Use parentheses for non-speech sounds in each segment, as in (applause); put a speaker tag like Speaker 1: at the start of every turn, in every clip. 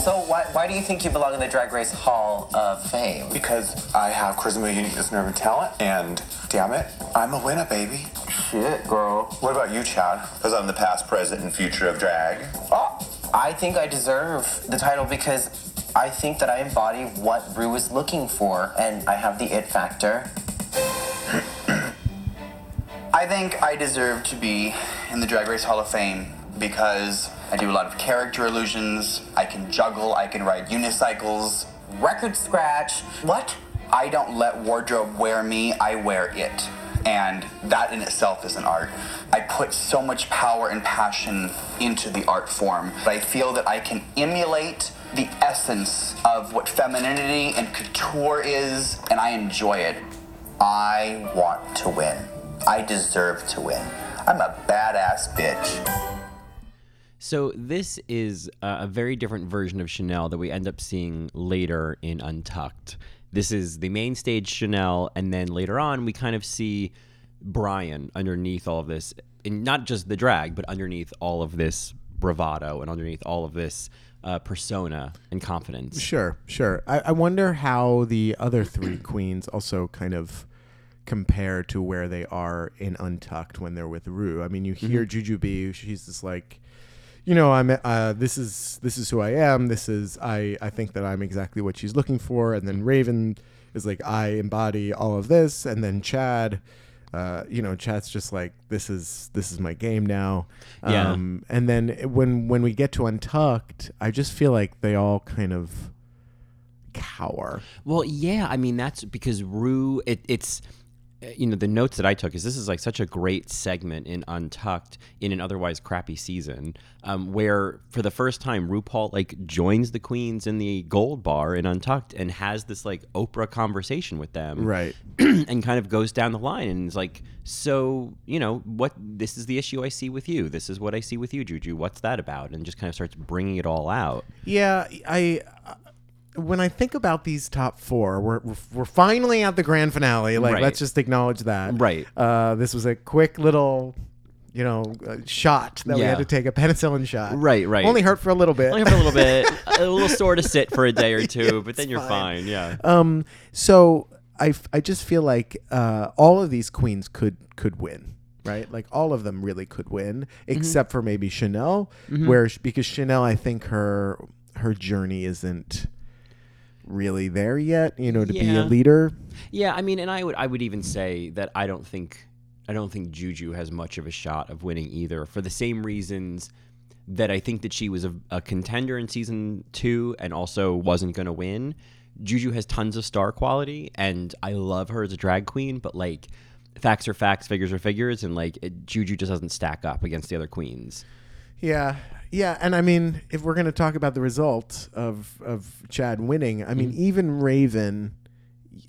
Speaker 1: Why do you think you belong in the Drag Race Hall of Fame?
Speaker 2: Because I have charisma, uniqueness, nerve, and talent, and damn it, I'm a winner, baby.
Speaker 1: Shit, girl.
Speaker 2: What about you, Chad?
Speaker 3: Because I'm the past, present, and future of drag.
Speaker 1: Oh, I think I deserve the title because I think that I embody what Rue is looking for, and I have the it factor.
Speaker 4: I think I deserve to be in the Drag Race Hall of Fame because I do a lot of character illusions. I can juggle, I can ride unicycles,
Speaker 1: Record scratch. What?
Speaker 4: I don't let wardrobe wear me, I wear it. And that in itself is an art. I put so much power and passion into the art form. But I feel that I can emulate the essence of what femininity and couture is, and I enjoy it. I want to win. I deserve to win. I'm a badass bitch.
Speaker 5: So this is uh, a very different version of Chanel that we end up seeing later in Untucked. This is the main stage Chanel, and then later on we kind of see Brian underneath all of this, and not just the drag, but underneath all of this bravado and underneath all of this uh, persona and confidence.
Speaker 6: Sure, sure. I, I wonder how the other three queens also kind of compare to where they are in Untucked when they're with Rue. I mean, you hear Juju B, she's just like, you know, I'm uh, this is this is who I am. This is I I think that I'm exactly what she's looking for. And then Raven is like, I embody all of this. And then Chad. Uh, you know, Chad's just like this is this is my game now.
Speaker 5: Yeah.
Speaker 6: Um, and then when when we get to Untucked, I just feel like they all kind of cower.
Speaker 5: Well, yeah, I mean that's because Rue. It, it's eh, you know the notes that I took is this is like such a great segment in Untucked in an otherwise crappy season, um, where for the first time RuPaul like joins the queens in the gold bar in Untucked and has this like Oprah conversation with them,
Speaker 6: Right.
Speaker 5: (clears throat) and kind of goes down the line and is like, so you know what? This is the issue I see with you. This is what I see with you, Juju. What's that about? And just kind of starts bringing it all out.
Speaker 6: Yeah, I. uh, When I think about these top four, we're we're- we're finally at the grand finale. Like,
Speaker 5: Right.
Speaker 6: let's just acknowledge that.
Speaker 5: Right.
Speaker 6: Uh, this was a quick little, you know, uh, shot that we
Speaker 5: Yeah.
Speaker 6: had to take a penicillin shot.
Speaker 5: Right, right.
Speaker 6: Only hurt for a little bit.
Speaker 5: Only for a little bit, a little sore to sit for a day or two, but then you're fine. Yeah.
Speaker 6: um. So I, f- I just feel like uh, all of these queens could could win. Right, like all of them really could win, except for maybe Chanel, where sh- because Chanel, I think her her journey isn't really there yet. You know, to be
Speaker 5: Yeah.
Speaker 6: a leader,
Speaker 5: Yeah, I mean, and I would I would even say that I don't think I don't think Juju has much of a shot of winning either for the same reasons that I think that she was a, a contender in season two and also wasn't going to win. Juju has tons of star quality, and I love her as a drag queen, but like. Facts are facts, figures are figures, and like it, Juju just doesn't stack up against the other queens.
Speaker 6: Yeah, yeah, and I mean, if we're gonna talk about the result of of Chad winning, I mean, even Raven,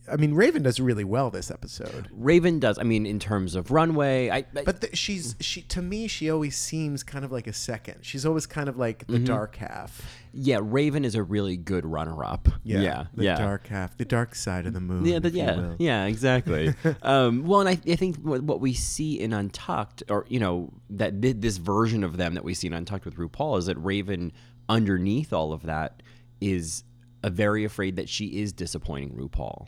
Speaker 6: I mean, Raven does really well this episode.
Speaker 5: Raven does. I mean, in terms of runway, I, I
Speaker 6: But th she's she to me, she always seems kind of like a second. She's always kind of like
Speaker 5: Mm-hmm.
Speaker 6: the dark half.
Speaker 5: yeah, Raven is a really good runner-up. yeah,
Speaker 6: the
Speaker 5: yeah.
Speaker 6: dark half, the dark side of the moon.
Speaker 5: Yeah, that,
Speaker 6: if you
Speaker 5: yeah,
Speaker 6: will.
Speaker 5: yeah,
Speaker 6: (laughs)
Speaker 5: exactly. um, well, and I, I think what, what we see in Untucked, or you know, that thi- this version of them that we see in Untucked with RuPaul, is that Raven, underneath all of that, is a very afraid that she is disappointing RuPaul,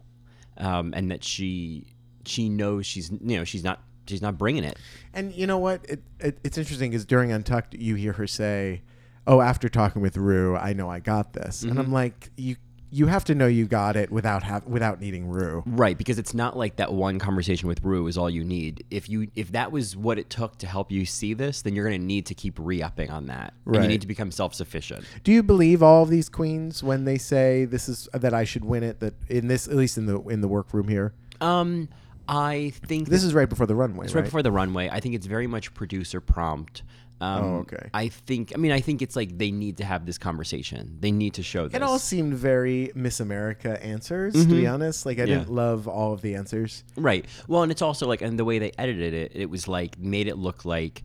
Speaker 5: um, and that she she knows she's you know she's not she's not bringing it.
Speaker 6: And you know what? It, it, it's interesting because during Untucked, you hear her say, "Oh, after talking with Rue, I know I got this," and
Speaker 5: Mm-hmm.
Speaker 6: I'm like, you. You have to know you got it without have, without needing Rue.
Speaker 5: Right, because it's not like that one conversation with Rue is all you need. If you if that was what it took to help you see this, then you're going to need to keep re-upping on that. And you
Speaker 6: Right.
Speaker 5: need to become self-sufficient.
Speaker 6: Do you believe all of these queens when they say this is that I should win it? That in this, at least in the in the workroom here,
Speaker 5: Um, I think
Speaker 6: this is right before the runway,
Speaker 5: it's right
Speaker 6: right?
Speaker 5: before the runway. I think it's very much producer prompt. Um,
Speaker 6: Oh, okay.
Speaker 5: I think. I mean, I think it's like they need to have this conversation. They need to show this.
Speaker 6: it all seemed very Miss America answers. To be honest, like I
Speaker 5: Yeah.
Speaker 6: didn't love all of the answers.
Speaker 5: Right. Well, and it's also like, and the way they edited it, it was like made it look like,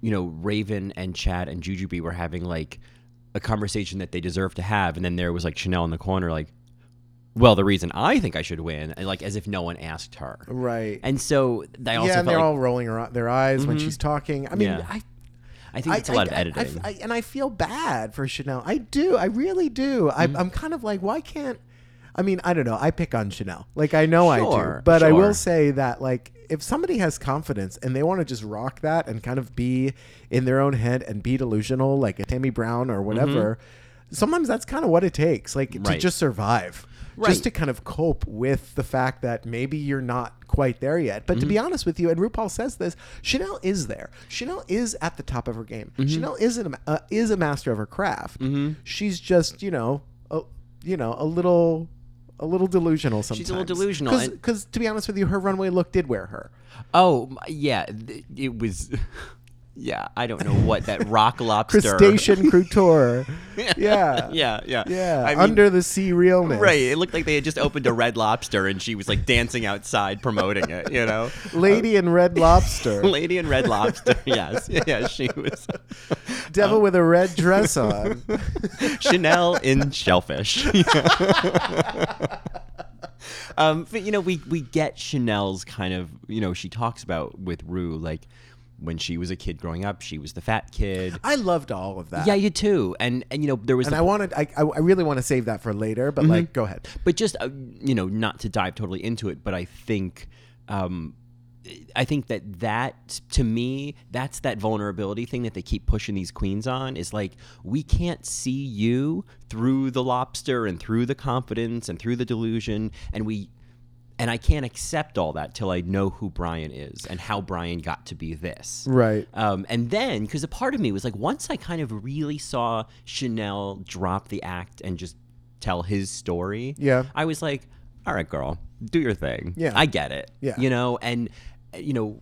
Speaker 5: you know, Raven and Chad and Jujubee were having like a conversation that they deserve to have, and then there was like Chanel in the corner, like, well, the reason I think I should win, and like as if no one asked her.
Speaker 6: Right.
Speaker 5: And so they also
Speaker 6: yeah,
Speaker 5: felt
Speaker 6: and they're
Speaker 5: like, Mm-hmm.
Speaker 6: all rolling her, their eyes when she's talking. I mean,
Speaker 5: Yeah.
Speaker 6: I
Speaker 5: I think it's a lot of editing.
Speaker 6: I, I- and I feel bad for Chanel. I do. I really do. I,
Speaker 5: Mm-hmm.
Speaker 6: I'm kind of like, why can't? I mean, I don't know. I pick on Chanel. Like I know I do,
Speaker 5: Sure,
Speaker 6: but I will
Speaker 5: sure.
Speaker 6: say that like if somebody has confidence and they want to just rock that and kind of be in their own head and be delusional, like a Tammy Brown or whatever. Sometimes that's kind of what it takes, like to
Speaker 5: Mm-hmm. Right.
Speaker 6: just survive,
Speaker 5: Right.
Speaker 6: just to kind of cope with the fact that maybe you're not quite there yet. But to
Speaker 5: Mm-hmm.
Speaker 6: be honest with you, and RuPaul says this, Chanel is there. Chanel is at the top of her game.
Speaker 5: Mm-hmm.
Speaker 6: Chanel is an, uh, is a master of her craft. She's just you know a, you know a little a little delusional sometimes.
Speaker 5: a little delusional, and-
Speaker 6: because to be honest with you, her runway look did wear her.
Speaker 5: oh m- yeah, th- it was. (laughs) Yeah, I don't know what that
Speaker 6: (laughs)
Speaker 5: rock lobster.
Speaker 6: Crustacean Crouture. yeah.
Speaker 5: (laughs) Yeah, yeah,
Speaker 6: Yeah.
Speaker 5: I mean,
Speaker 6: Under the sea
Speaker 5: (laughs)
Speaker 6: realness.
Speaker 5: Right. It looked like they had just opened a Red Lobster and she was like dancing outside promoting it, you know? (laughs)
Speaker 6: Lady in Red Lobster.
Speaker 5: Lady in Red Lobster. (laughs) Yes. Yeah, she was. (laughs)
Speaker 6: Devil with a red dress on.
Speaker 5: Chanel in shellfish. (laughs) um, but you know, we we get Chanel's kind of you know she talks about with Rue like when she was a kid growing up, she was the fat kid.
Speaker 6: I loved all of that.
Speaker 5: yeah, you too. And and you know there was
Speaker 6: Ah. and
Speaker 5: the
Speaker 6: I wanted, I, I I really want to save that for later, but like, go ahead.
Speaker 5: but just uh, you know not to dive totally into it but i think um i think that that to me that's that vulnerability thing that they keep pushing these queens on is like we can't see you through the lobster and through the confidence and through the delusion and we and i can't accept all that till i know who brian is and how brian got to be this
Speaker 6: Right.
Speaker 5: um, and then, because a part of me was like, once I kind of really saw Chanel drop the act and just tell his story,
Speaker 6: Yeah.
Speaker 5: I was like, all right, girl, do your thing.
Speaker 6: Yeah.
Speaker 5: I get it.
Speaker 6: Yeah.
Speaker 5: You know, and, uh, you know,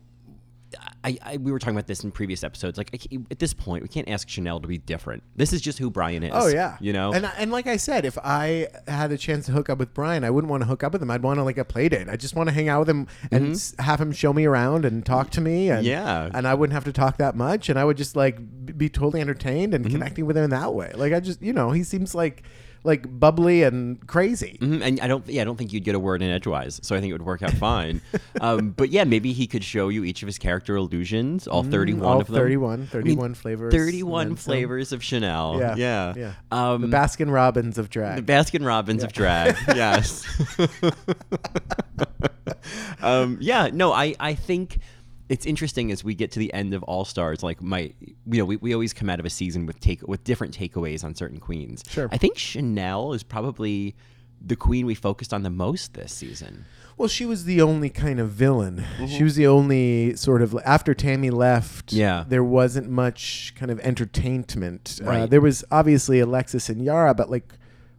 Speaker 5: I, I we were talking about this in previous episodes. Like I ca- at this point, we can't ask Chanel to be different. This is just who Brian is.
Speaker 6: Oh yeah,
Speaker 5: you know.
Speaker 6: And I- and like I said, if I had a chance to hook up with Brian, I wouldn't want to hook up with him. I'd want to like a play date. I just want to hang out with him and s have him show me around and talk to me. And,
Speaker 5: Mm-hmm. Yeah.
Speaker 6: and I wouldn't have to talk that much, and I would just like b- be totally entertained
Speaker 5: Mm-hmm.
Speaker 6: and connecting with him in that way. Like I just, you know, he seems like like bubbly and crazy.
Speaker 5: Mhm, And I don't, yeah, I don't think you'd get a word in edgewise, so I think it would work
Speaker 6: (laughs)
Speaker 5: out fine. um, but yeah, maybe he could show you each of his character illusions, all thirty-one
Speaker 6: Mm, all
Speaker 5: of them.
Speaker 6: 31,
Speaker 5: I mean,
Speaker 6: 31 flavors and then
Speaker 5: thirty-one
Speaker 6: some.
Speaker 5: flavors of Chanel. Yeah, yeah.
Speaker 6: yeah, yeah.
Speaker 5: Um,
Speaker 6: the Baskin Robbins of drag.
Speaker 5: Baskin Robbins of
Speaker 6: (laughs)
Speaker 5: drag. yes. um, yeah. No, I, I think it's interesting as we get to the end of All Stars. Like my, you know, we, we always come out of a season with take with different takeaways on certain queens.
Speaker 6: Sure.
Speaker 5: I think Chanel is probably the queen we focused on the most this season.
Speaker 6: Well, she was the only kind of villain. She was the only sort of after Tammy left.
Speaker 5: Mm-hmm. Yeah.
Speaker 6: there wasn't much kind of entertainment. Uh,
Speaker 5: Right.
Speaker 6: there was obviously Alexis and Yara, but like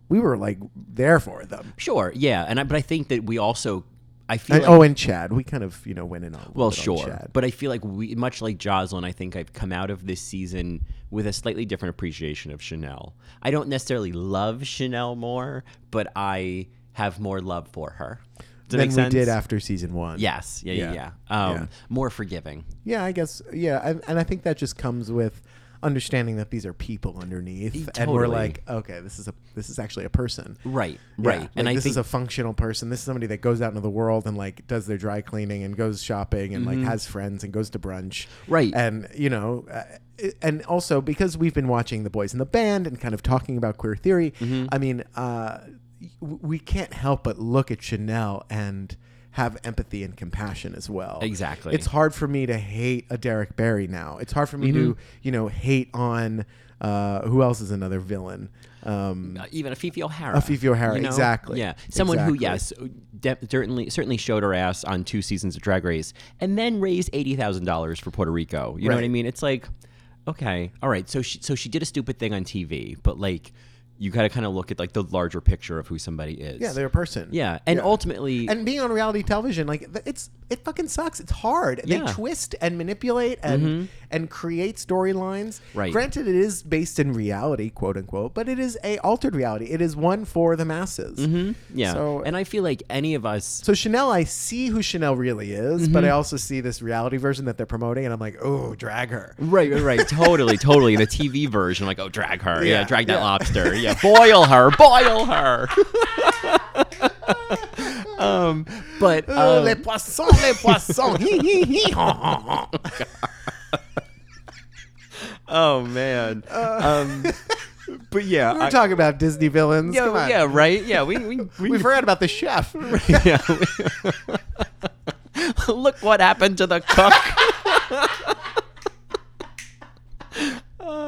Speaker 6: we were like there for them.
Speaker 5: Sure. Yeah. And I, but I think that we also. I feel
Speaker 6: And,
Speaker 5: like,
Speaker 6: oh, and Chad, we kind of you know went in on
Speaker 5: Well,
Speaker 6: bit on
Speaker 5: sure,
Speaker 6: Chad.
Speaker 5: but I feel like we, much like Jocelyn, I think I've come out of this season with a slightly different appreciation of Chanel. I don't necessarily love Chanel more, but I have more love for her. Does that
Speaker 6: then
Speaker 5: make
Speaker 6: we
Speaker 5: sense?
Speaker 6: did after season one.
Speaker 5: Yes, yeah, yeah, yeah.
Speaker 6: Yeah.
Speaker 5: Um,
Speaker 6: Yeah.
Speaker 5: More forgiving.
Speaker 6: yeah, I guess yeah, and, and I think that just comes with understanding that these are people underneath, and we're
Speaker 5: Totally.
Speaker 6: like, okay, this is a this is actually a person,
Speaker 5: Right,
Speaker 6: Yeah,
Speaker 5: right.
Speaker 6: like
Speaker 5: and I
Speaker 6: this
Speaker 5: think
Speaker 6: is a functional person. This is somebody that goes out into the world and like does their dry cleaning and goes shopping and like has friends and goes to brunch.
Speaker 5: Mm-hmm. Right.
Speaker 6: And you know, uh, it- and also because we've been watching the boys in the band and kind of talking about queer theory,
Speaker 5: Mm-hmm.
Speaker 6: I mean, uh, w- we can't help but look at Chanel and have empathy and compassion as well.
Speaker 5: Exactly.
Speaker 6: It's hard for me to hate a Derek Barry now. It's hard for me to,
Speaker 5: Mm-hmm.
Speaker 6: you know, hate on uh, who else is another villain. Um,
Speaker 5: uh, even a Fifi O'Hara.
Speaker 6: A Fifi O'Hara,
Speaker 5: you know?
Speaker 6: exactly.
Speaker 5: Yeah, someone who
Speaker 6: Exactly.
Speaker 5: yes, de- certainly certainly showed her ass on two seasons of Drag Race, and then raised eighty thousand dollars for Puerto Rico. You know what I
Speaker 6: Right.
Speaker 5: mean? It's like, okay, all right. So she so she did a stupid thing on TV, but like, you got to kind of look at like the larger picture of who somebody is.
Speaker 6: Yeah, they're a person.
Speaker 5: yeah, and ultimately,
Speaker 6: and being on reality television, like th- it's it fucking sucks. It's hard. They
Speaker 5: Yeah. Mm-hmm.
Speaker 6: twist and manipulate and and create storylines.
Speaker 5: Right.
Speaker 6: Granted, it is based in reality, quote unquote, but it is a altered reality. It is one for the masses.
Speaker 5: yeah,
Speaker 6: So
Speaker 5: and I feel like any of us.
Speaker 6: so Chanel, I see who Chanel really is, but
Speaker 5: Mm-hmm.
Speaker 6: I also see this reality version that they're promoting, and I'm like, oh,
Speaker 5: (laughs)
Speaker 6: drag her.
Speaker 5: Right, right, right.
Speaker 6: (laughs)
Speaker 5: Totally, totally. The TV version, like, oh, drag her. Yeah,
Speaker 6: Yeah,
Speaker 5: drag that
Speaker 6: yeah.
Speaker 5: lobster.
Speaker 6: (laughs)
Speaker 5: Yeah, boil her, boil her. um, but
Speaker 6: Oh,
Speaker 5: um, (laughs)
Speaker 6: les poissons, les poissons. Hee, hee, hee, ha, ha, ha.
Speaker 5: Oh man. um, but yeah,
Speaker 6: Uh, (laughs) We were
Speaker 5: I-
Speaker 6: talking about Disney villains.
Speaker 5: yeah,
Speaker 6: Come on.
Speaker 5: yeah, right. Yeah, we we,
Speaker 6: We forgot about
Speaker 5: (laughs)
Speaker 6: the chef.
Speaker 5: yeah. Look what happened to the cook. (laughs)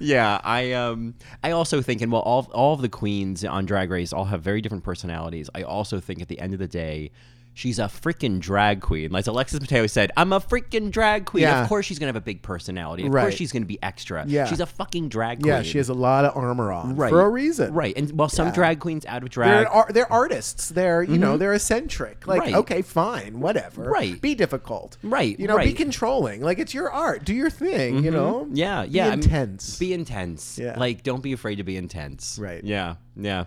Speaker 5: yeah, I um I also think and well all all of the queens on Drag Race all have very different personalities. I also think at the end of the day She's a freaking drag queen. Like Alexis Mateo said, I'm a freaking drag queen.
Speaker 6: Yeah.
Speaker 5: Of course she's going to have a big personality. Of
Speaker 6: Right.
Speaker 5: course she's going to be extra.
Speaker 6: Yeah.
Speaker 5: She's a fucking drag queen.
Speaker 6: yeah, she has a lot of armor on for a reason.
Speaker 5: Right. And well, some drag queens out of drag Mm-hmm.
Speaker 6: They're, ar- they're artists. They're you know they're eccentric. Like
Speaker 5: Right.
Speaker 6: okay, fine, whatever.
Speaker 5: Right.
Speaker 6: Be difficult.
Speaker 5: Right,
Speaker 6: You know, be
Speaker 5: right. Mm-hmm.
Speaker 6: controlling. Like it's your art. Do your thing. You know.
Speaker 5: Yeah,
Speaker 6: Be
Speaker 5: yeah. I mean,
Speaker 6: intense.
Speaker 5: Be intense.
Speaker 6: Yeah.
Speaker 5: Like, don't be afraid to be intense.
Speaker 6: Right.
Speaker 5: Yeah. Yeah.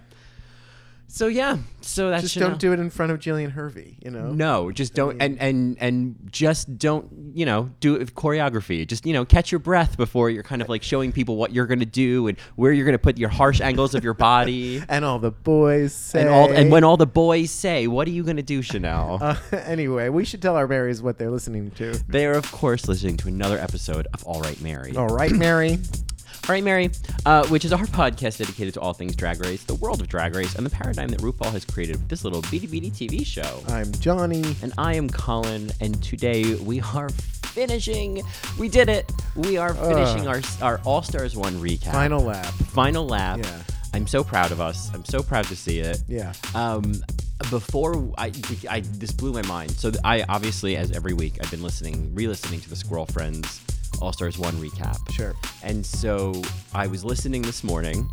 Speaker 5: So yeah. So that's
Speaker 6: Just don't do it in front of Jillian Hervey. You know.
Speaker 5: No, just don't and and and just don't you know do it with choreography. Just you know catch your breath before you're kind of like showing people what you're gonna do and where you're gonna put your harsh angles of your
Speaker 6: (laughs)
Speaker 5: body
Speaker 6: And all the boys say.
Speaker 5: and all and when all the boys say, "What are you gonna do, Chanel?"
Speaker 6: Uh, (laughs) anyway, we should tell our Marys what they're listening to.
Speaker 5: they are of course listening to another episode of All Right Mary.
Speaker 6: All right, Mary.
Speaker 5: All right, Mary, uh, which is our podcast dedicated to all things drag race, the world of drag race, and the paradigm that RuPaul has created with this little bitty bitty TV show.
Speaker 6: I'm Johnny.
Speaker 5: And I am Colin, and today we (laughs) are finishing. We did it. We are finishing our our All Stars One recap,
Speaker 6: Final lap.
Speaker 5: final lap.
Speaker 6: Yeah.
Speaker 5: I'm so proud of us. I'm so proud to see it.
Speaker 6: Yeah.
Speaker 5: Um, before I, I this blew my mind. So th- I obviously, as every week, I've been listening, re-listening to the Squirrel Friends All Stars One recap.
Speaker 6: Sure.
Speaker 5: And so I was listening this morning,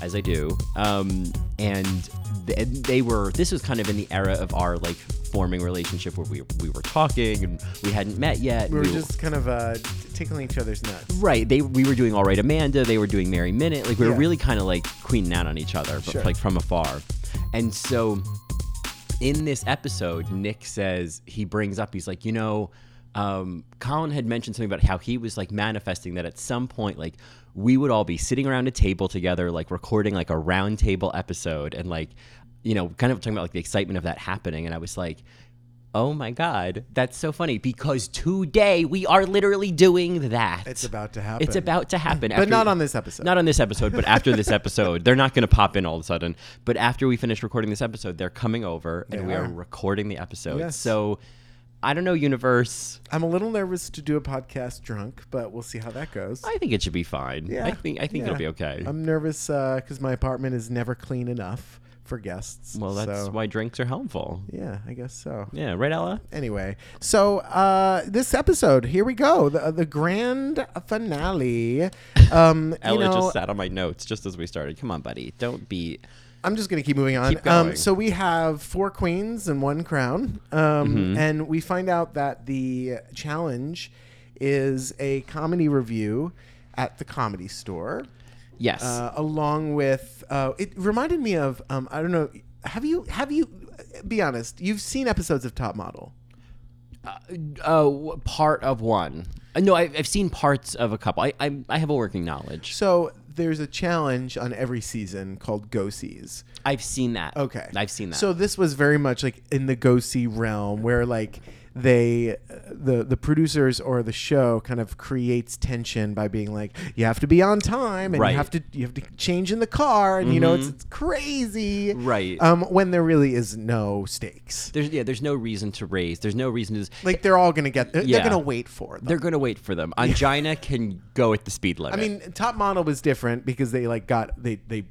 Speaker 5: as I do, um, and th- they were. This was kind of in the era of our like forming relationship where we we were talking and we hadn't met yet.
Speaker 6: We were
Speaker 5: and
Speaker 6: just kind of uh, tickling each other's nuts.
Speaker 5: Right. They we were doing all right, Amanda. They were doing Mary Minute. Like we were
Speaker 6: Yeah.
Speaker 5: really kind of like queening out on each other, but
Speaker 6: Sure.
Speaker 5: like from afar. And so, in this episode, Nick says he brings up. He's like, you know, um, Colin had mentioned something about how he was like manifesting that at some point, like we would all be sitting around a table together, like recording like a round table episode, and like, you know, kind of talking about like the excitement of that happening. And I was like. Oh my God, that's so funny because today we are literally doing that.
Speaker 6: It's about to happen.
Speaker 5: It's about to happen.
Speaker 6: But not on this episode.
Speaker 5: Not on this episode, but after
Speaker 6: (laughs)
Speaker 5: this episode. They're not going to pop in all of a sudden. But after we finish recording this episode, they're coming over and we are.
Speaker 6: are.
Speaker 5: recording the episode.
Speaker 6: Yes.
Speaker 5: So I don't know, universe.
Speaker 6: I'm a little nervous to do a podcast drunk, but we'll see how that goes.
Speaker 5: I think it should be fine. I think I think
Speaker 6: yeah.
Speaker 5: it'll be okay.
Speaker 6: I'm nervous because my apartment is never clean enough for guests.
Speaker 5: well, that's
Speaker 6: so-
Speaker 5: why drinks are helpful.
Speaker 6: Yeah, I guess so.
Speaker 5: Yeah, right, Ella?
Speaker 6: Anyway, so uh, this episode, here we go, the the grand finale. Um, you
Speaker 5: Ella
Speaker 6: know,
Speaker 5: just sat on my notes just as we started. Come on, buddy. Don't be.
Speaker 6: I'm just gonna keep moving on.
Speaker 5: Keep going.
Speaker 6: Um, so we have four queens and one crown, um,
Speaker 5: Mm-hmm.
Speaker 6: and we find out that the challenge is a comedy review at the comedy store,
Speaker 5: Yes.
Speaker 6: uh, along with. Uh, it reminded me of um, I don't know. Have you have you? Be honest. You've seen episodes of Top Model.
Speaker 5: Oh, part of one. Uh, No, I, I've seen parts of a couple. I, I, I have a working knowledge.
Speaker 6: So there's a challenge on every season called Go Sees.
Speaker 5: I've seen that.
Speaker 6: Okay.
Speaker 5: I've seen that.
Speaker 6: So this was very much like in the go see realm where like they uh, the the producers or the show kind of creates tension by being like you have to be on time and
Speaker 5: Right. Mm-hmm.
Speaker 6: you have to you have to change in the car and you know it's, it's crazy
Speaker 5: Right.
Speaker 6: um when there really is no stakes
Speaker 5: there's yeah, there's no reason to raise. There's no reason to.
Speaker 6: like they're all gonna get they're,
Speaker 5: Yeah.
Speaker 6: they're gonna wait for them
Speaker 5: They're gonna wait for them. Angina can go at the speed limit.
Speaker 6: I mean, Top Model was different because they like got they they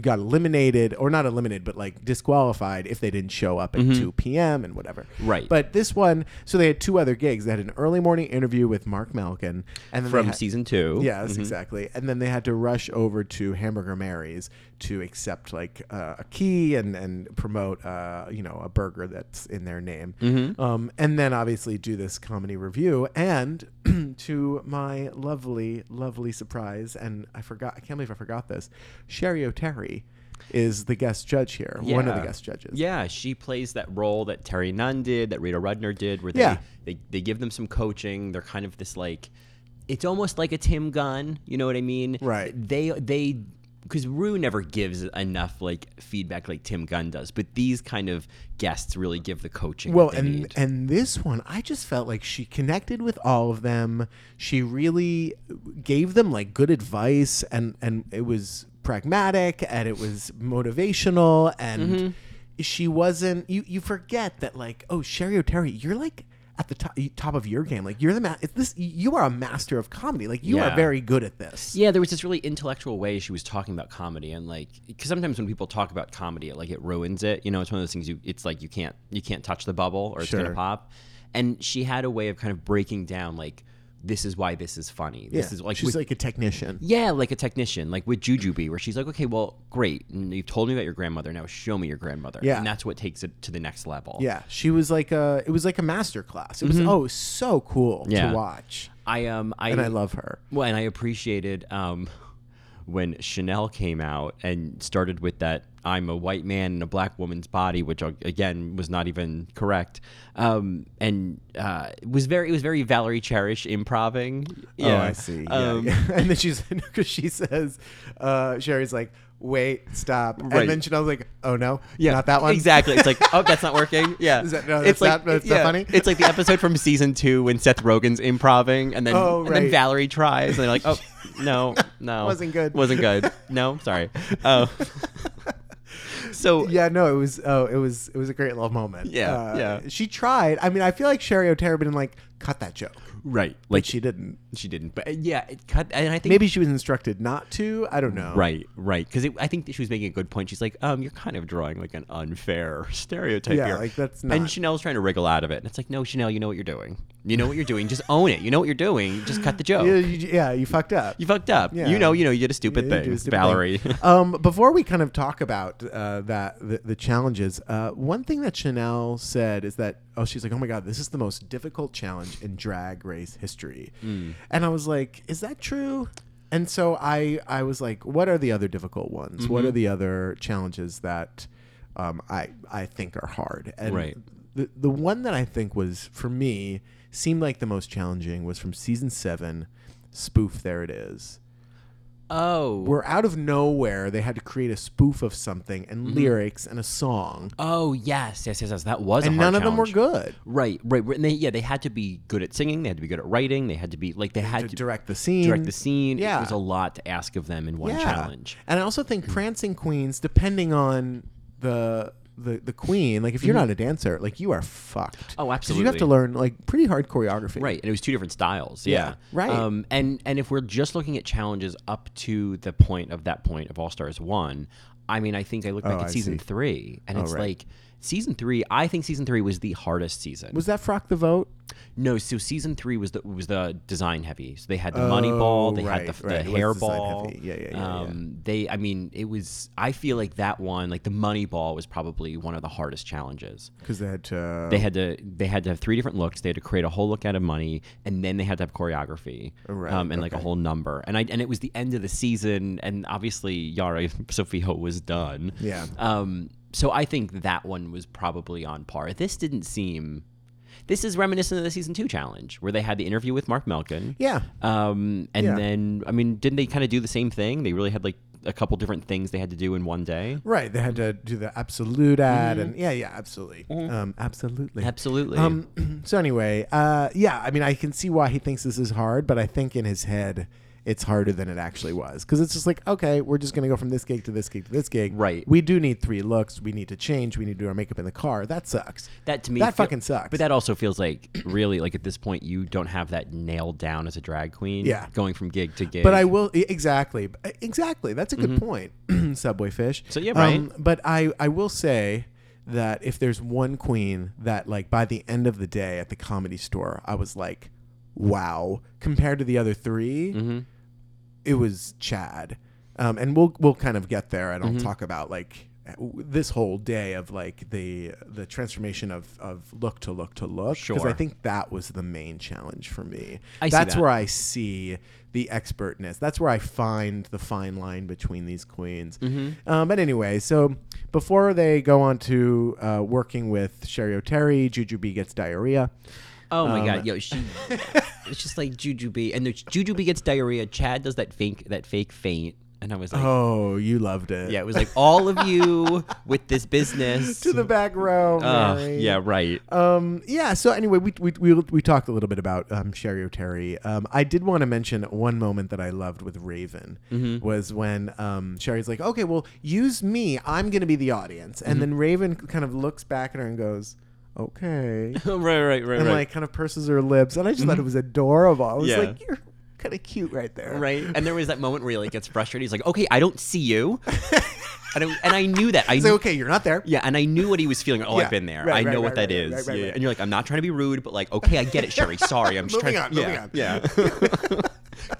Speaker 6: got eliminated or not eliminated, but like disqualified if they didn't show up at two p.m. and whatever.
Speaker 5: Right.
Speaker 6: But this one, so they had two other gigs. They had an early morning interview with Mark Malkin, and then they
Speaker 5: from
Speaker 6: had-
Speaker 5: season two.
Speaker 6: Yes, exactly. And then they had to rush over to Hamburger Mary's to accept like uh, a key and and promote uh, you know a burger that's in their name.
Speaker 5: Mm-hmm.
Speaker 6: Um, and then obviously do this comedy review. And (clears throat) to my lovely, lovely surprise, and I forgot. I can't believe I forgot this. Sherry O'Terry is the guest judge here. One of the
Speaker 5: Yeah.
Speaker 6: guest judges.
Speaker 5: Yeah, she plays that role that Terry Nunn did, that Rita Rudner did, where they,
Speaker 6: Yeah.
Speaker 5: they they give them some coaching. They're kind of this like, it's almost like a Tim Gunn. You know what I mean?
Speaker 6: Right.
Speaker 5: They they because Rue never gives enough like feedback like Tim Gunn does, but these kind of guests really give the coaching.
Speaker 6: Well,
Speaker 5: that they
Speaker 6: and
Speaker 5: need.
Speaker 6: and this one, I just felt like she connected with all of them. She really gave them like good advice, and and it was pragmatic, and it was motivational, and
Speaker 5: Mm-hmm.
Speaker 6: she wasn't. You you forget that like oh Sherry O'Terry, you're like at the top, top of your game. Like you're the ma- it's this you are a master of comedy. Like you
Speaker 5: Yeah.
Speaker 6: are very good at this.
Speaker 5: Yeah, there was this really intellectual way she was talking about comedy, and like, because sometimes when people talk about comedy, it, like it ruins it. You know, it's one of those things. You, it's like you can't you can't touch the bubble, or it's
Speaker 6: Sure.
Speaker 5: gonna pop. And she had a way of kind of breaking down like, this is why this is funny. This is like
Speaker 6: she's
Speaker 5: with-
Speaker 6: like a technician.
Speaker 5: yeah, like a technician, like with Jujubee, where she's like, okay, well, great, and you've told me about your grandmother. Now show me your grandmother.
Speaker 6: Yeah.
Speaker 5: and that's what takes it to the next level.
Speaker 6: Yeah, she was like a. It was like a master class. It was oh so cool
Speaker 5: Mm-hmm. Yeah.
Speaker 6: to watch,
Speaker 5: I um I
Speaker 6: and I love her.
Speaker 5: Well, and I appreciated um, (laughs) when Chanel came out and started with that "I'm a white man in a black woman's body," which uh, again was not even correct, um, and uh, it was very it was very Valerie Cherish improving.
Speaker 6: Oh, I see. Yeah,
Speaker 5: Um,
Speaker 6: yeah. (laughs) And then she's because she says, uh, Sherry's like, wait, stop.
Speaker 5: Right.
Speaker 6: And then Chanel's like, oh no,
Speaker 5: Yeah,
Speaker 6: not that one.
Speaker 5: Exactly. It's like, oh, that's not working. Yeah,
Speaker 6: Is that- no,
Speaker 5: it's
Speaker 6: that's not- that's not
Speaker 5: yeah,
Speaker 6: funny?
Speaker 5: It's like the episode from season two when Seth Rogen's improving, and then,
Speaker 6: Oh,
Speaker 5: and then
Speaker 6: right.
Speaker 5: Valerie tries, and they're like,
Speaker 6: (laughs)
Speaker 5: oh, no, no,
Speaker 6: Wasn't good.
Speaker 5: wasn't good. No, sorry.
Speaker 6: (laughs)
Speaker 5: Oh, so
Speaker 6: (laughs) Yeah, no, it was. Oh, it was. It was a great little moment. Uh,
Speaker 5: Yeah, yeah.
Speaker 6: She tried. I mean, I feel like Sherry O'Terra been like cut that joke,
Speaker 5: right,
Speaker 6: but
Speaker 5: like
Speaker 6: she didn't.
Speaker 5: she didn't, but uh, yeah, it cut, and I think
Speaker 6: Maybe she was instructed not to. I don't know.
Speaker 5: Right, right. Because I think that she was making a good point. She's like, um, you're kind of drawing like an unfair (laughs) stereotype
Speaker 6: Yeah,
Speaker 5: here.
Speaker 6: like, that's
Speaker 5: And
Speaker 6: not-
Speaker 5: Chanel's trying to wriggle out of it, and it's like, no, Chanel, you know what you're doing. You know what you're doing. Just own it. You know what you're doing. Just cut the joke.
Speaker 6: (laughs) Yeah, you, yeah, you fucked up.
Speaker 5: You fucked up.
Speaker 6: Yeah.
Speaker 5: You know, you know, you did a stupid
Speaker 6: Yeah, you
Speaker 5: thing,
Speaker 6: do a stupid
Speaker 5: Valerie. (laughs)
Speaker 6: thing. um, before we kind of talk about uh, that the, the challenges, uh, one thing that Chanel said is that oh, she's like, oh my god, this is the most difficult challenge in drag race history,
Speaker 5: Hmm.
Speaker 6: and I was like, is that true? And so I I was like, what are the other difficult ones? What
Speaker 5: Mm-hmm.
Speaker 6: are the other challenges that um, I I think are hard? And
Speaker 5: Right.
Speaker 6: the the one that I think was for me seemed like the most challenging was from season seven, spoof. There it is
Speaker 5: oh.
Speaker 6: where out of nowhere they had to create a spoof of something and
Speaker 5: Mm-hmm.
Speaker 6: lyrics and a song
Speaker 5: oh yes, yes, yes, yes. That was a
Speaker 6: and
Speaker 5: hard
Speaker 6: none of them were
Speaker 5: challenge.
Speaker 6: good
Speaker 5: Right, right. right. And they, yeah, they had to be good at singing. They had to be good at writing. They had to be like they had
Speaker 6: to
Speaker 5: to
Speaker 6: direct the scene
Speaker 5: direct the scene.
Speaker 6: Yeah.
Speaker 5: It was a lot to ask of them in one
Speaker 6: yeah
Speaker 5: challenge. Hmm.
Speaker 6: and i also think prancing queens depending on the the, the queen like if you're not a dancer like you are fucked
Speaker 5: Mm-hmm. Oh,
Speaker 6: 'Cause you have to
Speaker 5: absolutely.
Speaker 6: learn like pretty hard choreography
Speaker 5: Right, and it was two different styles. Yeah,
Speaker 6: Yeah, right.
Speaker 5: Um, and and if we're just looking at challenges up to the point of that point of All Stars one, I mean, I think I look back
Speaker 6: Oh,
Speaker 5: at
Speaker 6: I
Speaker 5: season
Speaker 6: see. Oh,
Speaker 5: three, and it's
Speaker 6: right.
Speaker 5: like season three. I think season three was the hardest season.
Speaker 6: was that frock the vote
Speaker 5: no, so season three was the was the design heavy. So they had the money ball, they had
Speaker 6: Oh, right,
Speaker 5: the,
Speaker 6: right.
Speaker 5: the
Speaker 6: It was
Speaker 5: hair
Speaker 6: design
Speaker 5: ball.
Speaker 6: heavy. Yeah, yeah, yeah, yeah.
Speaker 5: Um, They, I mean, it was. I feel like that one, like the money ball, was probably one of the hardest challenges
Speaker 6: because they had to
Speaker 5: they had to they had to have three different looks. They had to create a whole look out of money, and then they had to have choreography,
Speaker 6: Right,
Speaker 5: um, and like a whole number. And I and it was the end of the season, and obviously Yara (laughs) Sofia was done.
Speaker 6: Yeah.
Speaker 5: Um. So I think that one was probably on par. This didn't seem. This is reminiscent of the season two challenge where they had the interview with Mark Melkin.
Speaker 6: yeah
Speaker 5: Um. And
Speaker 6: Yeah.
Speaker 5: then I mean, didn't they kind of do the same thing? They really had like a couple different things they had to do in one day.
Speaker 6: Right. They had to do the absolute ad and yeah, yeah, absolutely. Um, absolutely.
Speaker 5: Mm-hmm. Absolutely.
Speaker 6: Um, (clears throat) so anyway, uh, yeah, I mean, I can see why he thinks this is hard, but I think in his head, it's harder than it actually was because it's just like, okay, we're just going to go from this gig to this gig to this gig.
Speaker 5: Right.
Speaker 6: We do need three looks. We need to change. We need to do our makeup in the car. That sucks.
Speaker 5: That to me
Speaker 6: that
Speaker 5: feel-
Speaker 6: fucking sucks.
Speaker 5: But that also feels like really like at this point you don't have that nailed down as a drag queen.
Speaker 6: Yeah.
Speaker 5: going from gig to gig.
Speaker 6: But I will e- exactly, exactly. That's a good point, (clears throat) Subway Fish.
Speaker 5: Mm-hmm.
Speaker 6: Um,
Speaker 5: So, yeah, right.
Speaker 6: but I, I will say that if there's one queen that like by the end of the day at the comedy store, I was like, wow. Compared to the other 3
Speaker 5: Mm-hmm.
Speaker 6: it was Chad. Um, and we'll we'll kind of get there, and I'll
Speaker 5: Mm-hmm.
Speaker 6: talk about like w- this whole day of like the the transformation of of look to look to look. Because I
Speaker 5: Sure.
Speaker 6: think that was the main challenge for me.
Speaker 5: I see
Speaker 6: That's
Speaker 5: that.
Speaker 6: where I see the expertness. That's where I find the fine line between these queens.
Speaker 5: Mm-hmm.
Speaker 6: Um, but anyway, so before they go on to uh, working with Sherry O'Terry, Juju B gets diarrhea.
Speaker 5: oh
Speaker 6: Um,
Speaker 5: my god, yo,
Speaker 6: (laughs)
Speaker 5: she it's just like Juju B, and there's Juju B gets diarrhea. Chad does that fake that fake faint. and I was like,
Speaker 6: Oh, you loved it.
Speaker 5: yeah, it was like all of you with this business.
Speaker 6: (laughs) to the back row.
Speaker 5: Ugh,
Speaker 6: Mary.
Speaker 5: Uh, yeah, right.
Speaker 6: Um, yeah. So anyway, we we we, we talked a little bit about um, Sherry O'Terry. Um, I did want to mention one moment that I loved with Raven
Speaker 5: Mm-hmm.
Speaker 6: was when um, Sherry's like, "Okay, well, use me. I'm going to be the audience,"
Speaker 5: Mm-hmm.
Speaker 6: and then Raven kind of looks back at her and goes, "Okay,"
Speaker 5: (laughs) right, right, right,
Speaker 6: and
Speaker 5: right.
Speaker 6: like kind of purses her lips, and I just thought it was adorable. I was
Speaker 5: Yeah.
Speaker 6: like, "You're kind of cute right there."
Speaker 5: right. And there was that moment where he like gets frustrated. He's like, "Okay, I don't see you," and I, and I knew that. I
Speaker 6: It's like,
Speaker 5: knew,
Speaker 6: okay, you're not there.
Speaker 5: Yeah, and I knew what he was feeling. Oh,
Speaker 6: Yeah,
Speaker 5: I've been there.
Speaker 6: right,
Speaker 5: I know
Speaker 6: right,
Speaker 5: what
Speaker 6: right,
Speaker 5: that is.
Speaker 6: right, right, right,
Speaker 5: yeah.
Speaker 6: right.
Speaker 5: And you're like, I'm not trying to be rude, but like, okay, I get it, Sherry. Sorry,
Speaker 6: (laughs)
Speaker 5: I'm just
Speaker 6: Moving
Speaker 5: trying.
Speaker 6: on, moving
Speaker 5: yeah,
Speaker 6: on.
Speaker 5: Yeah,
Speaker 6: (laughs)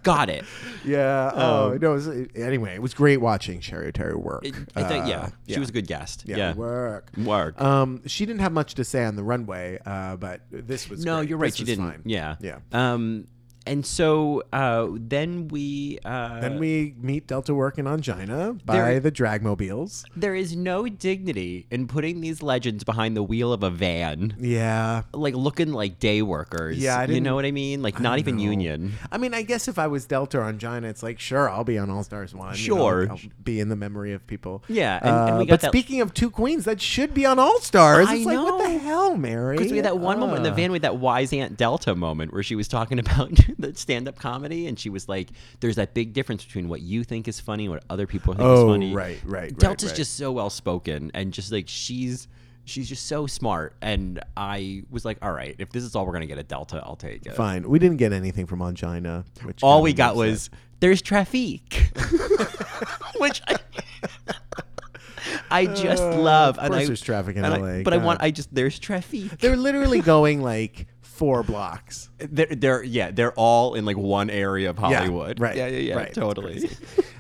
Speaker 5: got it.
Speaker 6: Yeah. oh no. It was, anyway, it was great watching Sherry O'Terry work.
Speaker 5: um, It- I think, yeah,
Speaker 6: Uh,
Speaker 5: she was a good guest. Yeah,
Speaker 6: work.
Speaker 5: Work.
Speaker 6: Um, she didn't have much to say on the runway, uh, but this was
Speaker 5: no,
Speaker 6: great.
Speaker 5: you're right.
Speaker 6: This
Speaker 5: She
Speaker 6: was
Speaker 5: didn't.
Speaker 6: fine.
Speaker 5: Yeah,
Speaker 6: yeah.
Speaker 5: Um, and so uh, then we uh,
Speaker 6: then we meet Delta Work and Angina by
Speaker 5: There-
Speaker 6: the Dragmobiles.
Speaker 5: there is no dignity in putting these legends behind the wheel of a van.
Speaker 6: Yeah.
Speaker 5: Like looking like day workers.
Speaker 6: Yeah, I
Speaker 5: you
Speaker 6: didn't-
Speaker 5: know what I mean. Like not even union.
Speaker 6: I mean, I guess if I was Delta or Angina, it's like, sure, I'll be on All Stars 1. you know,
Speaker 5: Sure.
Speaker 6: like, I'll be in the memory of people.
Speaker 5: Yeah, and- and we
Speaker 6: Uh,
Speaker 5: got
Speaker 6: but
Speaker 5: that-
Speaker 6: speaking of two queens, that should be on All Stars.
Speaker 5: I
Speaker 6: It's like, what the
Speaker 5: know.
Speaker 6: hell, Mary?
Speaker 5: Because we had that one moment in the
Speaker 6: Uh.
Speaker 5: van with that wise Aunt Delta moment where she was talking about (laughs) the stand up comedy and she was like, there's that big difference between what you think is funny and what other people think
Speaker 6: Oh,
Speaker 5: is funny.
Speaker 6: right, right, right,
Speaker 5: Delta's
Speaker 6: right.
Speaker 5: just so well spoken and just like she's. She's just so smart, and I was like, "All right, if this is all we're gonna get at Delta, I'll take it."
Speaker 6: Fine. We didn't get anything from Angina. Which
Speaker 5: All
Speaker 6: kinda
Speaker 5: we got was
Speaker 6: was.
Speaker 5: there's traffic,
Speaker 6: (laughs)
Speaker 5: which I, I just love.
Speaker 6: Uh, course there's traffic in
Speaker 5: and I-
Speaker 6: LA,
Speaker 5: but I want.
Speaker 6: God.
Speaker 5: I just there's traffic. (laughs)
Speaker 6: They're literally going like four blocks.
Speaker 5: They're, they're yeah, they're all in like one area of
Speaker 6: Yeah,
Speaker 5: Hollywood.
Speaker 6: right,
Speaker 5: Yeah, yeah, yeah.
Speaker 6: right.
Speaker 5: Totally.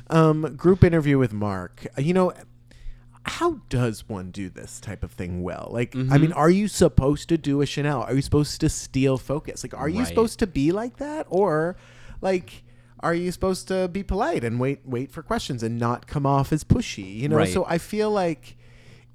Speaker 6: Um, group interview with Mark. uh, You know, how does one do this type of thing well? Like, I
Speaker 5: Mm-hmm.
Speaker 6: mean, are you supposed to do a Chanel? Are you supposed to steal focus? Like, are you
Speaker 5: Right.
Speaker 6: supposed to be like that, or like? Are you supposed to be polite and wait wait for questions and not come off as pushy? You know,
Speaker 5: Right.
Speaker 6: so I feel like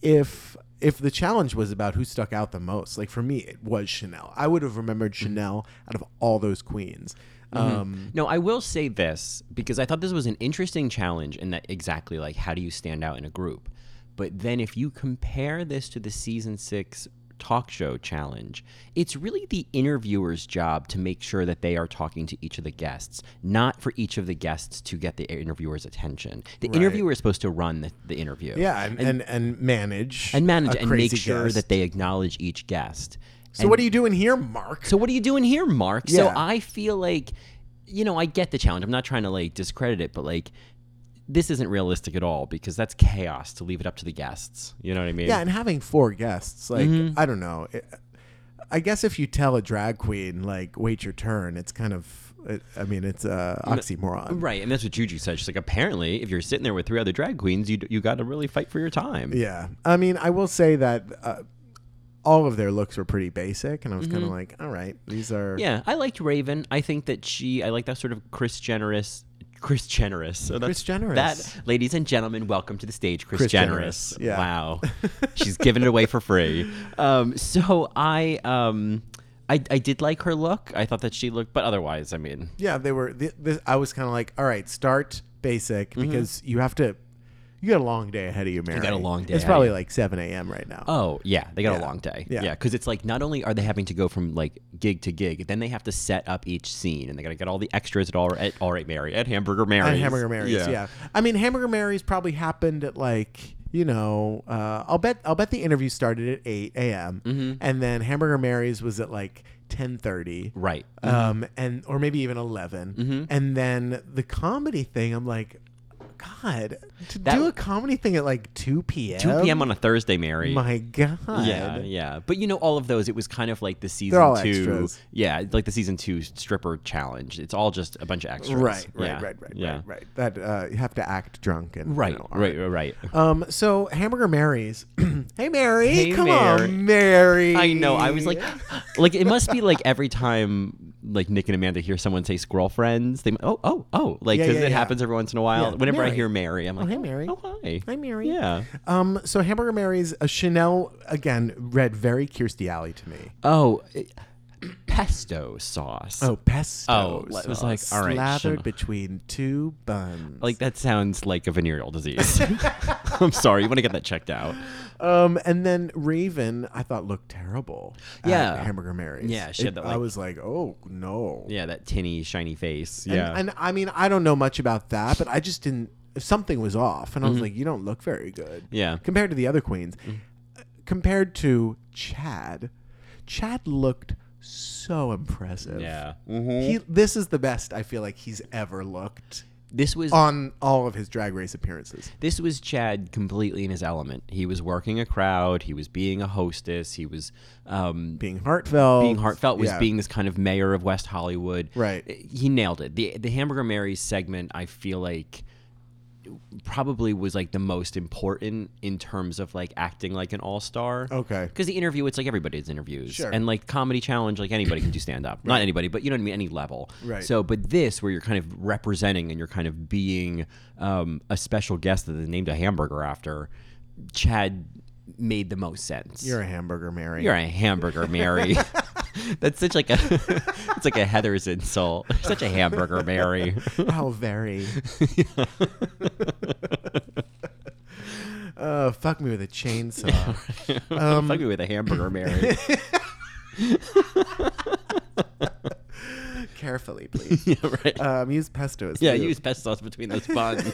Speaker 6: if if the challenge was about who stuck out the most, like for me, it was Chanel. I would have remembered
Speaker 5: Mm-hmm.
Speaker 6: Chanel out of all those queens. Um,
Speaker 5: no, I will say this because I thought this was an interesting challenge in that exactly like how do you stand out in a group? But then if you compare this to the season six talk show challenge, it's really the interviewer's job to make sure that they are talking to each of the guests, not for each of the guests to get the interviewer's attention. The interviewer is supposed to run the, the interview.
Speaker 6: Yeah, and, and, and manage
Speaker 5: And manage
Speaker 6: a
Speaker 5: and make
Speaker 6: crazy
Speaker 5: sure
Speaker 6: guest.
Speaker 5: that they acknowledge each guest.
Speaker 6: So what are you doing here, Mark?
Speaker 5: So what are you doing here, Mark? So
Speaker 6: Yeah.
Speaker 5: I feel like, you know, I get the challenge. I'm not trying to like discredit it, but like, this isn't realistic at all because that's chaos to leave it up to the guests. You know what I mean?
Speaker 6: yeah, and having four guests, like
Speaker 5: Mm-hmm.
Speaker 6: I don't know. It, I guess if you tell a drag queen like wait your turn, it's kind of it, I mean it's a oxymoron.
Speaker 5: Right, and that's what Juju said. She's like, apparently, if you're sitting there with three other drag queens, you you got to really fight for your time.
Speaker 6: Yeah, I mean I will say that uh, all of their looks were pretty basic, and I was kind of like, all right, these are
Speaker 5: Mm-hmm. Yeah, I liked Raven. I think that she, I like that sort of Chris generous, Chris generous. So that's,
Speaker 6: Kris Jennerous.
Speaker 5: That, ladies and gentlemen, welcome to the stage, Chris,
Speaker 6: Kris
Speaker 5: generous.
Speaker 6: Jennerous, yeah. (laughs)
Speaker 5: Wow, she's giving it away for free. Um, so I, um, I, I did like her look. I thought that she looked, but otherwise, I mean,
Speaker 6: yeah, they were. Th- this, I was kind of like, all right, start basic because you have to. You got a long day ahead of you, Mary.
Speaker 5: Mm-hmm. a long day ahead
Speaker 6: It's
Speaker 5: of
Speaker 6: probably
Speaker 5: you.
Speaker 6: like seven a.m. right now.
Speaker 5: Oh yeah, they got
Speaker 6: Yeah.
Speaker 5: a long day.
Speaker 6: Yeah.
Speaker 5: Yeah, because it's like not only are they having to go from like gig to gig, then they have to set up each scene, and they got to get all the extras at all at all right Mary at Hamburger Mary's.
Speaker 6: And Hamburger Mary's, yeah. I mean, Hamburger Mary's probably happened at like you know, uh, I'll bet I'll bet the interview started at eight a.m.
Speaker 5: Mm-hmm.
Speaker 6: and then Hamburger Mary's was at like ten thirty,
Speaker 5: Right. Mm-hmm.
Speaker 6: Um, and or maybe even 11 and then the comedy thing. I'm like, God, to
Speaker 5: That-
Speaker 6: do a comedy thing at like two p.m.
Speaker 5: 2 p.m. on a Thursday, Mary.
Speaker 6: my God,
Speaker 5: Yeah, yeah. But you know, all of those, it was kind of like the season
Speaker 6: all
Speaker 5: two.
Speaker 6: extras.
Speaker 5: Yeah, like the season two stripper challenge. It's all just a bunch of extras.
Speaker 6: Right, right,
Speaker 5: Yeah,
Speaker 6: right, right,
Speaker 5: yeah.
Speaker 6: right, right. That uh, you have to act drunk and you
Speaker 5: Right,
Speaker 6: know,
Speaker 5: right, right, right.
Speaker 6: Um, so Hamburger Mary's. (clears throat) hey Mary,
Speaker 5: Hey,
Speaker 6: come
Speaker 5: Mary.
Speaker 6: on, Mary.
Speaker 5: I know. I was like, (gasps) like it must be like every time like Nick and Amanda hear someone say squirrel friends, they oh oh oh like
Speaker 6: Yeah,
Speaker 5: because
Speaker 6: yeah,
Speaker 5: it
Speaker 6: yeah.
Speaker 5: happens every once in a while.
Speaker 6: Yeah,
Speaker 5: Whenever
Speaker 6: Mary.
Speaker 5: I hear Mary, I'm like,
Speaker 6: hey, Mary.
Speaker 5: oh hi,
Speaker 6: Hi, Mary.
Speaker 5: Yeah.
Speaker 6: um, so Hamburger Mary's uh, Chanel again read very Kirstie Alley to me.
Speaker 5: Oh, it- (clears throat) pesto sauce.
Speaker 6: Oh, pesto.
Speaker 5: Oh, it was
Speaker 6: sauce
Speaker 5: like, all right,
Speaker 6: Slathered
Speaker 5: Shima.
Speaker 6: between two buns.
Speaker 5: Like that sounds like a venereal disease. (laughs) I'm sorry, you want to get that checked out.
Speaker 6: um, and then Raven, I thought looked terrible. at
Speaker 5: Yeah.
Speaker 6: Hamburger Mary's.
Speaker 5: Yeah, she had that,
Speaker 6: I
Speaker 5: like-
Speaker 6: was like, oh no.
Speaker 5: Yeah, that tinny, shiny face.
Speaker 6: And-
Speaker 5: Yeah.
Speaker 6: And, I mean, I don't know much about that, but I just didn't. If something was off, and I was like, you don't look very good.
Speaker 5: Mm-hmm. Yeah. Mm-hmm.
Speaker 6: Compared to the other queens, Uh, compared to Chad, Chad looked so impressive.
Speaker 5: yeah.
Speaker 6: He, this is the best I feel like he's ever looked
Speaker 5: This was
Speaker 6: on all of his drag race appearances.
Speaker 5: this was Chad completely in his element. He was working a crowd. He was being a hostess. He was um,
Speaker 6: Being heartfelt.
Speaker 5: being heartfelt was
Speaker 6: yeah.
Speaker 5: being this kind of mayor of West Hollywood. Eh,
Speaker 6: Right.
Speaker 5: He nailed it. The the Hamburger Mary's segment, I feel like probably was like the most important in terms of like acting like an all-star.
Speaker 6: Okay.
Speaker 5: Because the interview, it's like everybody's interviews.
Speaker 6: Sure.
Speaker 5: And like comedy challenge, like anybody can do stand up. Not anybody, but you know what I mean, any level.
Speaker 6: Right.
Speaker 5: So but this where you're kind of representing and you're kind of being um, a special guest that they named a hamburger after, Chad made the most sense.
Speaker 6: You're a hamburger, Mary.
Speaker 5: You're a hamburger, Mary. That's such like a (laughs) it's like a Heather's insult. You're such a hamburger, Mary.
Speaker 6: (laughs) How
Speaker 5: (laughs)
Speaker 6: very. (laughs) uh, fuck me with
Speaker 5: (laughs)
Speaker 6: a chainsaw. Um,
Speaker 5: Fuck me with a hamburger,
Speaker 6: (laughs)
Speaker 5: Mary. (laughs)
Speaker 6: Carefully, please.
Speaker 5: yeah, right.
Speaker 6: Um, use pesto as
Speaker 5: yeah,
Speaker 6: food.
Speaker 5: use pesto sauce between those buns.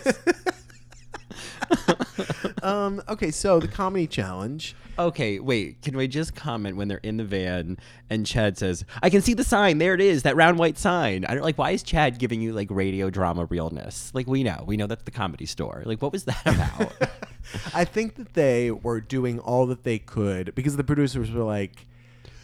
Speaker 6: Um, okay, so the comedy challenge.
Speaker 5: okay, wait. Can we just comment when they're in the van and Chad says, "I can see the sign. There it is. That round white sign." I don't like. Why is Chad giving you like radio drama realness? Like we know, we know that's the comedy store. Like what was
Speaker 6: (laughs)
Speaker 5: that about?
Speaker 6: I think that they were doing all that they could because the producers were like,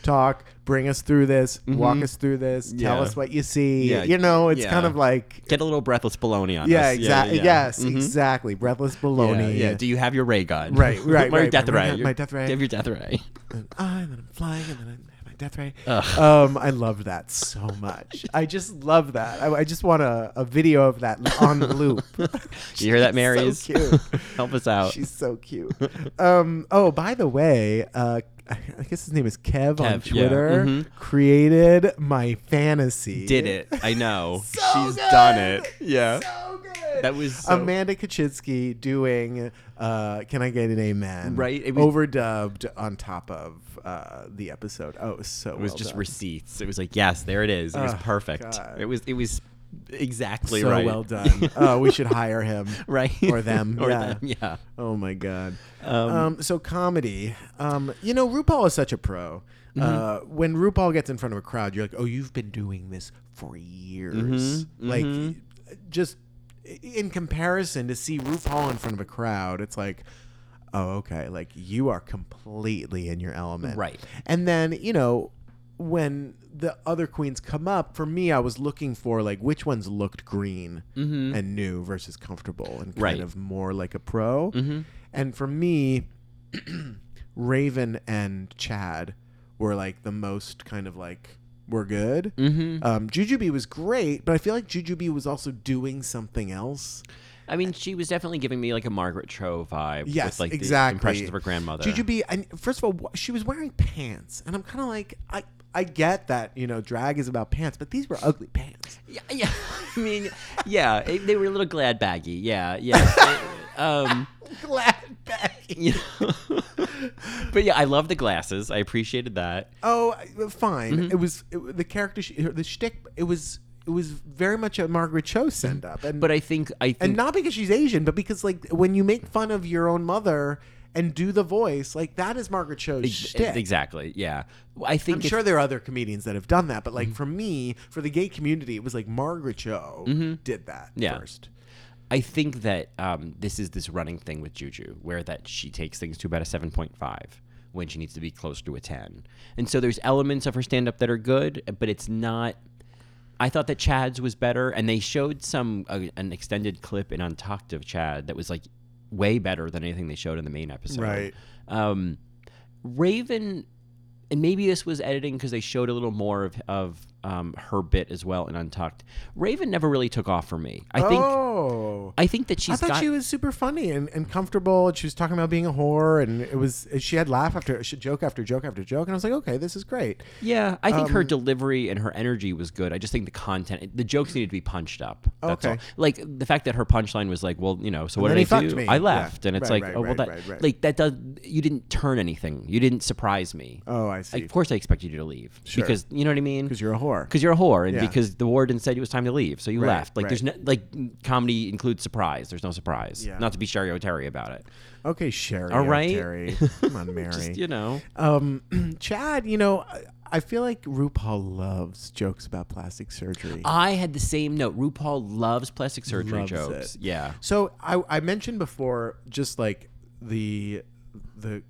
Speaker 6: "Talk, bring us through this, walk us through this, tell
Speaker 5: Mm-hmm. Yeah.
Speaker 6: us what you see."
Speaker 5: Yeah,
Speaker 6: You know, it's
Speaker 5: yeah.
Speaker 6: kind of like,
Speaker 5: Get a little breathless baloney on
Speaker 6: yeah,
Speaker 5: us.
Speaker 6: exactly. Yes, exactly. Breathless baloney.
Speaker 5: Mm-hmm. Yeah, yeah. Do you have (laughs) your ray gun?
Speaker 6: Right, right,
Speaker 5: my
Speaker 6: right.
Speaker 5: death
Speaker 6: My-
Speaker 5: ray.
Speaker 6: my death ray.
Speaker 5: Do you have your death
Speaker 6: (laughs)
Speaker 5: ray?
Speaker 6: and I, and then I'm flying, and then I'm at my death ray. Um, I love that so much. I just love that. I, I just want a, a video of that on loop.
Speaker 5: Do (laughs) you hear
Speaker 6: (laughs)
Speaker 5: that,
Speaker 6: So
Speaker 5: Marys?
Speaker 6: cute.
Speaker 5: (laughs) Help us out.
Speaker 6: She's so cute. Um, oh, by the way, uh, I guess his name is Kev, on
Speaker 5: Kev, yeah.
Speaker 6: Twitter.
Speaker 5: Mhm.
Speaker 6: Created my fantasy.
Speaker 5: Did it? I know.
Speaker 6: (laughs) So
Speaker 5: She's
Speaker 6: good.
Speaker 5: done it. Yeah.
Speaker 6: So Um, good.
Speaker 5: That was so-
Speaker 6: Amanda Kaczynski doing uh, "Can I Get an Amen?"
Speaker 5: Right, it was-
Speaker 6: overdubbed on top of uh, the episode. Oh, it was so
Speaker 5: It was
Speaker 6: well
Speaker 5: just
Speaker 6: done.
Speaker 5: receipts. It was like, yes, there it is. It was
Speaker 6: Oh,
Speaker 5: perfect.
Speaker 6: God.
Speaker 5: It was. It was exactly
Speaker 6: so
Speaker 5: right. (laughs)
Speaker 6: well done. Oh, we should hire him,
Speaker 5: right.
Speaker 6: Or them,
Speaker 5: (laughs) or
Speaker 6: yeah.
Speaker 5: them. Yeah.
Speaker 6: Oh my god. Um, so comedy. Um, you know, RuPaul is such a pro.
Speaker 5: Mm-hmm.
Speaker 6: Uh, when RuPaul gets in front of a crowd, you're like, "Oh, you've been doing this for years."
Speaker 5: Mm-hmm.
Speaker 6: Like, just i- in comparison to see RuPaul in front of a crowd, it's like, "Oh, okay." Like you are completely in your element,
Speaker 5: Right.
Speaker 6: And then you know when the other queens come up for me i was looking for like which ones looked green and new versus comfortable and kind
Speaker 5: Right.
Speaker 6: of more like a pro. And for me, (clears throat) Raven and Chad were like the most kind of like we're good. Mm-hmm. Um, Jujubee was great, but I feel like Jujubee was also doing something else.
Speaker 5: I mean, she was definitely giving me like a Margaret Cho vibe.
Speaker 6: Yes,
Speaker 5: with, like
Speaker 6: exactly.
Speaker 5: The impressions of her grandmother.
Speaker 6: Jujubee, and first of all, wh- she was wearing pants, and I'm kind of like, I, I get that you know drag is about pants, but these were ugly
Speaker 5: (laughs)
Speaker 6: pants.
Speaker 5: Yeah, yeah. I mean, yeah. it- they were a little glad baggy. Yeah. Yeah. It- um. (laughs)
Speaker 6: Glad baggy.
Speaker 5: you know? (laughs) but yeah, I love the glasses. I appreciated that.
Speaker 6: Oh, I- fine.
Speaker 5: Mm-hmm.
Speaker 6: It was it, the character, sh- the shtick. It was it was very much a Margaret Cho send up, and
Speaker 5: But I think I think
Speaker 6: and not because she's Asian, but because like when you make fun of your own mother and do the voice, like that is Margaret Cho's
Speaker 5: ex-
Speaker 6: shtick.
Speaker 5: exactly. Yeah, I think it's-
Speaker 6: I'm
Speaker 5: Mm-hmm.
Speaker 6: sure there are other comedians that have done that, but like for me, for the gay community, it was like Margaret Cho did that
Speaker 5: Mm-hmm. Yeah.
Speaker 6: first.
Speaker 5: I think that um, this is this running thing with Juju, where that she takes things to about a seven point five when she needs to be close to a ten, and so there's elements of her stand up that are good, but it's not. I thought that Chad's was better, and they showed some uh, an extended clip in Untucked of Chad that was like way better than anything they showed in the main episode.
Speaker 6: Right.
Speaker 5: Um, Raven, and maybe this was editing because they showed a little more of, of um, her bit as well in Untucked. Raven never really took off for me. I think
Speaker 6: oh.
Speaker 5: I think that she's
Speaker 6: I thought
Speaker 5: got
Speaker 6: she was super funny and, and comfortable. And she was talking about being a whore, and it was she had laugh after she joke after joke after joke, and I was like, okay, this is great.
Speaker 5: Yeah, I think
Speaker 6: um,
Speaker 5: her delivery and her energy was good. I just think the content, the jokes needed to be punched up. That's
Speaker 6: Okay.
Speaker 5: all. Like the fact that her punchline was like, "Well, you know, so what
Speaker 6: then
Speaker 5: did
Speaker 6: he
Speaker 5: I
Speaker 6: fucked
Speaker 5: do?
Speaker 6: me.
Speaker 5: I
Speaker 6: Yeah.
Speaker 5: left," and it's
Speaker 6: Right,
Speaker 5: like,
Speaker 6: right,
Speaker 5: "Oh, well,
Speaker 6: right,
Speaker 5: that
Speaker 6: right, right.
Speaker 5: like that does you didn't turn anything. You didn't surprise me.
Speaker 6: Oh, I see.
Speaker 5: Like, of course, I expected you to leave
Speaker 6: Sure.
Speaker 5: because you know what I mean.
Speaker 6: Because you're a whore.
Speaker 5: Because you're a whore, and
Speaker 6: Yeah.
Speaker 5: because the warden said it was time to leave, so you
Speaker 6: Right,
Speaker 5: left. Like there's no
Speaker 6: right.
Speaker 5: like comedy includes surprise. There's no surprise.
Speaker 6: Yeah.
Speaker 5: Not to be Sherry O'Terry about it.
Speaker 6: Okay, Sherry. oh,
Speaker 5: All right. (laughs)
Speaker 6: Terry. Come on, Mary. Um,
Speaker 5: Just you know,
Speaker 6: (clears throat) Chad, you know, I- I feel like RuPaul loves jokes about plastic surgery.
Speaker 5: I had the same note. RuPaul loves plastic surgery
Speaker 6: Loves
Speaker 5: jokes.
Speaker 6: it.
Speaker 5: Yeah.
Speaker 6: So I, I mentioned before, just like the the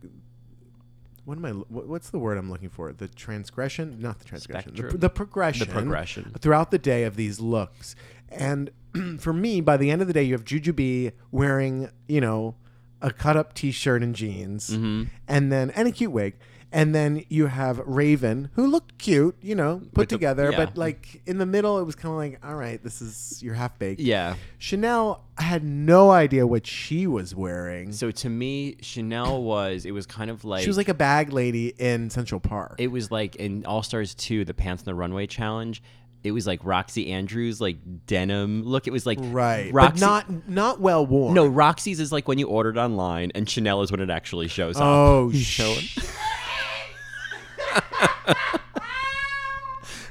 Speaker 6: what am I? What, what's the word I'm looking for? The transgression, not the transgression. The,
Speaker 5: Spectrum.
Speaker 6: the progression.
Speaker 5: The progression.
Speaker 6: throughout the day of these looks, and (clears throat) for me, by the end of the day, you have Jujubee wearing, you know, a cut up T-shirt and jeans,
Speaker 5: Mm-hmm.
Speaker 6: and then and a cute wig. And then you have Raven, who looked cute, you know, put
Speaker 5: the-
Speaker 6: together,
Speaker 5: yeah.
Speaker 6: but like in the middle, it was kind of like, all right, this is you're half baked.
Speaker 5: Yeah.
Speaker 6: Chanel had no idea what she was wearing.
Speaker 5: So to me, Chanel was it was kind of like
Speaker 6: she was like a bag lady in Central Park.
Speaker 5: it was like in All Stars two, the Pants on the Runway challenge. It was like Roxy Andrews like denim look. It was like
Speaker 6: right.
Speaker 5: Roxy.
Speaker 6: But not not well worn.
Speaker 5: no, Roxy's is like when you ordered online, and Chanel is when it actually shows up.
Speaker 6: Oh sh-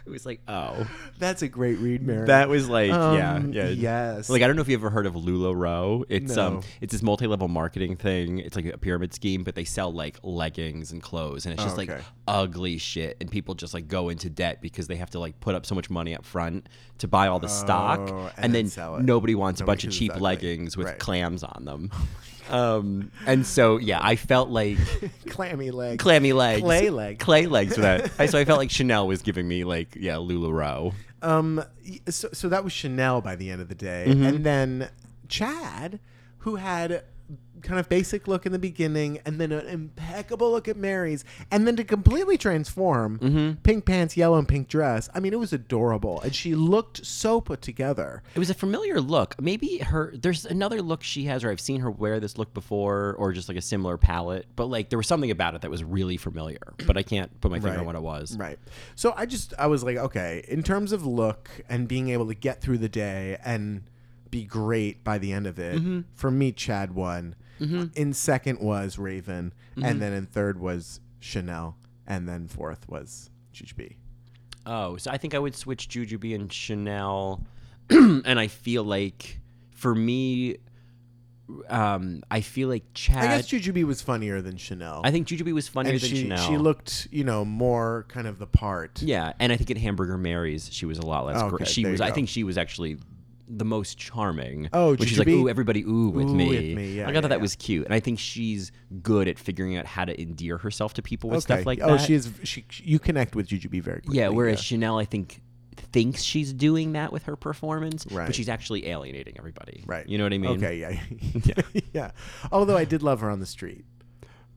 Speaker 5: It was like oh,
Speaker 6: (laughs) That's a great read, Mary.
Speaker 5: that was like
Speaker 6: Um,
Speaker 5: yeah yeah
Speaker 6: yes.
Speaker 5: Like I don't know if you ever heard of Lularoe. It's
Speaker 6: No.
Speaker 5: um it's this multi level marketing thing. It's like a pyramid scheme, but they sell like leggings and clothes, and it's just like
Speaker 6: Oh, okay.
Speaker 5: ugly shit. And people just like go into debt because they have to like put up so much money up front to buy all the stock,
Speaker 6: Oh, and
Speaker 5: and,
Speaker 6: then
Speaker 5: then,
Speaker 6: sell it.
Speaker 5: nobody wants a bunch of
Speaker 6: because it's
Speaker 5: cheap
Speaker 6: ugly.
Speaker 5: leggings with
Speaker 6: Right. Oh
Speaker 5: clams on
Speaker 6: (laughs)
Speaker 5: them. um, and so yeah, I felt like
Speaker 6: clammy leg.
Speaker 5: clammy legs,
Speaker 6: Clay leg.
Speaker 5: clay legs. For that, I, so I felt like Chanel was giving me like yeah Lularoe.
Speaker 6: Um, y- so, so that was Chanel by the end of the day,
Speaker 5: Mm-hmm.
Speaker 6: and then Chad, who had kind of basic look in the beginning, and then an impeccable look at Mary's, and then to completely transform,
Speaker 5: Mm-hmm.
Speaker 6: pink pants, yellow and pink dress. I mean, it was adorable, and she looked so put together.
Speaker 5: It was a familiar look. Maybe her there's another look she has, or I've seen her wear this look before, or just like a similar palette. But like there was something about it that was really familiar, but I can't put my finger on
Speaker 6: Right.
Speaker 5: what it was.
Speaker 6: Right. So I just I was like, okay, in terms of look and being able to get through the day and be great by the end of it,
Speaker 5: Mm-hmm.
Speaker 6: for me Chad won. In second was Raven,
Speaker 5: Mm-hmm.
Speaker 6: and then in third was Chanel, and then fourth was Jujubee.
Speaker 5: Oh, so I think I would switch Jujubee and Chanel, (clears throat) and I feel like for me, um, I feel like Chad.
Speaker 6: I guess Jujubee was funnier than Chanel.
Speaker 5: I think Jujubee was funnier
Speaker 6: and
Speaker 5: than
Speaker 6: she,
Speaker 5: Chanel.
Speaker 6: she looked, you know, more kind of the part.
Speaker 5: Yeah, and I think at Hamburger Mary's she was a lot less.
Speaker 6: Oh,
Speaker 5: gr-
Speaker 6: okay,
Speaker 5: she
Speaker 6: there
Speaker 5: was.
Speaker 6: you
Speaker 5: I
Speaker 6: go.
Speaker 5: think she was actually the most charming.
Speaker 6: Oh,
Speaker 5: when she's like,
Speaker 6: Jujubee?
Speaker 5: "Ooh, everybody, ooh, with
Speaker 6: Ooh,
Speaker 5: me."
Speaker 6: with me, yeah,
Speaker 5: Like, I
Speaker 6: yeah,
Speaker 5: thought that
Speaker 6: yeah.
Speaker 5: was cute, and I think she's good at figuring out how to endear herself to people with
Speaker 6: Okay.
Speaker 5: stuff like
Speaker 6: oh,
Speaker 5: that.
Speaker 6: she is. She you connect with Jujubee very quickly.
Speaker 5: yeah. Whereas Chanel, I think thinks she's doing that with her performance,
Speaker 6: Right.
Speaker 5: but she's actually alienating everybody.
Speaker 6: Right.
Speaker 5: You know what I mean?
Speaker 6: Okay. Yeah. (laughs) yeah. yeah. Although I did love her on the street.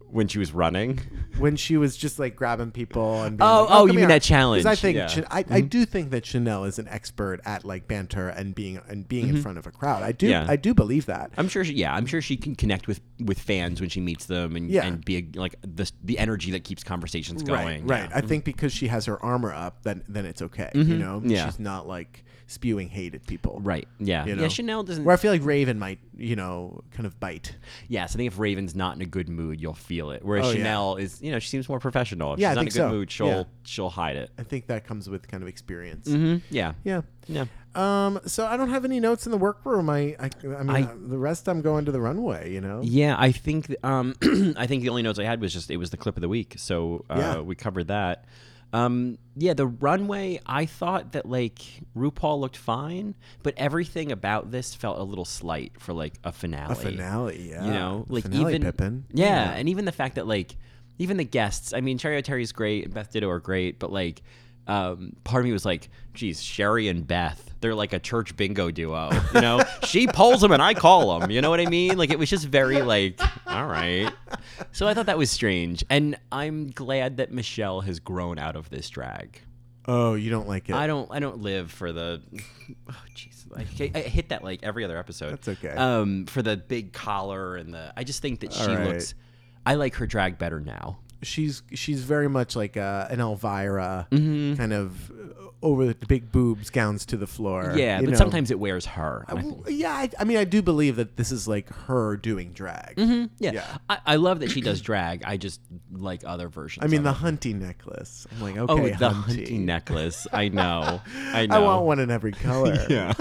Speaker 5: When she was running,
Speaker 6: when she was just like grabbing people and being
Speaker 5: Oh,
Speaker 6: like,
Speaker 5: oh, you
Speaker 6: come
Speaker 5: mean
Speaker 6: here."
Speaker 5: that challenge,
Speaker 6: 'Cause I think
Speaker 5: yeah. Mm-hmm.
Speaker 6: Chan- I, I do think that Chanel is an expert at like banter and being and being in front of a crowd. I do
Speaker 5: Mm-hmm. Yeah.
Speaker 6: I do believe that.
Speaker 5: I'm sure. She, yeah, I'm sure she can connect with with fans when she meets them, and
Speaker 6: Yeah.
Speaker 5: and be a, like the the energy that keeps conversations
Speaker 6: right,
Speaker 5: going.
Speaker 6: right.
Speaker 5: Yeah. Mm-hmm.
Speaker 6: I think because she has her armor up, then then it's okay. You know,
Speaker 5: Yeah.
Speaker 6: she's not like spewing hate at people.
Speaker 5: Right. Yeah.
Speaker 6: You know?
Speaker 5: Yeah. Chanel doesn't.
Speaker 6: Where I feel like Raven might you know kind of bite.
Speaker 5: Yes, I think if Raven's not in a good mood, you'll feel it. Whereas
Speaker 6: Oh, yeah.
Speaker 5: Chanel is, you know, she seems more professional. If
Speaker 6: Yeah, I
Speaker 5: she's not in a
Speaker 6: think
Speaker 5: good
Speaker 6: so.
Speaker 5: mood, she'll
Speaker 6: Yeah.
Speaker 5: she'll hide it. Mm-hmm.
Speaker 6: I think that comes with kind of experience.
Speaker 5: Yeah.
Speaker 6: Yeah.
Speaker 5: Yeah.
Speaker 6: Um. So I don't have any notes in the workroom. I. I, I mean, uh,
Speaker 5: I-
Speaker 6: the rest I'm going to the runway. You know.
Speaker 5: Yeah, I think um (clears throat) I think the only notes I had was just it was the clip of the week. So uh,
Speaker 6: Yeah.
Speaker 5: we covered that. Um yeah, the runway, I thought that like RuPaul looked fine, but everything about this felt a little slight for like a finale.
Speaker 6: A finale, yeah.
Speaker 5: you know, like
Speaker 6: finale
Speaker 5: even
Speaker 6: Pippin.
Speaker 5: Yeah, and even the fact that like even the guests. I mean, Cherry O'Terry's great, and Beth Ditto are great, but like. Um, part of me was like, geez, Sherry and Beth, they're like a church bingo duo, you
Speaker 6: (laughs)
Speaker 5: know? she polls them and I call them, you know what I mean? Like, it was just very, like, all right. So I thought that was strange. And I'm glad that Michelle has grown out of this drag.
Speaker 6: Oh, you don't like it.
Speaker 5: I don't. I don't live for the. (sighs) Oh, jeez. I, ca- I hit that like every other episode.
Speaker 6: That's okay.
Speaker 5: Um, for the big collar and the. I just think that she
Speaker 6: right.
Speaker 5: looks. I like her drag better now.
Speaker 6: she's she's very much like a, an Elvira
Speaker 5: Mm-hmm.
Speaker 6: kind of uh, over the big boobs gowns to the floor.
Speaker 5: Yeah,
Speaker 6: you
Speaker 5: but
Speaker 6: know.
Speaker 5: sometimes it wears her. and I
Speaker 6: Well,
Speaker 5: think-
Speaker 6: yeah, I, I mean, I do believe that this is like her doing drag.
Speaker 5: yeah,
Speaker 6: yeah.
Speaker 5: I, I love that she does drag. I just like other versions.
Speaker 6: I mean,
Speaker 5: of
Speaker 6: the
Speaker 5: it.
Speaker 6: hunting necklace. I'm like,
Speaker 5: oh,
Speaker 6: okay,
Speaker 5: the
Speaker 6: hunty.
Speaker 5: hunting necklace.
Speaker 6: (laughs)
Speaker 5: I know. I know.
Speaker 6: I want one in
Speaker 5: (laughs)
Speaker 6: every color.
Speaker 5: Yeah.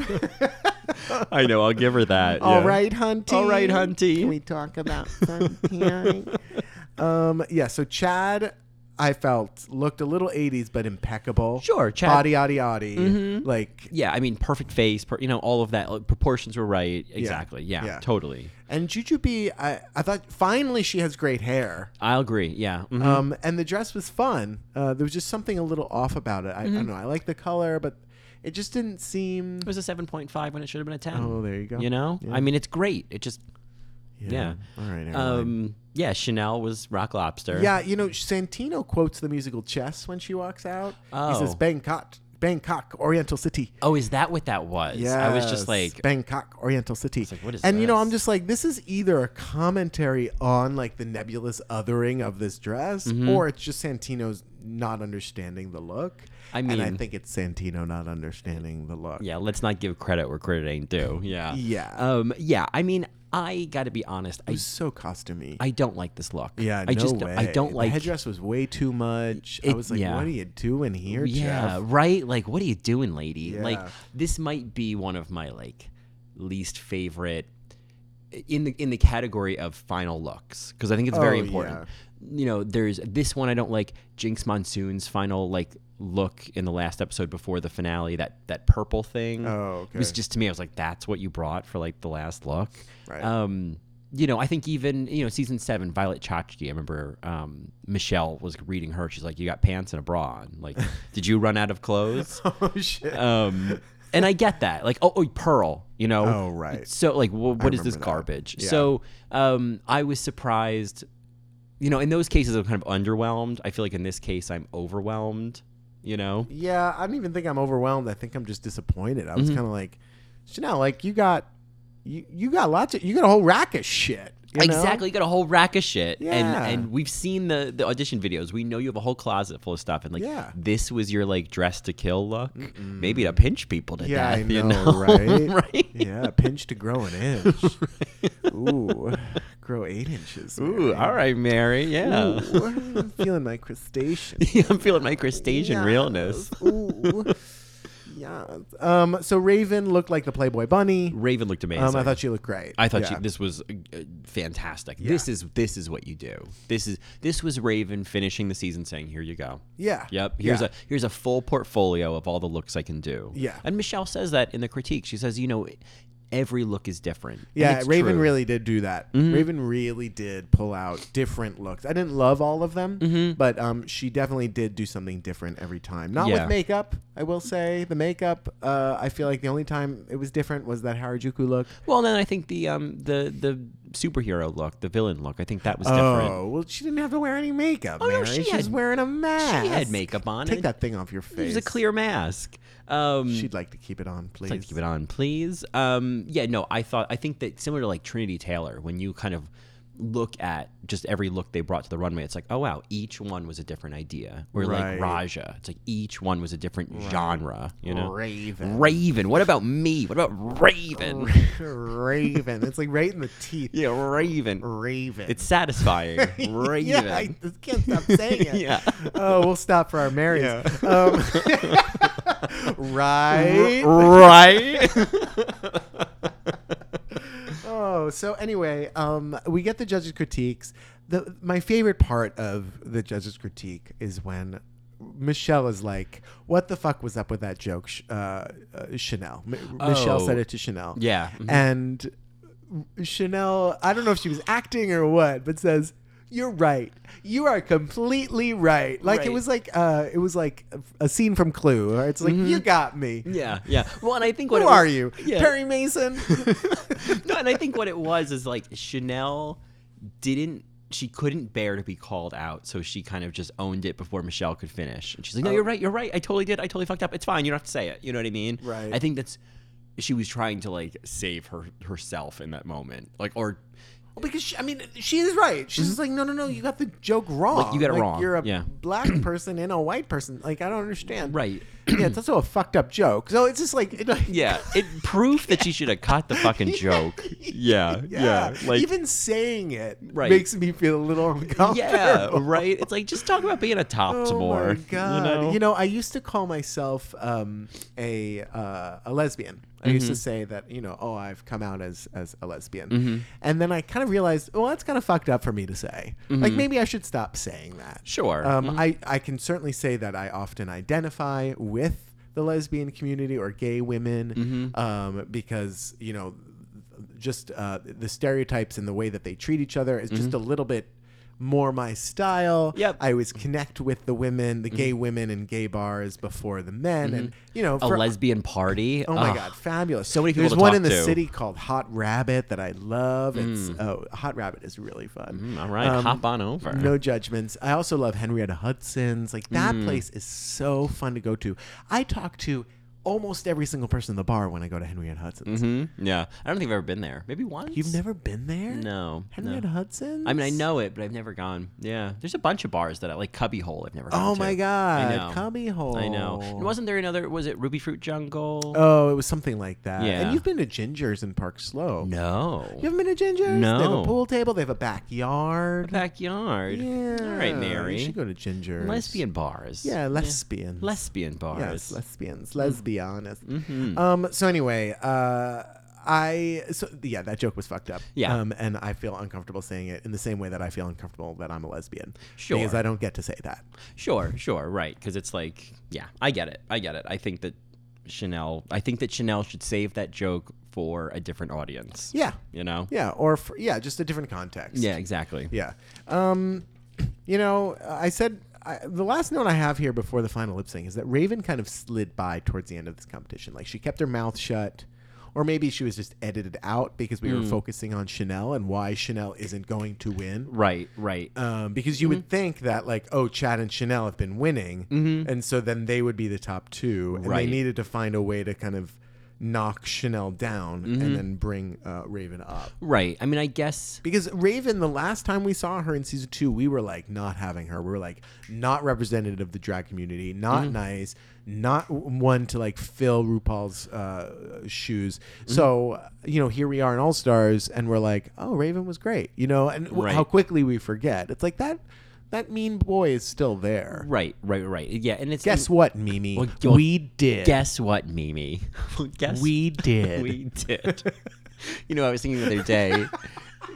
Speaker 5: (laughs) I know. I'll give her that.
Speaker 6: All
Speaker 5: yeah.
Speaker 6: right, hunty.
Speaker 5: All right, hunty.
Speaker 6: Can we talk
Speaker 5: (laughs)
Speaker 6: about hunty? um, yeah. So Chad, I felt looked a little '80s, but impeccable.
Speaker 5: Sure, Chad- Mm-hmm.
Speaker 6: Oddy, oddy, oddy. Like,
Speaker 5: Yeah, I mean, perfect face, per, you know, all of that. Like, proportions were right. Exactly. Yeah,
Speaker 6: Yeah.
Speaker 5: totally.
Speaker 6: and Jujubee, I, I thought finally she has great hair.
Speaker 5: I'll agree. Yeah. mhm.
Speaker 6: Um, and the dress was fun. Uh, there was just something a little off about it. I, I don't know. I like the color, but it just didn't seem.
Speaker 5: Mm-hmm. It was a 7.5 when it should have been a 10.
Speaker 6: Oh, there you go.
Speaker 5: You know? I mean, it's great. It just, yeah.
Speaker 6: All right. never mind.
Speaker 5: Um, yeah, Chanel was Rock Lobster.
Speaker 6: Yeah, you know, Santino quotes the musical Chess when she walks out. He says
Speaker 5: Oh.
Speaker 6: Bangkok, Bangkok, Oriental City.
Speaker 5: Oh, is that what that was? I was just
Speaker 6: Yes,
Speaker 5: like,
Speaker 6: Bangkok, Oriental City.
Speaker 5: like, what is
Speaker 6: and you know,
Speaker 5: this?
Speaker 6: I'm just like, this is either a commentary on like the nebulous othering of this dress,
Speaker 5: Mm-hmm.
Speaker 6: or it's just Santino's not understanding the look.
Speaker 5: I
Speaker 6: and I
Speaker 5: mean-
Speaker 6: think it's Santino not understanding the look.
Speaker 5: yeah, let's not give credit where credit ain't due. Yeah.
Speaker 6: Yeah.
Speaker 5: Um, yeah, I mean, I got to be honest. I,
Speaker 6: It was so costumey.
Speaker 5: I don't like this look.
Speaker 6: yeah,
Speaker 5: I
Speaker 6: no
Speaker 5: just
Speaker 6: way.
Speaker 5: I don't
Speaker 6: the
Speaker 5: like
Speaker 6: headdress was way too much. I
Speaker 5: It-
Speaker 6: was like,
Speaker 5: yeah.
Speaker 6: what are you doing here,
Speaker 5: Yeah,
Speaker 6: Jeff?
Speaker 5: right. Like, what are you doing, lady? Like,
Speaker 6: Yeah.
Speaker 5: this might be one of my like least favorite in the in the category of final looks because I think it's very
Speaker 6: Oh,
Speaker 5: important. You know, there's this one I don't like. Jinx Monsoon's final like look in the last episode before the finale. That that purple thing.
Speaker 6: Oh,
Speaker 5: It was
Speaker 6: okay.
Speaker 5: just to me. I was like, that's what you brought for like the last look.
Speaker 6: Right.
Speaker 5: Um. You know, I think even you know season seven, Violet Chachki. I remember um, Michelle was reading her. She's like, "You got pants and a bra. on.
Speaker 6: (laughs)
Speaker 5: like, did you run out of clothes?"
Speaker 6: (laughs) Oh shit.
Speaker 5: um, and I get that. Like, oh, oh, Pearl, you know.
Speaker 6: Oh, right.
Speaker 5: So, like, wh- what is this
Speaker 6: remember that.
Speaker 5: garbage?
Speaker 6: Yeah.
Speaker 5: So, um, I was surprised. You know, in those cases, I'm kind of underwhelmed. I feel like in this case, I'm overwhelmed. You know.
Speaker 6: Yeah, I don't even think I'm overwhelmed. I think I'm just disappointed. I was
Speaker 5: Mm-hmm.
Speaker 6: kind of like, Chanel, like you got, you you got lots of, you got a whole rack of shit. you know?
Speaker 5: Exactly, you got a whole rack of shit,
Speaker 6: Yeah.
Speaker 5: and and we've seen the the audition videos. We know you have a whole closet full of stuff, and like
Speaker 6: Yeah.
Speaker 5: this was your like dress to kill look, maybe to pinch people to
Speaker 6: Yeah, I
Speaker 5: death.
Speaker 6: know,
Speaker 5: you know, (laughs)
Speaker 6: right?
Speaker 5: right?
Speaker 6: Yeah, pinch to grow an inch.
Speaker 5: (laughs)
Speaker 6: Ooh, grow eight inches.
Speaker 5: Ooh,
Speaker 6: Mary.
Speaker 5: all right, Mary. Yeah.
Speaker 6: Ooh, I'm feeling my crustacean.
Speaker 5: (laughs) I'm feeling my crustacean
Speaker 6: Yes. (laughs)
Speaker 5: realness.
Speaker 6: Ooh. Yeah. Um. So Raven looked like the Playboy Bunny.
Speaker 5: Raven looked amazing.
Speaker 6: Um. I thought she looked great.
Speaker 5: I thought she,
Speaker 6: Yeah.
Speaker 5: this was uh, uh, fantastic. This is this is what you do. This is this was Raven finishing the season saying, "Here you go."
Speaker 6: Yeah.
Speaker 5: Yep. Here's
Speaker 6: Yeah.
Speaker 5: a here's a full portfolio of all the looks I can do.
Speaker 6: Yeah.
Speaker 5: And Michelle says that in the critique. She says, "You know, every look is different." And
Speaker 6: Yeah,
Speaker 5: it's
Speaker 6: Raven
Speaker 5: true. Mm-hmm.
Speaker 6: really did do that. Raven really did pull out different looks. I didn't love all of them,
Speaker 5: Mm-hmm.
Speaker 6: but um, she definitely did do something different every time. Not
Speaker 5: Yeah.
Speaker 6: with makeup, I will say. The makeup, uh, I feel like the only time it was different was that Harajuku look.
Speaker 5: Well, then I think the um the the superhero look, the villain look, I think that was different.
Speaker 6: Oh, well, she didn't have to wear any makeup,
Speaker 5: Oh, no,
Speaker 6: Mary.
Speaker 5: she
Speaker 6: She's
Speaker 5: had-
Speaker 6: wearing a mask.
Speaker 5: She had makeup on.
Speaker 6: Take
Speaker 5: and
Speaker 6: that thing off your
Speaker 5: It
Speaker 6: face.
Speaker 5: was a clear mask. Um,
Speaker 6: She'd like to keep it on, please.
Speaker 5: Like, keep it on, please. Um, yeah, no, I thought I think that similar to like Trinity Taylor, when you kind of look at just every look they brought to the runway, it's like, oh wow, each one was a different idea. Or like
Speaker 6: Right.
Speaker 5: Raja, it's like each one was a different genre. You know,
Speaker 6: Raven.
Speaker 5: Raven. What about me? What about Raven?
Speaker 6: (laughs) Raven. It's like right in the teeth.
Speaker 5: (laughs) yeah, Raven.
Speaker 6: Raven.
Speaker 5: It's satisfying. Raven.
Speaker 6: (laughs) Yeah, I just can't stop saying it.
Speaker 5: Yeah.
Speaker 6: Oh, we'll stop for our Marys. Um, (laughs) right.
Speaker 5: right. (laughs)
Speaker 6: Oh, so anyway, um, we get the judges' critiques. The my favorite part of the judges' critique is when Michelle is like, "What the fuck was up with that joke, Sh- uh, uh, Chanel?" M- Michelle
Speaker 5: Oh.
Speaker 6: said it to Chanel.
Speaker 5: Yeah. Mhm.
Speaker 6: and Chanel, I don't know if she was acting or what, but says, "You're right. You are completely right." Like it
Speaker 5: Right.
Speaker 6: was like uh, it was like a scene from Clue. Or it's like you got me.
Speaker 5: Mm-hmm. yeah, yeah. Well, and I think what
Speaker 6: Who
Speaker 5: it was-
Speaker 6: are you,
Speaker 5: Yeah. (laughs)
Speaker 6: Perry Mason?
Speaker 5: no, and I think what it was is like Chanel didn't. she couldn't bear to be called out, so she kind of just owned it before Michelle could finish. And she's
Speaker 6: Oh.
Speaker 5: like, "No, you're right. You're right. I totally did. I totally fucked up. It's fine. You don't have to say it. You know what I mean?
Speaker 6: Right.
Speaker 5: I think that's she was trying to like save her herself in that moment, like or
Speaker 6: because she, I mean, she is right. She's just like, no, no, no, you got the joke wrong.
Speaker 5: Mm-hmm. Like, you got it wrong.
Speaker 6: You're a
Speaker 5: Yeah.
Speaker 6: black (clears throat) person and a white person. Like, I don't understand.
Speaker 5: Right.
Speaker 6: (clears throat) yeah, it's also a fucked up joke. So it's just like, it- like- (laughs)
Speaker 5: yeah, it proof that she should have caught the fucking joke. Yeah, yeah, like
Speaker 6: even saying it
Speaker 5: Right.
Speaker 6: makes me feel a little (laughs) uncomfortable.
Speaker 5: yeah, right. It's like just talk about being a top
Speaker 6: Oh
Speaker 5: some more.
Speaker 6: my
Speaker 5: (laughs)
Speaker 6: god!
Speaker 5: You know?
Speaker 6: I used to call myself um, a uh, a lesbian. I used
Speaker 5: Mm-hmm.
Speaker 6: to say that you know, oh, I've come out as as a lesbian, and then I kind of realized, well, that's kind of fucked up for me to say. Like maybe I should stop saying that.
Speaker 5: Mm-hmm. Sure. Mm-hmm.
Speaker 6: Um, I I can certainly say that I often identify with the lesbian community or gay women
Speaker 5: Mm-hmm.
Speaker 6: um, because you know just uh, the stereotypes and the way that they treat each other is just a little bit more my style.
Speaker 5: Mm-hmm. Yep. Mm-hmm.
Speaker 6: I always connect with the women, the gay women in gay bars before the men, and you know,
Speaker 5: a
Speaker 6: for-
Speaker 5: lesbian party.
Speaker 6: Oh my
Speaker 5: Ugh.
Speaker 6: god, fabulous!
Speaker 5: So many people
Speaker 6: There's
Speaker 5: to
Speaker 6: one
Speaker 5: talk
Speaker 6: in the
Speaker 5: to. Mm.
Speaker 6: city called Hot Rabbit that I love. It's oh, Hot Rabbit is really fun.
Speaker 5: Mm-hmm,
Speaker 6: Um,
Speaker 5: All right, hop on over.
Speaker 6: No judgments. I also love Henrietta Hudson's. Like that
Speaker 5: Mm.
Speaker 6: place is so fun to go to. I talk to almost every single person in the bar when I go to Henrietta Hudson's.
Speaker 5: Hmm? Yeah, I don't think I've ever been there. Maybe once.
Speaker 6: You've never been there?
Speaker 5: No,
Speaker 6: Henrietta
Speaker 5: no.
Speaker 6: Hudson's?
Speaker 5: I mean, I know it, but I've never gone. Yeah, there's a bunch of bars that I like. Cubbyhole, I've never. Gone
Speaker 6: Oh
Speaker 5: to.
Speaker 6: my
Speaker 5: I
Speaker 6: god,
Speaker 5: know.
Speaker 6: Cubbyhole.
Speaker 5: I know. And wasn't there another? Was it Ruby Fruit Jungle?
Speaker 6: Oh, it was something like that.
Speaker 5: Yeah.
Speaker 6: And you've been to Ginger's in Park Slope.
Speaker 5: no.
Speaker 6: You haven't been to Ginger's? They have a
Speaker 5: No.
Speaker 6: pool table. They have a
Speaker 5: (laughs)
Speaker 6: backyard.
Speaker 5: Backyard.
Speaker 6: yeah.
Speaker 5: (laughs) All right,
Speaker 6: You
Speaker 5: Mary.
Speaker 6: should go to Ginger's.
Speaker 5: Lesbian bars.
Speaker 6: Yeah, lesbian.
Speaker 5: Lesbian bars.
Speaker 6: Yes, lesbians,
Speaker 5: Mm.
Speaker 6: lesbianas.
Speaker 5: Mm-hmm.
Speaker 6: Um. So anyway, uh, I so yeah, that joke was fucked up.
Speaker 5: Yeah.
Speaker 6: Um, and I feel uncomfortable saying it in the same way that I feel uncomfortable that I'm a lesbian.
Speaker 5: Sure.
Speaker 6: Because I don't get to say that.
Speaker 5: Sure, sure, right. Because it's like, yeah, I get it. I get it. I think that Chanel, I think that Chanel should save that joke for a different audience.
Speaker 6: Yeah.
Speaker 5: You know?
Speaker 6: Yeah. Or for, yeah, just a different context.
Speaker 5: Yeah, exactly.
Speaker 6: Yeah. Um, (clears throat) you know, I said I, the last note I have here before the final lip sync is that Raven kind of slid by towards the end of this competition. Like she kept her mouth shut, or maybe she was just edited out because we
Speaker 5: Mm.
Speaker 6: were focusing on Chanel and why Chanel isn't going to win.
Speaker 5: Right, Mm-hmm. right.
Speaker 6: Um, because you would think that like oh Chad and Chanel have been winning, and so then they would be the top two, and
Speaker 5: Mm-hmm. Right.
Speaker 6: they needed to find a way to kind of knock Chanel down
Speaker 5: Mm-hmm.
Speaker 6: and then bring uh, Raven up.
Speaker 5: right. I mean, I guess.
Speaker 6: Because Raven, the last time we saw her in season two, we were like not having her. We were like not representative of the drag community, not
Speaker 5: Mm-hmm.
Speaker 6: nice, not w- one to like fill RuPaul's uh, shoes.
Speaker 5: Mm-hmm.
Speaker 6: So uh, you know, here we are in All Stars, and we're like, oh, Raven was great, you know, and w-
Speaker 5: Right.
Speaker 6: how quickly we forget. It's like that that mean boy is still there.
Speaker 5: Right, right, right. Yeah, and it's.
Speaker 6: Guess what, Mimi?
Speaker 5: Well, you'll-
Speaker 6: we did.
Speaker 5: Guess what, Mimi? (laughs) Well, guess
Speaker 6: we did.
Speaker 5: we did. (laughs) you know, I was thinking the other day,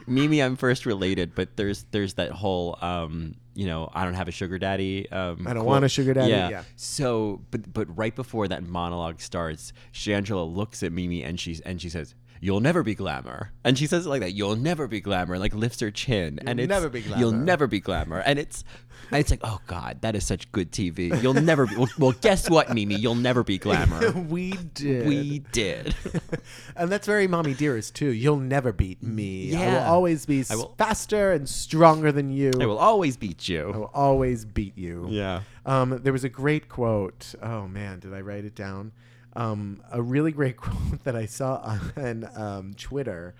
Speaker 5: Mimi, I'm first related, but there's there's that whole um, you know, I don't have a sugar daddy. Um,
Speaker 6: I don't want a sugar daddy, yeah.
Speaker 5: So, but but right before that monologue starts, Shangela looks at Mimi and she's and she says. You'll never be glamour, and she says it like that. You'll never be glamour, and, like lifts her chin, and it's
Speaker 6: never be
Speaker 5: You'll
Speaker 6: glamour."
Speaker 5: never be glamour, and it's, and it's like, oh god, that is such good TV. You'll never be. Well, well guess what, Mimi? You'll never be glamour.
Speaker 6: (laughs) (laughs) we did.
Speaker 5: We did. (laughs)
Speaker 6: (laughs) And that's very mommy dearest too. You'll never beat me. I will
Speaker 5: Yeah.
Speaker 6: always be
Speaker 5: I will-
Speaker 6: faster and stronger than you.
Speaker 5: I will always beat
Speaker 6: I
Speaker 5: you.
Speaker 6: will always beat you.
Speaker 5: Yeah.
Speaker 6: Um, there was a great quote. Oh man, did I write it down? Um, a really great (laughs) quote that I saw on um, Twitter.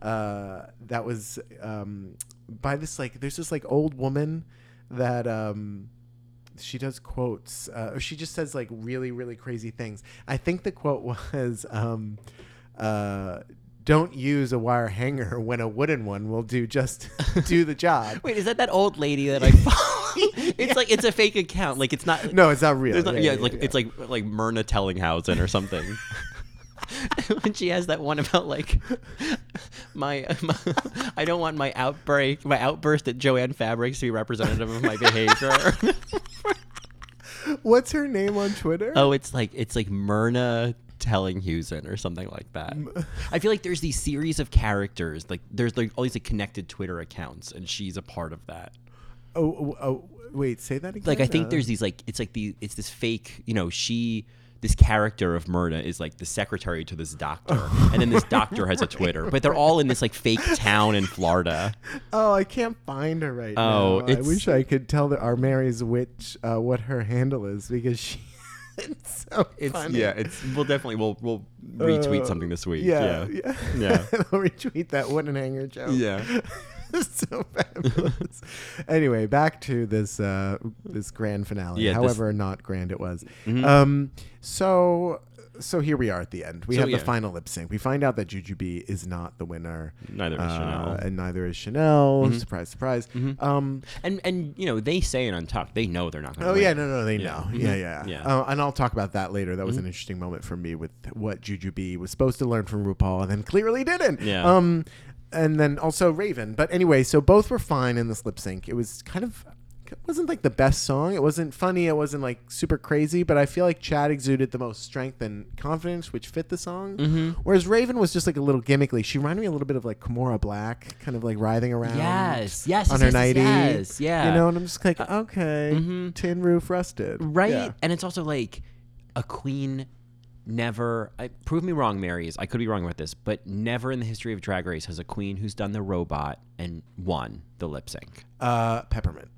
Speaker 6: Uh, that was um, by this like there's this like old woman that um, she does quotes uh, or she just says like really really crazy things i think the quote (laughs) was um, uh, don't use a wire hanger when a wooden one will do just (laughs) do the job
Speaker 5: (laughs) Wait, is that that old lady (laughs) that I follow? it's like it's a fake account. Like it's not.
Speaker 6: no it's not real
Speaker 5: there's not- yeah, like it's like like Myrna Tellinghausen or something. (laughs) when she has that one about like my, (laughs) my I don't want my outbreak, my outburst at Joanne Fabrics to be representative of my behavior. (laughs)
Speaker 6: what's her name on twitter
Speaker 5: Oh, it's like it's like Myrna Tellinghausen or something like that. I feel like there's these series of characters, like there's like all these like connected Twitter accounts, and she's a part of that.
Speaker 6: oh, oh, oh, wait say that again
Speaker 5: Like I think
Speaker 6: Uh,
Speaker 5: there's these like it's like the it's this fake, you know, she this character of Myrna is like the secretary to this doctor, and then this doctor (laughs) has a Twitter, but they're all in this like fake town in Florida.
Speaker 6: Oh, I can't find her right
Speaker 5: Oh,
Speaker 6: now. I
Speaker 5: it's-
Speaker 6: wish I could tell the, our Mary's witch uh, what her handle is because she. (laughs) it's so
Speaker 5: It's
Speaker 6: funny.
Speaker 5: yeah, it's we'll definitely we'll we'll retweet something this week.
Speaker 6: Yeah,
Speaker 5: Uh, yeah.
Speaker 6: yeah.
Speaker 5: Yeah.
Speaker 6: (laughs) I'll retweet that wooden hanger joke.
Speaker 5: (laughs) Yeah.
Speaker 6: (laughs) so fabulous. anyway, back to this uh, this grand finale.
Speaker 5: Yeah, this- Mm-hmm.
Speaker 6: however, not grand it was. Um, so so here we are at the end. We
Speaker 5: So,
Speaker 6: have
Speaker 5: yeah.
Speaker 6: the final lip sync. We find out that Jujubee is not the winner. uh,
Speaker 5: Neither is Chanel. Mm-hmm.
Speaker 6: and neither is Chanel. Surprise, surprise. Um,
Speaker 5: And and you know they say in Untucked they know they're not going.
Speaker 6: Oh yeah, no, no, they
Speaker 5: Yeah.
Speaker 6: know.
Speaker 5: Mhm.
Speaker 6: Yeah, yeah.
Speaker 5: Yeah. Mm-hmm.
Speaker 6: Uh, and I'll talk about that later. That was an interesting moment for me with what Juju B was supposed to learn from RuPaul and then clearly didn't.
Speaker 5: Yeah.
Speaker 6: Um, and then also Raven. But anyway, so both were fine in this lip sync. It was kind of it wasn't like the best song. It wasn't funny. It wasn't like super crazy. But I feel like Chad exuded the most strength and confidence, which fit the song.
Speaker 5: Mm-hmm.
Speaker 6: Whereas Raven was just like a little gimmickly. She reminded me a little bit of like Kimora Black, kind of like writhing around.
Speaker 5: Yes, yes,
Speaker 6: on
Speaker 5: yes,
Speaker 6: her
Speaker 5: yes, yes,
Speaker 6: nightie.
Speaker 5: yes, yeah.
Speaker 6: You know, and I'm just like, okay, tin roof rusted,
Speaker 5: Uh, mm-hmm. right?
Speaker 6: Yeah.
Speaker 5: And it's also like a queen never I, prove me wrong, Marys. I could be wrong about this, but never in the history of Drag Race has a queen who's done the robot and won the lip sync.
Speaker 6: Uh, peppermint.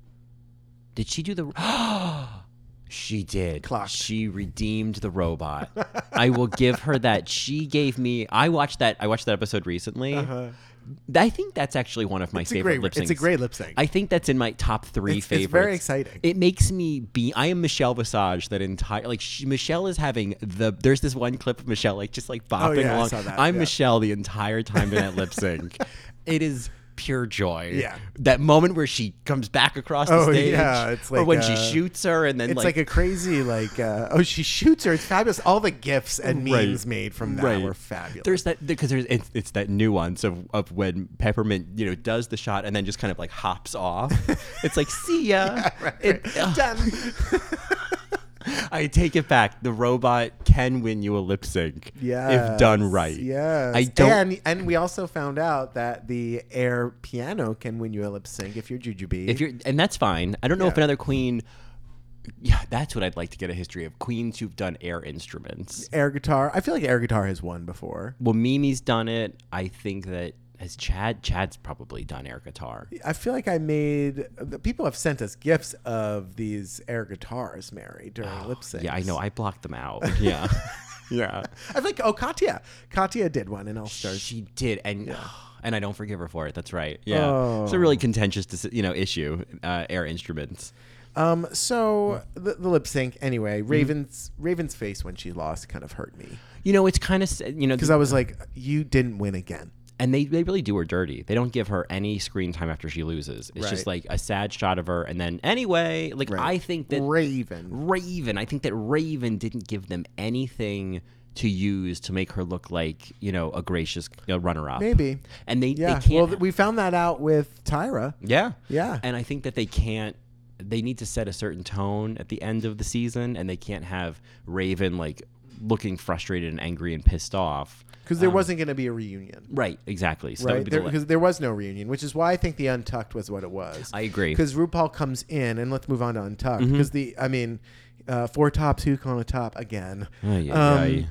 Speaker 5: Did she do the? (gasps) she did.
Speaker 6: Clocked.
Speaker 5: She redeemed the robot. I will give her that. She gave me. I watched that. I watched that episode recently. I think that's actually one of my
Speaker 6: Uh-huh. It's a
Speaker 5: favorite
Speaker 6: great.
Speaker 5: lip syncs.
Speaker 6: It's a great lip sync.
Speaker 5: I think that's in my top three
Speaker 6: It's- it's
Speaker 5: favorites.
Speaker 6: very exciting.
Speaker 5: It makes me be. I am Michelle Visage. That entire like she, Michelle is having the. There's this one clip of Michelle like just like bopping
Speaker 6: Oh, yeah, I
Speaker 5: along.
Speaker 6: saw that,
Speaker 5: am
Speaker 6: yeah.
Speaker 5: Michelle the entire time in that lip
Speaker 6: (laughs)
Speaker 5: sync. It is pure joy.
Speaker 6: Yeah.
Speaker 5: That moment where she comes back across the
Speaker 6: Oh,
Speaker 5: stage.
Speaker 6: yeah, it's
Speaker 5: or
Speaker 6: like,
Speaker 5: when
Speaker 6: uh,
Speaker 5: she shoots her and then
Speaker 6: it's like, a crazy like. Uh, oh, she shoots her. It's fabulous. All the gifs and
Speaker 5: Right.
Speaker 6: memes made from that
Speaker 5: Right.
Speaker 6: were fabulous.
Speaker 5: there's that because there's it's, it's that nuance of, of when peppermint you know does the shot and then just kind of like hops
Speaker 6: (laughs)
Speaker 5: off it's like see ya It- ugh. (sighs)
Speaker 6: done.
Speaker 5: (laughs) I take it back. The robot can win you a lip sync.
Speaker 6: Yeah.
Speaker 5: If done right.
Speaker 6: Yes.
Speaker 5: I don't.
Speaker 6: And, and we also found out that the air piano can win you a lip sync if you're Jujubee.
Speaker 5: if you're, and that's fine. I don't know if another queen. Yeah, that's what I'd like to get a history of queens who've done air instruments.
Speaker 6: air guitar, I feel like air guitar has won before.
Speaker 5: Well, Mimi's done it. I think that has Chad. Chad's probably done air guitar.
Speaker 6: I feel like I made the people have sent us gifts of these air guitars, Mary, during lip sync.
Speaker 5: Oh, Yeah, I know. I blocked them
Speaker 6: (laughs)
Speaker 5: out. Yeah. yeah.
Speaker 6: I feel like oh Katya, Katya did one in All Stars.
Speaker 5: She did, and (sighs) and I don't forgive her for it. That's right. Yeah, it's a
Speaker 6: Oh.
Speaker 5: really contentious, deci- you know, issue. Uh, air instruments.
Speaker 6: Um, so the, the lip sync anyway. Raven's Raven's face when she lost kind of hurt me
Speaker 5: You know, it's kind of you know
Speaker 6: because I was like, you didn't win again.
Speaker 5: and they, they really do her dirty. They don't give her any screen time after she loses. It's just
Speaker 6: Right.
Speaker 5: like a sad shot of her, and then anyway, like I think that
Speaker 6: Raven.
Speaker 5: Raven, I think that Raven didn't give them anything to use to make her look like you know a gracious uh, runner up.
Speaker 6: Maybe.
Speaker 5: and they
Speaker 6: Yeah.
Speaker 5: they can't.
Speaker 6: Well, th- we found that out with Tyra.
Speaker 5: yeah,
Speaker 6: Yeah.
Speaker 5: and I think that they can't. They need to set a certain tone at the end of the season, and they can't have Raven like looking frustrated and angry and pissed off.
Speaker 6: Because
Speaker 5: Um,
Speaker 6: there wasn't going to be a reunion.
Speaker 5: Right, exactly. So that
Speaker 6: Right,
Speaker 5: would be the
Speaker 6: because
Speaker 5: la-
Speaker 6: there, 'cause there was no reunion, which is why I think the Untucked was what it was.
Speaker 5: I agree. Mm-hmm.
Speaker 6: Because RuPaul comes in, and let's move on to Untucked. Because the, I mean, uh, four tops, who on a top again.
Speaker 5: Ay, ay,
Speaker 6: Um,
Speaker 5: ay.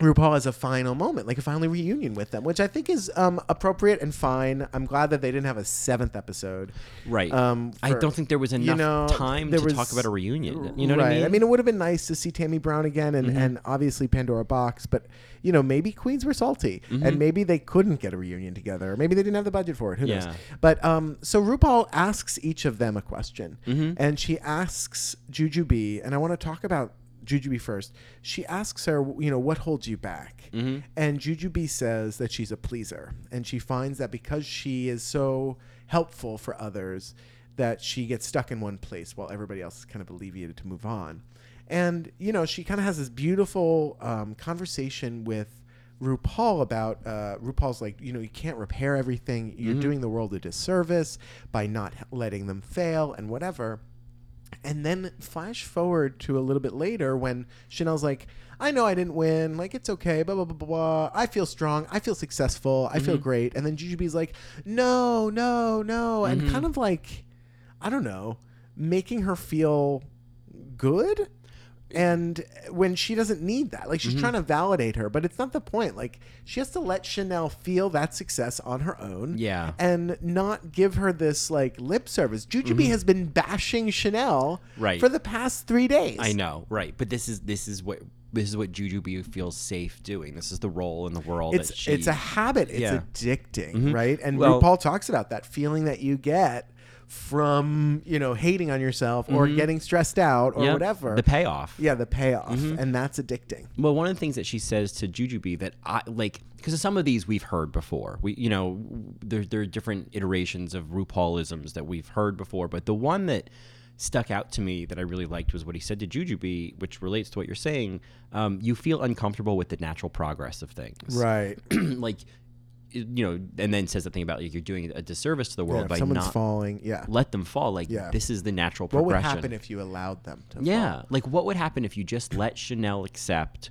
Speaker 6: RuPaul has a final moment, like a final reunion with them, which I think is um, appropriate and fine. I'm glad that they didn't have a seventh episode.
Speaker 5: Right.
Speaker 6: Um,
Speaker 5: I
Speaker 6: for-
Speaker 5: don't think there was
Speaker 6: you
Speaker 5: enough
Speaker 6: know,
Speaker 5: time
Speaker 6: there
Speaker 5: to
Speaker 6: was-
Speaker 5: talk about a reunion. You know what I
Speaker 6: Right.
Speaker 5: mean?
Speaker 6: I mean, it would have been nice to see Tammy Brown again and, and obviously Pandora Box, but, you know, maybe Queens were salty and maybe they couldn't get a reunion together. Or maybe they didn't have the budget for it. Who
Speaker 5: Yeah.
Speaker 6: knows? But um, so RuPaul asks each of them a question. And she asks Jujubee, and I want to talk about Jujubee first. She asks her, you know, what holds you back? And Jujubee says that she's a pleaser. And she finds that because she is so helpful for others, that she gets stuck in one place while everybody else is kind of alleviated to move on. And, you know, she kind of has this beautiful um, conversation with RuPaul about uh, RuPaul's like, you know, you can't repair everything. You're doing the world a disservice by not h- letting them fail and whatever. And then flash forward to a little bit later when Chanel's like, I know I didn't win. Like, it's okay. Blah, blah, blah, blah, blah. I feel strong. I feel successful. I feel great. And then Jujubee's like, no, no, no. And kind of like, I don't know, making her feel good and when she doesn't need that like she's trying to validate her but it's not the point like she has to let chanel feel that success on her own
Speaker 5: Yeah.
Speaker 6: and not give her this like lip service jujubee has been bashing chanel
Speaker 5: Mm-hmm. Right.
Speaker 6: for the past three days
Speaker 5: I know, right? But this is this is what this is what Juju B feels safe doing. This is the role in the world
Speaker 6: it's
Speaker 5: that she.
Speaker 6: it's a habit. It's
Speaker 5: Yeah. Mm-hmm.
Speaker 6: addicting, right? And
Speaker 5: Well-
Speaker 6: RuPaul talks about that feeling that you get from you know hating on yourself or getting stressed out or
Speaker 5: Mm-hmm. Yeah,
Speaker 6: whatever.
Speaker 5: The Mm-hmm. payoff.
Speaker 6: yeah, the payoff, and that's addicting.
Speaker 5: Well, one of the things that she says to Jujubee that I like, because some of these we've heard before. We, you know, there, there are different iterations of RuPaulisms that we've heard before, but the one that stuck out to me that I really liked was what he said to Jujubee, which relates to what you're saying. Um, you feel uncomfortable with the natural progress of things,
Speaker 6: (clears throat) Right.
Speaker 5: (clears throat) like, you know, and then says the thing about like you're doing a disservice to the world by
Speaker 6: someone's
Speaker 5: not
Speaker 6: falling. Yeah.
Speaker 5: let them fall. Like
Speaker 6: Yeah.
Speaker 5: this is the natural
Speaker 6: What
Speaker 5: progression.
Speaker 6: would happen if you allowed them to?
Speaker 5: Yeah. Like, what would happen if you just let Chanel accept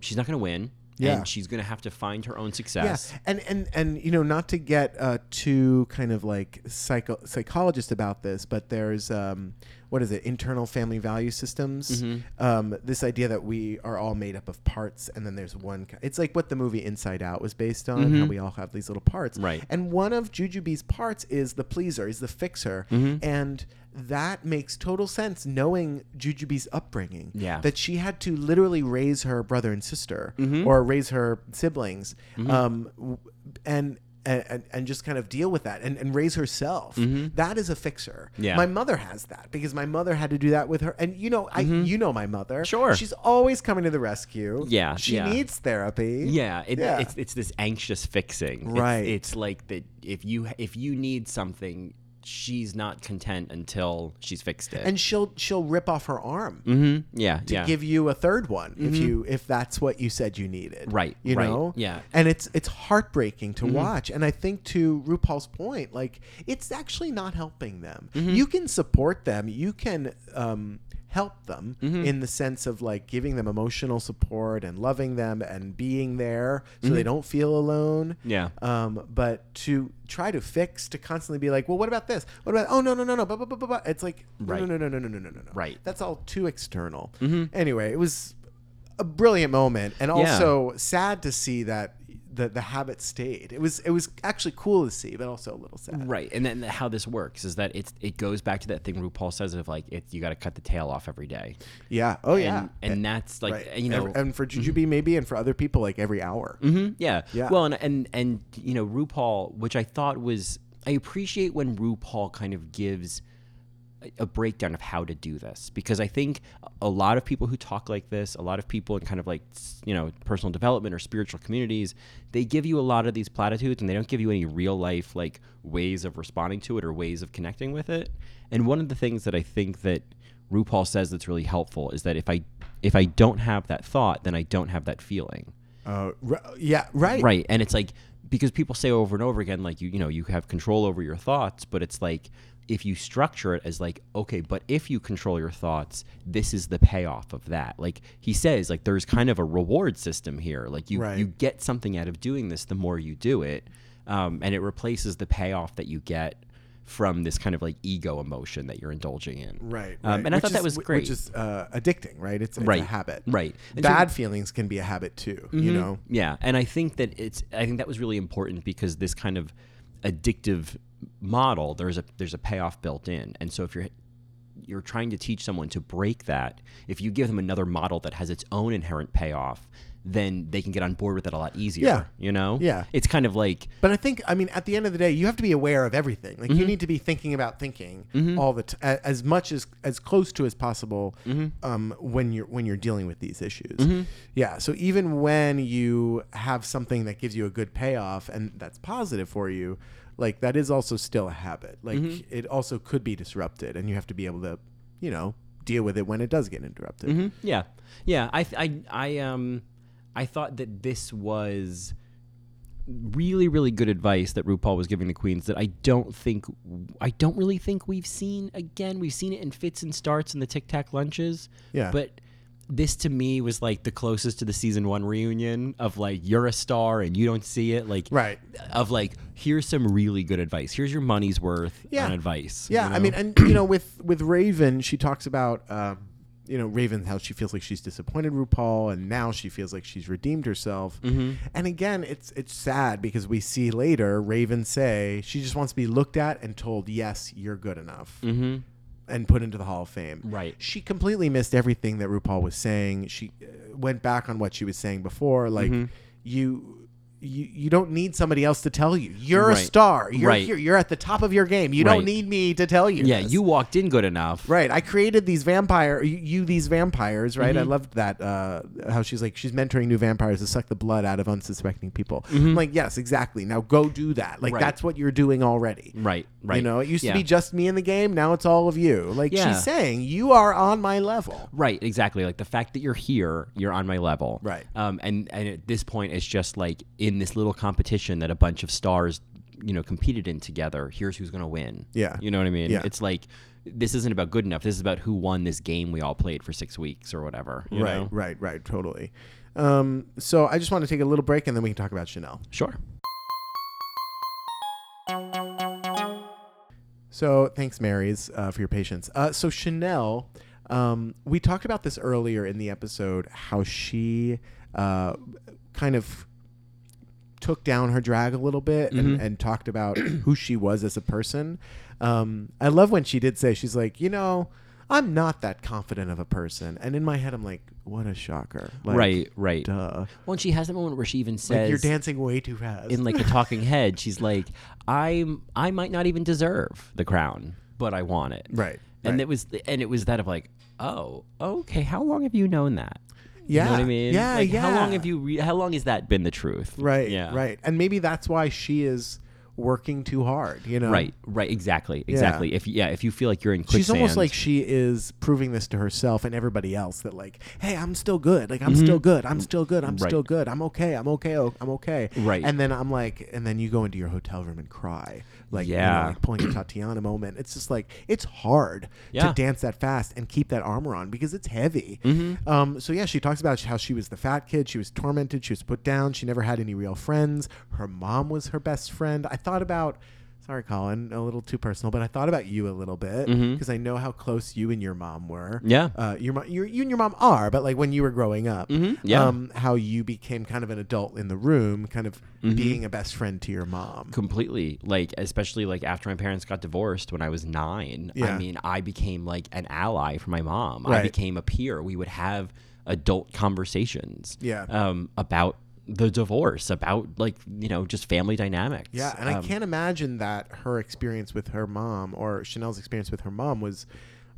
Speaker 5: she's not going to win
Speaker 6: Yeah.
Speaker 5: and she's going to have to find her own
Speaker 6: Yeah,
Speaker 5: success?
Speaker 6: and and and you know, not to get uh, too kind of like psycho psychologist about this, but there's um, what is it? Internal family value systems.
Speaker 5: Mm-hmm.
Speaker 6: Um, this idea that we are all made up of parts, and then there's one. ki- It's like what the movie Inside Out was based on. How we all have these little parts,
Speaker 5: Mm-hmm. Right.
Speaker 6: And one of Jujubee's parts is the pleaser, is the fixer,
Speaker 5: Mm-hmm.
Speaker 6: and. That makes total sense knowing Jujubee's upbringing.
Speaker 5: Yeah.
Speaker 6: That she had to literally raise her brother and sister
Speaker 5: Mm-hmm.
Speaker 6: or raise her siblings um, w- and, and and just kind of deal with that and, and raise herself That is a fixer
Speaker 5: Mm-hmm. Yeah.
Speaker 6: my mother has that because my mother had to do that with her and you know i you know my mother
Speaker 5: Mm-hmm. Sure.
Speaker 6: she's always coming to the rescue
Speaker 5: Yeah,
Speaker 6: she
Speaker 5: yeah.
Speaker 6: needs therapy
Speaker 5: Yeah, it,
Speaker 6: Yeah.
Speaker 5: It's, it's this anxious fixing. It's-
Speaker 6: Right.
Speaker 5: It's, like that if you if you need something, she's not content until she's fixed it.
Speaker 6: and she'll she'll rip off her arm
Speaker 5: Mhm. yeah, yeah. Mm-hmm.
Speaker 6: give you a third one if you if that's what you said you needed.
Speaker 5: Right,
Speaker 6: You
Speaker 5: right,
Speaker 6: know?
Speaker 5: yeah. Mm-hmm.
Speaker 6: And it's it's heartbreaking to watch. And I think to RuPaul's point, like it's actually not helping them.
Speaker 5: Mm-hmm.
Speaker 6: You can support them. You can um help them
Speaker 5: Mm-hmm.
Speaker 6: in the sense of like giving them emotional support and loving them and being there so they don't feel alone
Speaker 5: Mm-hmm. Yeah.
Speaker 6: um but to try to fix to constantly be like well what about this what about oh no no no no blah, blah, blah, blah, blah. it's like
Speaker 5: Right.
Speaker 6: no no no no no no no no no
Speaker 5: Right. Mm-hmm.
Speaker 6: that's all too external. Anyway, it was a brilliant moment, and also sad to see that the the habit stayed. It was it was actually cool to see, but also a little sad.
Speaker 5: Right, and then how this works is that it's it goes back to that thing RuPaul says of like it, you got to cut the tail off every day,
Speaker 6: Yeah. Oh yeah.
Speaker 5: and, and that's like
Speaker 6: Right.
Speaker 5: you know mm-hmm.
Speaker 6: Every- and for Jujubee maybe, and for other people, like every hour.
Speaker 5: Yeah.
Speaker 6: Yeah.
Speaker 5: Well, and, and and you know RuPaul, which I thought was I appreciate when RuPaul kind of gives a- a breakdown of how to do this because I think a lot of people who talk like this, a lot of people in kind of like s- you know personal development or spiritual communities, they give you a lot of these platitudes and they don't give you any real life like ways of responding to it or ways of connecting with it. And one of the things that I think that RuPaul says that's really helpful is that if I if I don't have that thought, then I don't have that feeling
Speaker 6: Uh, r- yeah. Right.
Speaker 5: right and it's like because people say over and over again like you you know you have control over your thoughts but it's like if you structure it as like okay but if you control your thoughts this is the payoff of that like he says like there's kind of a reward system here like you
Speaker 6: Right.
Speaker 5: you get something out of doing this the more you do it um, and it replaces the payoff that you get from this kind of like ego emotion that you're indulging in
Speaker 6: Right.
Speaker 5: um,
Speaker 6: right.
Speaker 5: and i
Speaker 6: Which
Speaker 5: thought that
Speaker 6: is-
Speaker 5: was
Speaker 6: whi-
Speaker 5: great
Speaker 6: Which is uh, addicting, right? It's, it's a
Speaker 5: Right.
Speaker 6: habit.
Speaker 5: Right. And so- Mm-hmm.
Speaker 6: Bad feelings can be a habit too. You know.
Speaker 5: Yeah, and I think that it's I think that was really important because this kind of addictive model there's a there's a payoff built in, and so if you're you're trying to teach someone to break that, if you give them another model that has its own inherent payoff, then they can get on board with it a lot easier.
Speaker 6: Yeah.
Speaker 5: you know.
Speaker 6: Yeah.
Speaker 5: it's kind of like
Speaker 6: But I think, I mean, at the end of the day, you have to be aware of everything. Like you need to be thinking about thinking all the t- a- as much as as close to as possible um, when you're when you're dealing with these issues. Yeah. So even when you have something that gives you a good payoff and that's positive for you, like that is also still a habit. Like it also could be disrupted, and you have to be able to, you know, deal with it when it does get interrupted.
Speaker 5: Yeah, yeah. I, I, I, um, I thought that this was really, really good advice that RuPaul was giving the queens that I don't think, I don't really think we've seen again. We've seen it in fits and starts in the Tic Tac lunches.
Speaker 6: Yeah.
Speaker 5: but. This to me was like the closest to the season one reunion of like you're a star and you don't see it like
Speaker 6: Right.
Speaker 5: of like here's some really good advice here's your money's worth
Speaker 6: Yeah.
Speaker 5: on advice you
Speaker 6: Yeah, I
Speaker 5: know?
Speaker 6: (clears throat) mean, and you know, with with Raven, she talks about um, you know, Raven, how she feels like she's disappointed RuPaul, and now she feels like she's redeemed herself.
Speaker 5: Mm-hmm.
Speaker 6: And again, it's it's sad because we see later Raven say she just wants to be looked at and told, yes, you're good enough. Mm-hmm. And put into the Hall of Fame.
Speaker 5: Right.
Speaker 6: She completely missed everything that RuPaul was saying. She uh, went back on what she was saying before. Like,
Speaker 5: Mm-hmm.
Speaker 6: you, you, you don't need somebody else to tell you. You're
Speaker 5: Right.
Speaker 6: a star. You're
Speaker 5: Right.
Speaker 6: here. You're at the top of your game. You
Speaker 5: Right.
Speaker 6: don't need me to tell you.
Speaker 5: Yeah,
Speaker 6: this.
Speaker 5: you walked in good enough.
Speaker 6: Right. I created these vampire, you, you these vampires, right?
Speaker 5: Mm-hmm.
Speaker 6: I loved that. Uh, how she's like, she's mentoring new vampires to suck the blood out of unsuspecting people. I'm like, yes, exactly. Now go do that. Like,
Speaker 5: Mm-hmm. Right.
Speaker 6: that's what you're doing already.
Speaker 5: Right, right.
Speaker 6: You know, it used
Speaker 5: Yeah.
Speaker 6: to be just me in the game. Now it's all of you. Like,
Speaker 5: Yeah.
Speaker 6: she's saying, you are on my level.
Speaker 5: Right, exactly. Like the fact that you're here, you're on my level.
Speaker 6: Right.
Speaker 5: Um, and and at this point, it's just like in this little competition that a bunch of stars, you know, competed in together. Here's who's gonna win.
Speaker 6: Yeah.
Speaker 5: You know what I mean?
Speaker 6: Yeah.
Speaker 5: It's like this isn't about good enough. This is about who won this game we all played for six weeks or whatever. you
Speaker 6: right,
Speaker 5: know?
Speaker 6: right, right. Totally. Um, so I just want to take a little break and then we can talk about Chanel.
Speaker 5: Sure.
Speaker 6: So thanks, Marys, uh, for your patience. Uh, so Chanel, um, we talked about this earlier in the episode how she uh, kind of took down her drag a little bit
Speaker 5: Mm-hmm.
Speaker 6: and, and talked about (clears throat) who she was as a person. Um, I love when she did say she's like, you know, I'm not that confident of a person, and in my head I'm like, what a shocker, like,
Speaker 5: right. Right.
Speaker 6: Duh.
Speaker 5: Well, and she has that moment where she even
Speaker 6: Like
Speaker 5: says,
Speaker 6: you're dancing way too fast.
Speaker 5: in like the talking head, she's like, I'm I might not even deserve the crown, but I want it.
Speaker 6: (laughs) Right,
Speaker 5: And
Speaker 6: right.
Speaker 5: it was and it was that of like, oh, okay, how long have you known that? You know what I
Speaker 6: Yeah,
Speaker 5: mean?
Speaker 6: yeah,
Speaker 5: Like, How long
Speaker 6: yeah.
Speaker 5: have you re- how long has that been the truth?
Speaker 6: right,
Speaker 5: Yeah.
Speaker 6: right, and maybe that's why she is working too hard. You know,
Speaker 5: Right, right, exactly, exactly. If yeah, if you feel like you're in quicksand,
Speaker 6: She's almost like she is proving this to herself and everybody else that like, hey, I'm still good. Like I'm still good. I'm still good. I'm
Speaker 5: Mm-hmm. Right.
Speaker 6: still good. I'm okay. I'm okay. oh, I'm okay.
Speaker 5: Right.
Speaker 6: And then I'm like, and then you go into your hotel room and cry, like you know,
Speaker 5: Yeah.
Speaker 6: like pulling
Speaker 5: (clears throat)
Speaker 6: a Tatiana moment. It's just like it's hard
Speaker 5: Yeah.
Speaker 6: to dance that fast and keep that armor on because it's heavy.
Speaker 5: Mm-hmm.
Speaker 6: Um. So yeah, she talks about how she was the fat kid. She was tormented. She was put down. She never had any real friends. Her mom was her best friend. I thought about. Sorry, Colin, a little too personal, but I thought about you a little bit because I know how close you and your mom were.
Speaker 5: Mm-hmm. Yeah.
Speaker 6: uh, your mom, your, you and your mom are, but like when you were growing up,
Speaker 5: Mm-hmm. yeah.
Speaker 6: um, how you became kind of an adult in the room, kind of
Speaker 5: Mm-hmm.
Speaker 6: being a best friend to your mom.
Speaker 5: completely like especially like after my parents got divorced when i was nine i
Speaker 6: Yeah.
Speaker 5: mean i became like an ally for my mom i
Speaker 6: Right.
Speaker 5: became a peer we would have adult conversations
Speaker 6: Yeah.
Speaker 5: um about the divorce about like you know just family dynamics
Speaker 6: Yeah, and
Speaker 5: Um,
Speaker 6: I can't imagine that her experience with her mom or Chanel's experience with her mom was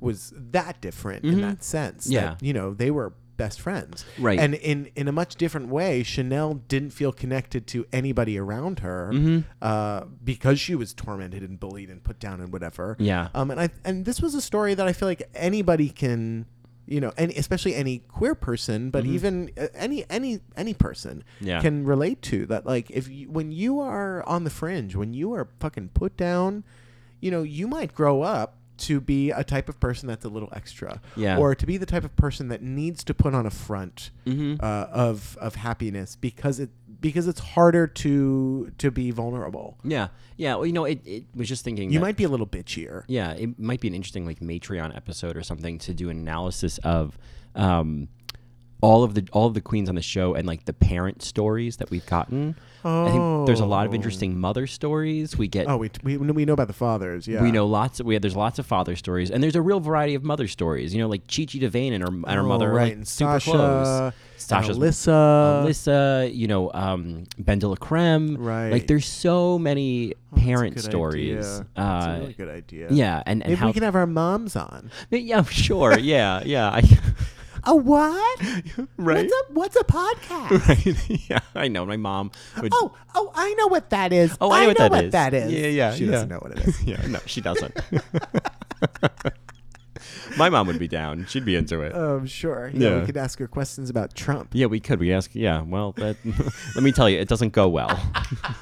Speaker 6: was that different in that sense. that,
Speaker 5: Mm-hmm. Yeah.
Speaker 6: you know, they were best friends.
Speaker 5: Right.
Speaker 6: And in in a much different way, Chanel didn't feel connected to anybody around her
Speaker 5: Mm-hmm.
Speaker 6: uh, because she was tormented and bullied and put down and whatever.
Speaker 5: Yeah.
Speaker 6: Um and I and this was a story that I feel like anybody can you know, and especially any queer person, but even uh, any any any person
Speaker 5: Mm-hmm. Yeah.
Speaker 6: can can relate to that like if you, when you are on the fringe when you are fucking put down you know you might grow up to be a type of person that's a little extra
Speaker 5: Yeah.
Speaker 6: or to be the type of person that needs to put on a front
Speaker 5: Mm-hmm.
Speaker 6: uh, of of happiness because it because it's harder to to be vulnerable
Speaker 5: yeah yeah well you know it, it was just thinking
Speaker 6: you
Speaker 5: that-
Speaker 6: might be a little bitchier
Speaker 5: Yeah, it might be an interesting like Matreon episode or something to do an analysis of um, all of the all of the queens on the show and like the parent stories that we've gotten. I think there's a lot of interesting mother stories. We get
Speaker 6: oh we, we we know about the fathers yeah
Speaker 5: we know lots of we there's lots of father stories and there's a real variety of mother stories. You know, like Chi Chi Devane and her and her
Speaker 6: Oh,
Speaker 5: mother are,
Speaker 6: right
Speaker 5: like,
Speaker 6: and
Speaker 5: super
Speaker 6: Sasha
Speaker 5: close.
Speaker 6: Sasha's
Speaker 5: Sasha's
Speaker 6: Alyssa
Speaker 5: Alyssa, you know, um, Ben de la Creme. Like
Speaker 6: Right. Oh,
Speaker 5: there's so many
Speaker 6: That's a
Speaker 5: parent
Speaker 6: good
Speaker 5: stories.
Speaker 6: idea. that's
Speaker 5: Uh,
Speaker 6: a really good idea
Speaker 5: yeah, and, and
Speaker 6: Maybe
Speaker 5: how
Speaker 6: we can have our moms on.
Speaker 5: (laughs) Yeah,
Speaker 6: (laughs)
Speaker 5: sure. Yeah, yeah. I,
Speaker 6: A what?
Speaker 5: (laughs) Right.
Speaker 6: What's a what's
Speaker 5: (laughs)
Speaker 6: a podcast?
Speaker 5: right. Yeah, I know. My mom would.
Speaker 6: Oh, oh, I know what that is.
Speaker 5: Oh, I know what that is. Yeah, yeah,
Speaker 6: She
Speaker 5: yeah.
Speaker 6: doesn't know what it
Speaker 5: (laughs)
Speaker 6: is.
Speaker 5: Yeah, no, she doesn't. my mom would be down. She'd be into it.
Speaker 6: Um, sure. Yeah,
Speaker 5: Yeah.
Speaker 6: we could ask her questions about Trump.
Speaker 5: yeah, we could. We ask. Yeah, well, that, (laughs) let me tell you, it doesn't go well.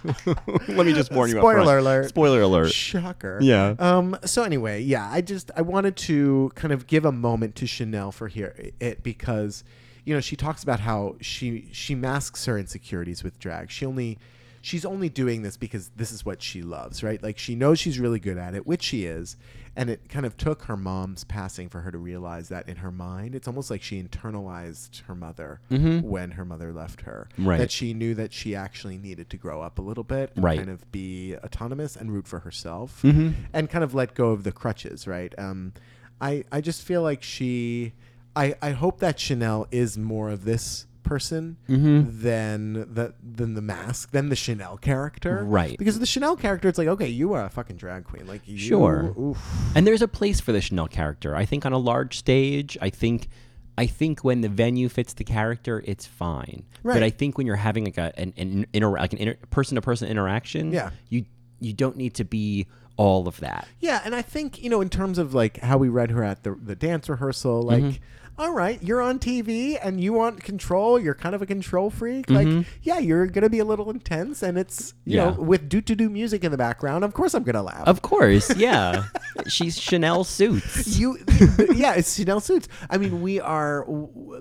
Speaker 5: (laughs) let me just warn you. up
Speaker 6: Spoiler
Speaker 5: front.
Speaker 6: alert.
Speaker 5: Spoiler alert.
Speaker 6: Shocker.
Speaker 5: Yeah.
Speaker 6: Um. So anyway, yeah, I just I wanted to kind of give a moment to Chanel for here it because, you know, she talks about how she she masks her insecurities with drag. She only she's only doing this because this is what she loves, right? Like she knows she's really good at it, which she is, and it kind of took her mom's passing for her to realize that in her mind. It's almost like she internalized her mother when her mother left her.
Speaker 5: Mm-hmm. Right.
Speaker 6: That she knew that she actually needed to grow up a little bit and
Speaker 5: Right. Mm-hmm.
Speaker 6: kind of be autonomous and root for herself and kind of let go of the crutches, right? Um I, I just feel like she I, I hope that Chanel is more of this person
Speaker 5: Mm-hmm.
Speaker 6: than the than the mask than the Chanel character.
Speaker 5: Right.
Speaker 6: Because the Chanel character it's like, okay, you are a fucking drag queen. Like you
Speaker 5: Sure.
Speaker 6: oof.
Speaker 5: And there's a place for the Chanel character. I think on a large stage, I think I think when the venue fits the character, it's fine.
Speaker 6: Right.
Speaker 5: But I think when you're having like a an, an inter, like an person to person interaction,
Speaker 6: Yeah.
Speaker 5: you you don't need to be all of that.
Speaker 6: Yeah, and I think, you know, in terms of like how we read her at the the dance rehearsal,
Speaker 5: Mm-hmm.
Speaker 6: like all right, you're on TV and you want control, you're kind of a control freak. Like, yeah, you're gonna be a little intense and it's you
Speaker 5: Mm-hmm. Yeah.
Speaker 6: know, with doo doo doo music in the background, of course I'm gonna laugh.
Speaker 5: Of course, (laughs)
Speaker 6: (laughs)
Speaker 5: yeah. She's Chanel suits.
Speaker 6: you
Speaker 5: (laughs)
Speaker 6: yeah it's chanel suits i mean we are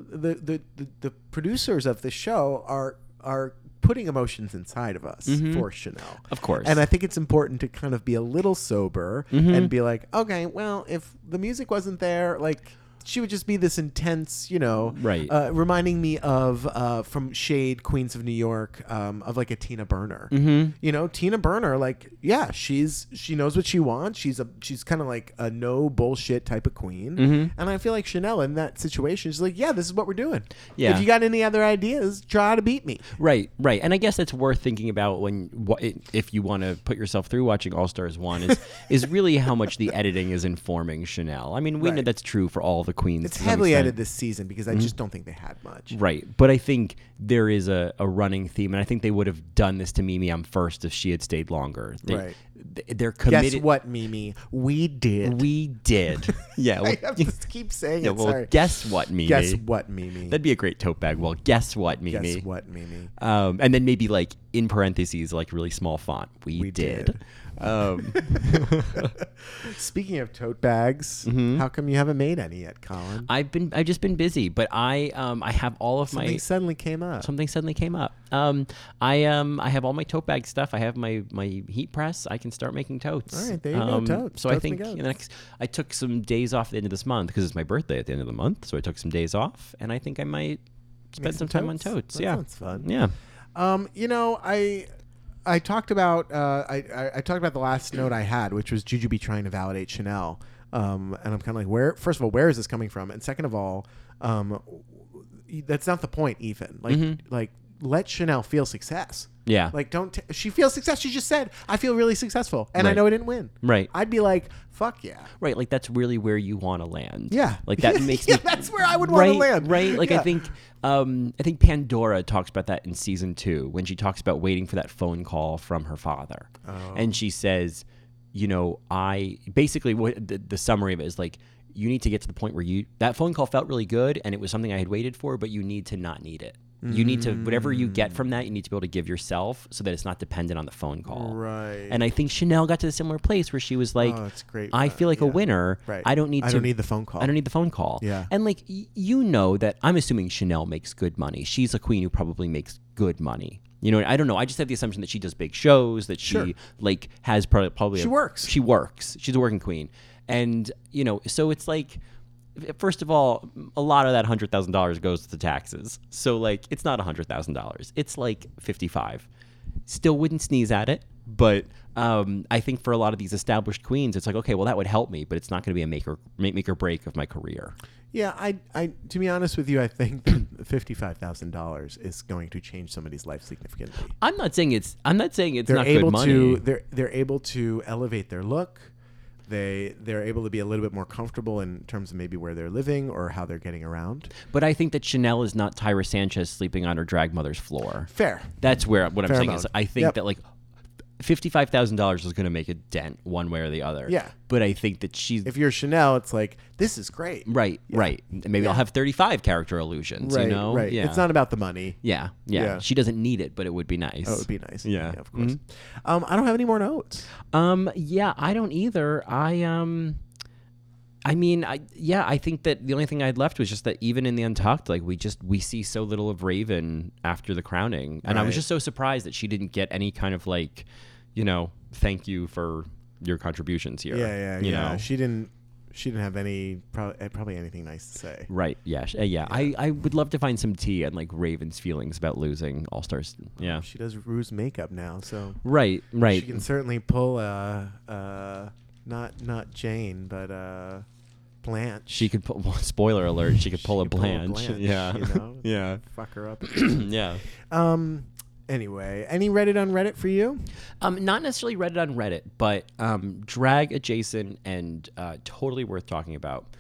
Speaker 6: the the the, the producers of the show are are putting emotions inside of us for chanel
Speaker 5: Mm-hmm. Of course.
Speaker 6: and i think it's important to kind of be a little sober
Speaker 5: Mm-hmm.
Speaker 6: and be like okay well if the music wasn't there like she would just be this intense, you know,
Speaker 5: Right.
Speaker 6: Uh, reminding me of uh, from Shade, Queens of New York, um, of like a Tina Burner.
Speaker 5: Mm-hmm.
Speaker 6: You know, Tina Burner, like, yeah, she's she knows what she wants. She's a she's kind of like a no bullshit type of queen.
Speaker 5: Mm-hmm.
Speaker 6: And I feel like Chanel in that situation, she's like, yeah, this is what we're doing.
Speaker 5: Yeah.
Speaker 6: If you got any other ideas, try to beat me.
Speaker 5: Right, right, and I guess that's worth thinking about when wha- i- if you want to put yourself through watching All Stars One
Speaker 6: (laughs)
Speaker 5: is is really how much the editing is informing Chanel. I mean, we know
Speaker 6: Right.
Speaker 5: that's true for all the queens.
Speaker 6: It's
Speaker 5: to some
Speaker 6: heavily
Speaker 5: extent.
Speaker 6: edited this season because
Speaker 5: Mm-hmm.
Speaker 6: I just don't think they had much.
Speaker 5: Right. But I think there is a, a running theme, and I think they would have done this to Mimi on first if she had stayed longer. They,
Speaker 6: Right.
Speaker 5: th- They're
Speaker 6: Guess
Speaker 5: committed.
Speaker 6: what, Mimi? We did.
Speaker 5: We did. Yeah. well,
Speaker 6: (laughs) I have to keep
Speaker 5: (laughs)
Speaker 6: saying
Speaker 5: yeah,
Speaker 6: it.
Speaker 5: well,
Speaker 6: Sorry.
Speaker 5: guess what, Mimi?
Speaker 6: Guess what, Mimi?
Speaker 5: That'd be a great tote bag. Well, guess what,
Speaker 6: Guess
Speaker 5: Mimi?
Speaker 6: what, Mimi?
Speaker 5: Um, and then maybe like in parentheses, like really small font. We,
Speaker 6: We
Speaker 5: did.
Speaker 6: (laughs)
Speaker 5: Um,
Speaker 6: Speaking of tote bags,
Speaker 5: Mm-hmm.
Speaker 6: how come you haven't made any yet, Colin?
Speaker 5: I've been I've just been busy, but I um I have all of
Speaker 6: Something
Speaker 5: my
Speaker 6: suddenly came up.
Speaker 5: something suddenly came up. Um, I um, I have all my tote bag stuff. I have my my heat press. I can start making totes.
Speaker 6: All right, there you go,
Speaker 5: Um,
Speaker 6: totes,
Speaker 5: So I
Speaker 6: totes and
Speaker 5: think in the
Speaker 6: goats.
Speaker 5: next, I took some days off at the end of this month because it's my birthday at the end of the month. So I took some days off, and I think I might spend some,
Speaker 6: some
Speaker 5: time on totes.
Speaker 6: totes? That
Speaker 5: yeah,
Speaker 6: sounds fun.
Speaker 5: Yeah.
Speaker 6: Um, you know, I I talked about uh, I, I I talked about the last note I had, which was Jujubee trying to validate Chanel. Um, and I'm kind of like, where? First of all, where is this coming from? And second of all, um, that's not the point. Even like like let Chanel feel success.
Speaker 5: Mm-hmm. Yeah.
Speaker 6: Like don't t- she feels success? She just said, I feel really successful, and I
Speaker 5: Right.
Speaker 6: know I didn't win.
Speaker 5: Right.
Speaker 6: I'd be like, fuck yeah.
Speaker 5: Right, like that's really where you want to land.
Speaker 6: Yeah.
Speaker 5: like
Speaker 6: (laughs)
Speaker 5: that makes
Speaker 6: Yeah,
Speaker 5: me.
Speaker 6: that's where I would wanna
Speaker 5: Right,
Speaker 6: land.
Speaker 5: Right, like
Speaker 6: Yeah.
Speaker 5: I think, um, I think Pandora talks about that in season two when she talks about waiting for that phone call from her father,
Speaker 6: Oh.
Speaker 5: and she says, you know, I basically what the, the summary of it is like. You need to get to the point where you that phone call felt really good and it was something I had waited for, but you need to not need it. You need to whatever you get from that, you need to be able to give yourself so that it's not dependent on the phone call.
Speaker 6: Right.
Speaker 5: And I think Chanel got to the similar place where she was like,
Speaker 6: Oh, that's great,
Speaker 5: I
Speaker 6: uh,
Speaker 5: feel like a
Speaker 6: yeah.
Speaker 5: winner.
Speaker 6: Right.
Speaker 5: I don't need.
Speaker 6: I
Speaker 5: to,
Speaker 6: don't need the phone call.
Speaker 5: I don't need the phone call.
Speaker 6: Yeah.
Speaker 5: And like y- you know that I'm assuming Chanel makes good money. She's a queen who probably makes good money. You know, I don't know. I just have the assumption that she does big shows. That she
Speaker 6: Sure.
Speaker 5: like has probably probably
Speaker 6: She
Speaker 5: a-
Speaker 6: works.
Speaker 5: She works. She's a working queen, and you know, so it's like. First of all, a lot of that hundred thousand dollars goes to taxes. So like, it's not hundred thousand dollars. It's like fifty-five. Still wouldn't sneeze at it, but um, I think for a lot of these established queens, it's like, okay, well that would help me, but it's not going to be a make or make, make or break of my career.
Speaker 6: Yeah, I, I, to be honest with you, I think (clears throat) that fifty-five thousand dollars is going to change somebody's life significantly.
Speaker 5: I'm not saying it's. I'm not saying it's
Speaker 6: They're
Speaker 5: not good
Speaker 6: able
Speaker 5: money.
Speaker 6: to, they're they're able to elevate their look. They they're able to be a little bit more comfortable in terms of maybe where they're living or how they're getting around.
Speaker 5: But I think that Chanel is not Tyra Sanchez sleeping on her drag mother's floor.
Speaker 6: Fair.
Speaker 5: That's where what I'm
Speaker 6: Fair
Speaker 5: saying
Speaker 6: amount.
Speaker 5: is I think
Speaker 6: Yep.
Speaker 5: that like fifty-five thousand dollars is going to make a dent one way or the other.
Speaker 6: Yeah.
Speaker 5: But I think that she's
Speaker 6: If you're Chanel, it's like this is great.
Speaker 5: right, right. Maybe I'll have thirty-five character illusions.
Speaker 6: Right.
Speaker 5: you know,
Speaker 6: right.
Speaker 5: Yeah.
Speaker 6: It's not about the money.
Speaker 5: yeah, yeah,
Speaker 6: Yeah. Oh,
Speaker 5: She doesn't need it, but it would be nice.
Speaker 6: It would be nice.
Speaker 5: Yeah. Mm-hmm.
Speaker 6: of course. Um, I don't have any more notes.
Speaker 5: Um, yeah, I don't either. I um, I mean, I yeah, I think that the only thing I had left was just that even in the Untucked, like we just we see so little of Raven after the crowning, and I was just so surprised that she didn't get any kind of like, you know, thank you for your contributions here.
Speaker 6: Yeah, yeah,
Speaker 5: Uh, you
Speaker 6: yeah.
Speaker 5: Know?
Speaker 6: She didn't. She didn't have any probably, probably anything nice to say.
Speaker 5: right. Yeah. sh- uh, yeah. I I would love to find some tea on like Raven's feelings about losing All Stars. Yeah.
Speaker 6: Oh, She does Rue's makeup now, so
Speaker 5: Right. Right.
Speaker 6: she can certainly pull a uh, uh, not not Jane, but uh, Blanche.
Speaker 5: She could pull. (laughs) spoiler alert. She could pull, a,
Speaker 6: could pull a
Speaker 5: Blanche.
Speaker 6: Blanche,
Speaker 5: Yeah.
Speaker 6: you know?
Speaker 5: (laughs) yeah.
Speaker 6: fuck her up. (coughs)
Speaker 5: (clears throat) Yeah.
Speaker 6: um. Anyway, any Reddit on Reddit for you?
Speaker 5: Um, not necessarily Reddit on Reddit, but um, drag adjacent and uh, totally worth talking about. (clears throat)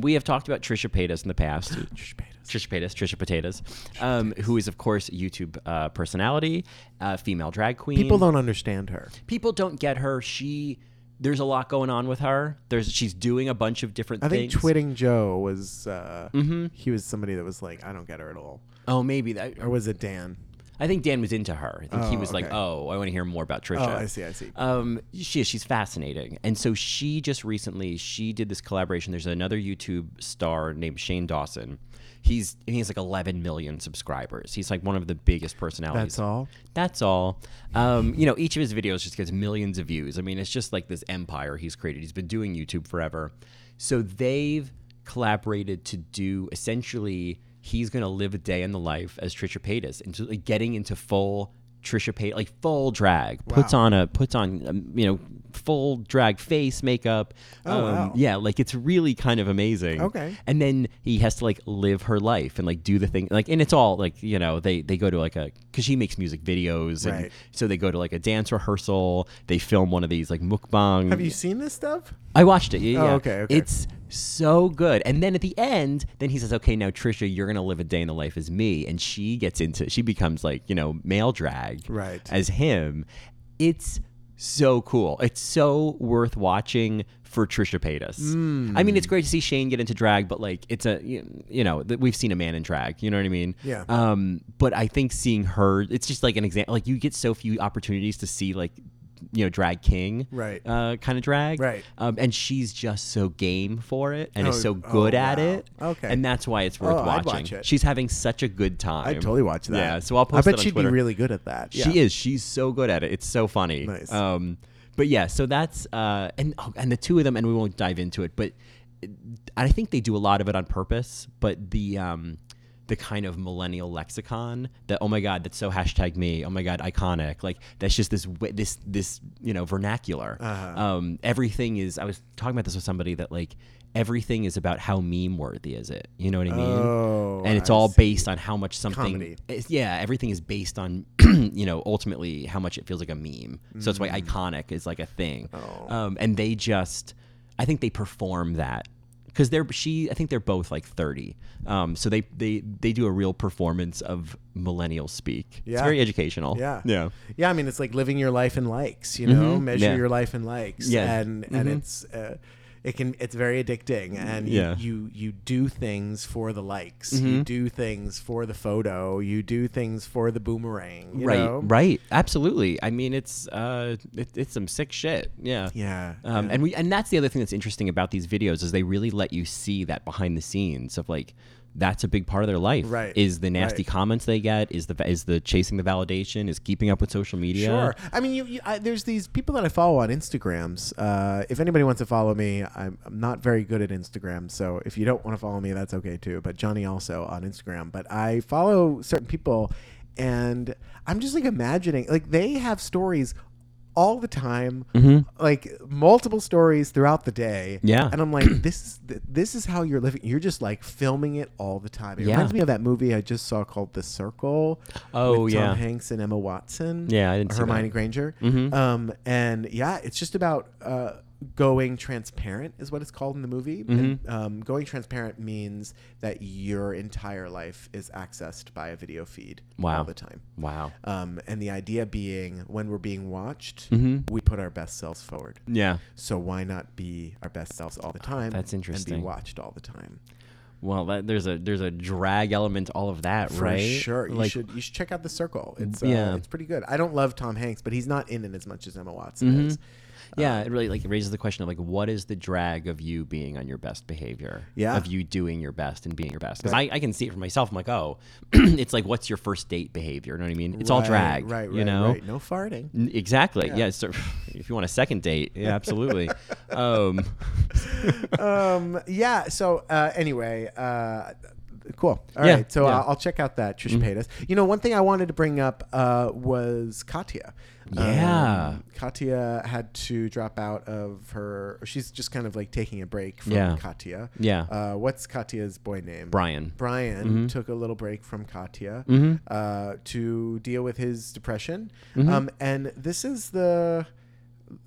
Speaker 5: we have talked about Trisha Paytas in the past. Trisha Paytas. Trisha Paytas. Trisha Potatoes. Um, who is, of course, a YouTube uh, personality, uh, female drag queen.
Speaker 6: People don't understand her.
Speaker 5: People don't get her. She. There's a lot going on with her. There's she's doing a bunch of different
Speaker 6: I think
Speaker 5: things.
Speaker 6: Twitting Joe was uh, he was somebody that was like, I don't get her at all.
Speaker 5: Mm-hmm. Oh, maybe that.
Speaker 6: Or was it Dan?
Speaker 5: I think Dan was into her. I think he
Speaker 6: Oh,
Speaker 5: was like,
Speaker 6: okay. Oh,
Speaker 5: "Oh, I want to hear more about Trisha."
Speaker 6: I see, I see.
Speaker 5: Um, she she's fascinating, and so she just recently she did this collaboration. There's another YouTube star named Shane Dawson. He's and he has like 11 million subscribers. He's like one of the biggest personalities.
Speaker 6: That's all.
Speaker 5: That's all. Um, you know, each of his videos just gets millions of views. I mean, it's just like this empire he's created. He's been doing YouTube forever. So they've collaborated to do essentially he's going to live a day in the life as Trisha Paytas and so, like getting into full Trisha Paytas like full drag. Puts on a puts on um, you know full drag face makeup. Oh,
Speaker 6: wow.
Speaker 5: yeah, like it's really kind of amazing.
Speaker 6: Okay.
Speaker 5: And then he has to like live her life and like do the thing like and it's all like you know they they go to like a because she makes music videos and
Speaker 6: Right.
Speaker 5: so they go to like a dance rehearsal. They film one of these like mukbang.
Speaker 6: Have you seen this stuff?
Speaker 5: I watched it. Yeah,
Speaker 6: Oh,
Speaker 5: yeah.
Speaker 6: okay, okay.
Speaker 5: It's so good. And then at the end, then he says, "Okay, now Trisha, you're gonna live a day in the life as me," and she gets into she becomes like you know male drag
Speaker 6: Right.
Speaker 5: as him. It's so cool. It's so worth watching for Trisha Paytas.
Speaker 6: Hmm.
Speaker 5: I mean, it's great to see Shane get into drag, but like it's a you you know that we've seen a man in drag. You know what I mean?
Speaker 6: Yeah.
Speaker 5: Um, but I think seeing her, it's just like an example. Like you get so few opportunities to see like you know drag king
Speaker 6: Right.
Speaker 5: uh, kind of drag
Speaker 6: Right.
Speaker 5: um, and she's just so game for it and
Speaker 6: Oh,
Speaker 5: is so good
Speaker 6: oh,
Speaker 5: at
Speaker 6: wow.
Speaker 5: it
Speaker 6: Okay.
Speaker 5: and that's why it's worth
Speaker 6: Oh, I'd watch
Speaker 5: watching
Speaker 6: it.
Speaker 5: she's having such a good time
Speaker 6: I totally watched that.
Speaker 5: yeah so i'll post
Speaker 6: I
Speaker 5: that
Speaker 6: bet
Speaker 5: on
Speaker 6: she'd
Speaker 5: Twitter.
Speaker 6: be really good at that.
Speaker 5: she is she's so good at it it's so funny
Speaker 6: Nice.
Speaker 5: um but yeah so that's uh and oh, and the two of them and we won't dive into it but i think they do a lot of it on purpose but the um the kind of millennial lexicon that oh my god that's so hashtag me oh my god iconic like that's just this wi- this this you know vernacular
Speaker 6: Uh-huh.
Speaker 5: um everything is i was talking about this with somebody that like everything is about how meme worthy is it you know what i mean
Speaker 6: Oh,
Speaker 5: and it's
Speaker 6: I
Speaker 5: all based on how much something
Speaker 6: Comedy.
Speaker 5: it's- yeah, everything is based on (clears throat) you know ultimately how much it feels like a meme. So that's why
Speaker 6: Mm.
Speaker 5: iconic is like a thing.
Speaker 6: Oh.
Speaker 5: Um, and they just, I think they perform that because they're she. I think they're both like thirty. Um, so they they they do a real performance of millennial speak.
Speaker 6: Yeah.
Speaker 5: It's very educational.
Speaker 6: Yeah.
Speaker 5: Yeah. Mm-hmm.
Speaker 6: Yeah. I mean, it's like living your life in likes, you know, measure
Speaker 5: Yeah.
Speaker 6: your life in likes.
Speaker 5: Yeah. Mm-hmm.
Speaker 6: And, and it's, uh, it can, it's very addicting and
Speaker 5: Yeah. Mm-hmm.
Speaker 6: you, you, you do things for the likes, you do things for the photo, you do things for the boomerang. you
Speaker 5: right.
Speaker 6: know?
Speaker 5: Right. Absolutely. I mean, it's uh, it, it's some sick shit. Yeah.
Speaker 6: Yeah.
Speaker 5: Um, And we and that's the other thing that's interesting about these videos is they really let you see that behind the scenes of like that's a big part of their life.
Speaker 6: Right,
Speaker 5: Is the nasty
Speaker 6: right.
Speaker 5: comments they get? Is the is the chasing the validation? Is keeping up with social media?
Speaker 6: Sure. I mean, you, you I, there's these people that I follow on Instagrams. Uh, if anybody wants to follow me, I'm, I'm not very good at Instagram, so if you don't want to follow me, that's okay too. But Johnny also on Instagram. But I follow certain people, and I'm just like imagining like they have stories all the time, like multiple stories throughout the day.
Speaker 5: Mm-hmm. Yeah.
Speaker 6: and I'm like, this is th- this is how you're living. You're just like filming it all the time. It
Speaker 5: Yeah.
Speaker 6: reminds me of that movie I just saw called The Circle.
Speaker 5: Oh,
Speaker 6: with Tom
Speaker 5: yeah.
Speaker 6: Hanks and Emma Watson.
Speaker 5: Yeah, I didn't
Speaker 6: or
Speaker 5: see that. Mm-hmm.
Speaker 6: Hermione Granger. Um, and yeah, it's just about uh, going transparent is what it's called in the movie. And,
Speaker 5: Mm-hmm.
Speaker 6: um, going transparent means that your entire life is accessed by a video feed
Speaker 5: Wow.
Speaker 6: all the time.
Speaker 5: Wow.
Speaker 6: Um, and the idea being, when we're being watched, we put our best selves forward.
Speaker 5: Mm-hmm. Yeah.
Speaker 6: So why not be our best selves all the time?
Speaker 5: that's
Speaker 6: And
Speaker 5: interesting.
Speaker 6: be watched all the time.
Speaker 5: Well, that, there's a there's a drag element to all of that,
Speaker 6: For
Speaker 5: right?
Speaker 6: sure. You
Speaker 5: Like,
Speaker 6: should you should check out The Circle. It's uh,
Speaker 5: Yeah. Mm-hmm.
Speaker 6: it's pretty good. I don't love Tom Hanks, but he's not in it as much as Emma Watson is.
Speaker 5: Yeah, it really like raises the question of like what is the drag of you being on your best behavior?
Speaker 6: Yeah.
Speaker 5: Of you doing your best and being your best. Because I, I can see it for myself. I'm like, oh, (clears throat) it's like what's your first date behavior? You know what I mean? It's all
Speaker 6: Right,
Speaker 5: drag.
Speaker 6: Right, right.
Speaker 5: You know? Mm.
Speaker 6: right. No farting.
Speaker 5: N- Exactly. Yeah. so (sighs) if you want a second date, yeah, absolutely.
Speaker 6: (laughs)
Speaker 5: um,
Speaker 6: um, yeah. So uh, anyway, uh, cool. All right.
Speaker 5: Yeah,
Speaker 6: So
Speaker 5: yeah. Mm-hmm.
Speaker 6: I'll, I'll check out that Trish Paytas. You know, one thing I wanted to bring up uh, was Katya.
Speaker 5: Yeah.
Speaker 6: Um, Katya had to drop out of her. She's just kind of like taking a break from
Speaker 5: Yeah.
Speaker 6: Katya.
Speaker 5: Yeah.
Speaker 6: Uh, what's Katya's boy name?
Speaker 5: Brian. Mm-hmm.
Speaker 6: Brian took a little break from Katya uh, to deal with his depression.
Speaker 5: Mm-hmm.
Speaker 6: Um, and this is the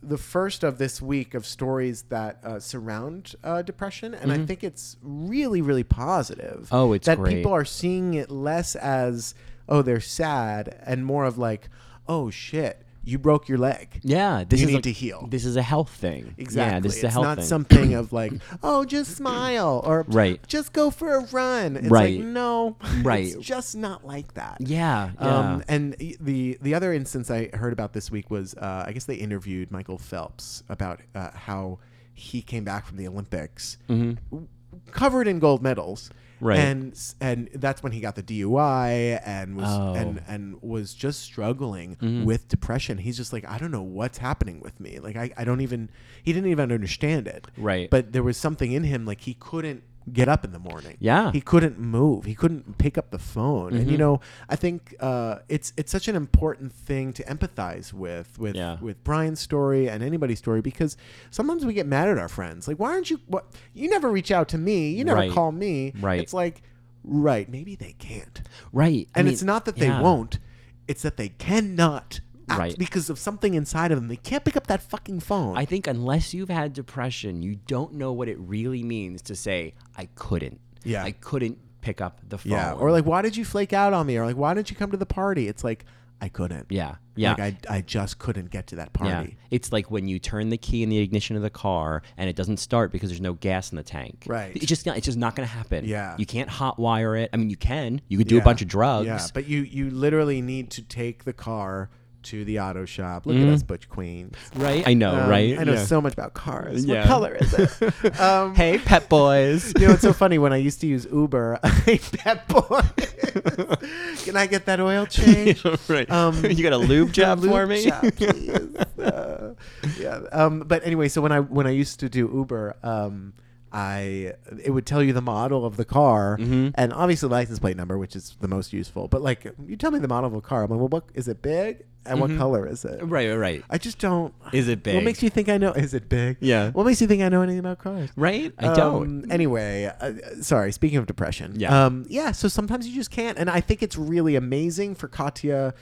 Speaker 6: the first of this week of stories that uh, surround uh, depression, and I think it's really, really positive.
Speaker 5: Mm-hmm. Oh, it's
Speaker 6: that
Speaker 5: great.
Speaker 6: people are seeing it less as oh they're sad and more of like oh shit you broke your leg.
Speaker 5: yeah. This
Speaker 6: You
Speaker 5: is
Speaker 6: need
Speaker 5: like-
Speaker 6: to heal.
Speaker 5: This is a health thing.
Speaker 6: Exactly.
Speaker 5: Yeah, this is a
Speaker 6: it's
Speaker 5: health
Speaker 6: not
Speaker 5: thing.
Speaker 6: something
Speaker 5: (coughs)
Speaker 6: of like, oh, just smile or
Speaker 5: Right.
Speaker 6: just go for a run. It's
Speaker 5: Right.
Speaker 6: like, no, (laughs)
Speaker 5: Right.
Speaker 6: it's just not like that.
Speaker 5: yeah. yeah.
Speaker 6: Um, and the the other instance I heard about this week was uh, I guess they interviewed Michael Phelps about uh, how he came back from the Olympics
Speaker 5: Mm-hmm.
Speaker 6: w- covered in gold medals.
Speaker 5: Right.
Speaker 6: And s- and that's when he got the DUI and was
Speaker 5: Oh. Mm-hmm.
Speaker 6: and and was just struggling with depression. He's just like I don't know what's happening with me. Like I, I don't even he didn't even understand it.
Speaker 5: Right.
Speaker 6: But there was something in him like he couldn't get up in the morning.
Speaker 5: Yeah.
Speaker 6: He couldn't move. He couldn't pick up the phone. And
Speaker 5: Mm-hmm.
Speaker 6: you know, I think uh, it's it's such an important thing to empathize with with
Speaker 5: Yeah.
Speaker 6: with Brian's story and anybody's story because sometimes we get mad at our friends. Like, why aren't you? What you never reach out to me. You never
Speaker 5: Right.
Speaker 6: call me.
Speaker 5: Right.
Speaker 6: It's like, right? Maybe they can't.
Speaker 5: right. I
Speaker 6: And
Speaker 5: mean,
Speaker 6: it's not that they
Speaker 5: yeah.
Speaker 6: won't. It's that they cannot. Act
Speaker 5: Right.
Speaker 6: Because of something inside of them, they can't pick up that fucking phone.
Speaker 5: I think unless you've had depression, you don't know what it really means to say, I couldn't.
Speaker 6: Yeah.
Speaker 5: I couldn't pick up the phone.
Speaker 6: yeah. Or like, why did you flake out on me? Or like, why didn't you come to the party? It's like, I couldn't.
Speaker 5: yeah. Yeah.
Speaker 6: Like I, I just couldn't get to that
Speaker 5: yeah.
Speaker 6: party.
Speaker 5: It's like when you turn the key in the ignition of the car and it doesn't start because there's no gas in the tank.
Speaker 6: Right.
Speaker 5: It's just not, it's just not going to happen.
Speaker 6: Yeah.
Speaker 5: You can't hotwire it. I mean, you can. You could do a
Speaker 6: Yeah.
Speaker 5: bunch of drugs.
Speaker 6: Yeah, but you you literally need to take the car to the auto shop. Look at us, Butch Queen.
Speaker 5: right? I know,
Speaker 6: Um,
Speaker 5: Mm-hmm. right?
Speaker 6: I know (laughs)
Speaker 5: Yeah.
Speaker 6: so much about cars.
Speaker 5: Yeah.
Speaker 6: What color is
Speaker 5: (laughs)
Speaker 6: it? um,
Speaker 5: hey, pet (laughs) boys.
Speaker 6: you know, it's so funny when I used to use Uber. (laughs) I bet boy, (laughs) can I get
Speaker 5: (laughs)
Speaker 6: that oil change? (laughs)
Speaker 5: right. (laughs)
Speaker 6: Um,
Speaker 5: you got a lube job
Speaker 6: Lube
Speaker 5: for me?
Speaker 6: job, please. Uh, yeah. Um, but anyway, so when I when I used to do Uber, um, I it would tell you the model of the car
Speaker 5: Mm-hmm.
Speaker 6: and obviously license plate number, which is the most useful. But like, you tell me the model of a car. I'm like, well, what is it big and what color is
Speaker 5: (laughs)
Speaker 6: it?
Speaker 5: Mm-hmm. Right, right, right.
Speaker 6: I just don't.
Speaker 5: Is it big?
Speaker 6: What makes you think I know? Is it big?
Speaker 5: Yeah.
Speaker 6: What makes you think I know anything about cars?
Speaker 5: Right? I don't.
Speaker 6: Um, Anyway, uh, sorry. Speaking of depression,
Speaker 5: Yeah.
Speaker 6: um, yeah. So sometimes you just can't, and I think it's really amazing for Katya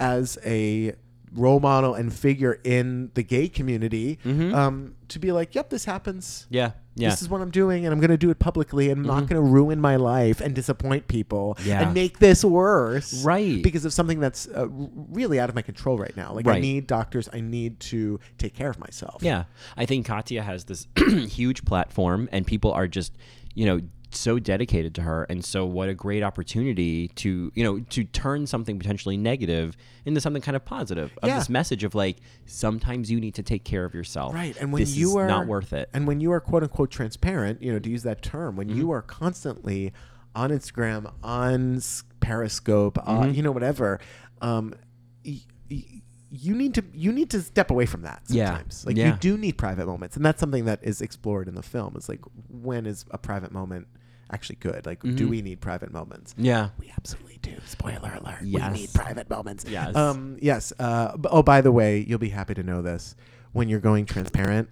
Speaker 6: as a role model and figure in the gay community um, to be like, "Yep, this happens.
Speaker 5: Mm-hmm. Yeah. Yeah. Mm-hmm.
Speaker 6: This is what I'm doing, and I'm going to do it publicly, and I'm not going to ruin my life and disappoint people
Speaker 5: Yeah.
Speaker 6: and make this worse,
Speaker 5: Right.
Speaker 6: Because of something that's uh, r- really out of my control right now. Like I
Speaker 5: Right.
Speaker 6: need doctors. I need to take care of myself.
Speaker 5: Yeah. I think Katya has this (clears throat) huge platform and people are just, you know, so dedicated to her and so what a great opportunity to, you know, to turn something potentially negative into something kind of positive. Of
Speaker 6: Yeah.
Speaker 5: this message of like sometimes you need to take care of yourself.
Speaker 6: Right. And when
Speaker 5: this
Speaker 6: you
Speaker 5: is
Speaker 6: are
Speaker 5: not worth it.
Speaker 6: And when you are quote unquote transparent, you know, to use that term, when
Speaker 5: Mm-hmm.
Speaker 6: you are constantly on Instagram, on S- Periscope,
Speaker 5: Mm-hmm.
Speaker 6: on you know, whatever, um, y- y- you need to you need to step away from that
Speaker 5: Yeah.
Speaker 6: sometimes. Like
Speaker 5: Yeah.
Speaker 6: you do need private moments, and that's something that is explored in the film. Is like when is a private moment actually good? Like,
Speaker 5: Mm-hmm.
Speaker 6: do we need private moments?
Speaker 5: yeah.
Speaker 6: We absolutely do. Spoiler alert.
Speaker 5: Yes.
Speaker 6: We need private moments.
Speaker 5: Yes.
Speaker 6: Um, yes. Uh, b- oh, by the way, you'll be happy to know this. When you're going transparent,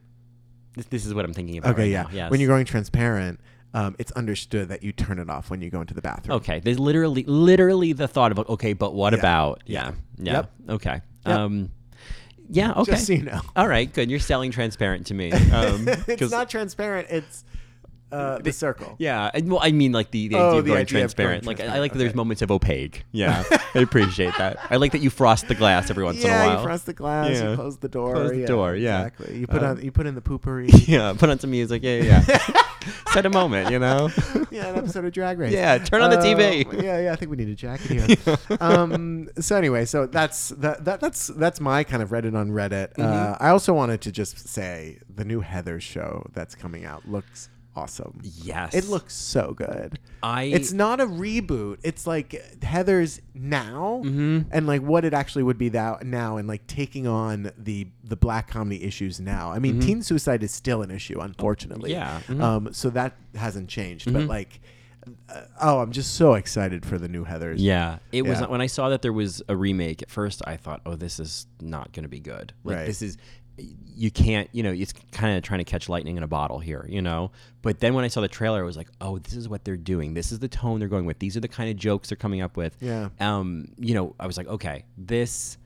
Speaker 5: This, this is what I'm thinking about.
Speaker 6: okay,
Speaker 5: right
Speaker 6: yeah.
Speaker 5: Now. Yes.
Speaker 6: When you're going transparent, um, it's understood that you turn it off when you go into the bathroom.
Speaker 5: Okay. There's literally literally the thought of okay, but what about? Yeah. Yeah.
Speaker 6: Yep.
Speaker 5: Okay.
Speaker 6: Yep.
Speaker 5: Um yeah, okay.
Speaker 6: Just so you know.
Speaker 5: All right, good. You're selling transparent to me. Um,
Speaker 6: (laughs) it's
Speaker 5: 'cause-
Speaker 6: not transparent. It's uh, the circle.
Speaker 5: Yeah, and, well, I mean, like the, the
Speaker 6: Oh,
Speaker 5: idea of
Speaker 6: the
Speaker 5: going
Speaker 6: idea of going
Speaker 5: transparent. like, I- I like that there's
Speaker 6: transparent,
Speaker 5: moments of opaque. Yeah, I appreciate that. I like that you frost the glass every once in a
Speaker 6: Yeah,
Speaker 5: while.
Speaker 6: you frost the glass.
Speaker 5: Yeah.
Speaker 6: You close the door.
Speaker 5: Close the door, yeah. Um,
Speaker 6: Exactly. You put on. You put in the poopery. (laughs)
Speaker 5: yeah, put on some music. Yeah, yeah. yeah. set a moment, you know?
Speaker 6: yeah, an episode of Drag Race.
Speaker 5: Yeah, turn on the TV.
Speaker 6: Um, yeah, yeah, I think we need a jacket
Speaker 5: (laughs)
Speaker 6: here. um, so anyway, so that's that, that that's that's my kind of Reddit on Reddit. Uh,
Speaker 5: Mm-hmm.
Speaker 6: I also wanted to just say the new Heather show that's coming out looks awesome.
Speaker 5: Yes.
Speaker 6: It looks so good.
Speaker 5: I-
Speaker 6: It's not a reboot. It's like Heather's now
Speaker 5: Mm-hmm.
Speaker 6: and like what it actually would be that now and like taking on the the black comedy issues now. I mean, teen suicide is still an issue unfortunately.
Speaker 5: Mm-hmm. Yeah. mm-hmm.
Speaker 6: Um so that hasn't changed, but like uh, oh, I'm just so excited for the new Heathers.
Speaker 5: Yeah, it was
Speaker 6: Yeah.
Speaker 5: when I saw that there was a remake. At first, I thought, "Oh, this is not going to be good. Like
Speaker 6: Right.
Speaker 5: this is, you can't, you know, it's kind of trying to catch lightning in a bottle here, you know." But then when I saw the trailer, I was like, "Oh, this is what they're doing. This is the tone they're going with. These are the kind of jokes they're coming up with."
Speaker 6: Yeah.
Speaker 5: Um, you know, I was like, "Okay, this."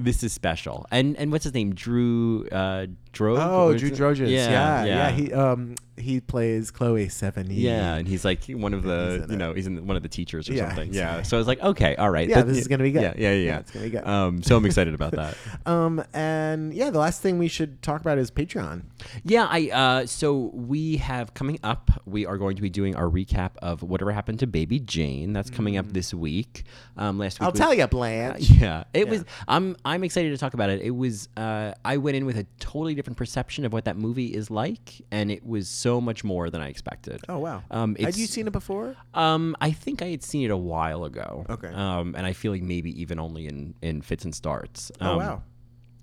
Speaker 5: This is special, and and what's his name? Drew uh, Drog.
Speaker 6: Oh,
Speaker 5: What is
Speaker 6: Drew
Speaker 5: it?
Speaker 6: Droges. Yeah, yeah. He um he plays Chloe Seven.
Speaker 5: Yeah, and he's like one of the
Speaker 6: in
Speaker 5: you
Speaker 6: it.
Speaker 5: know he's in one of the teachers or
Speaker 6: Yeah,
Speaker 5: something.
Speaker 6: he's in
Speaker 5: Yeah. So I was like, okay, all right.
Speaker 6: Yeah, this is gonna be good.
Speaker 5: Yeah, yeah, yeah.
Speaker 6: Yeah, it's gonna be good.
Speaker 5: Um, so I'm excited about that.
Speaker 6: (laughs) Um, and yeah, the last thing we should talk about is Patreon.
Speaker 5: Yeah, I. Uh, so we have coming up. We are going to be doing our recap of whatever happened to Baby Jane. That's coming up this week. Um, last week
Speaker 6: Mm.
Speaker 5: Uh,
Speaker 6: I'll
Speaker 5: we-
Speaker 6: tell you, Blanche.
Speaker 5: Yeah, it was. I'm I'm excited to talk about it. It was. Uh, I went in with a totally different perception of what that movie is like, and it was so much more than I expected.
Speaker 6: Oh wow.
Speaker 5: Um,
Speaker 6: had you
Speaker 5: it's-
Speaker 6: seen it before?
Speaker 5: Um, I think I had seen it a while ago.
Speaker 6: Okay.
Speaker 5: Um, and I feel like maybe even only in in fits and starts. Um,
Speaker 6: oh wow.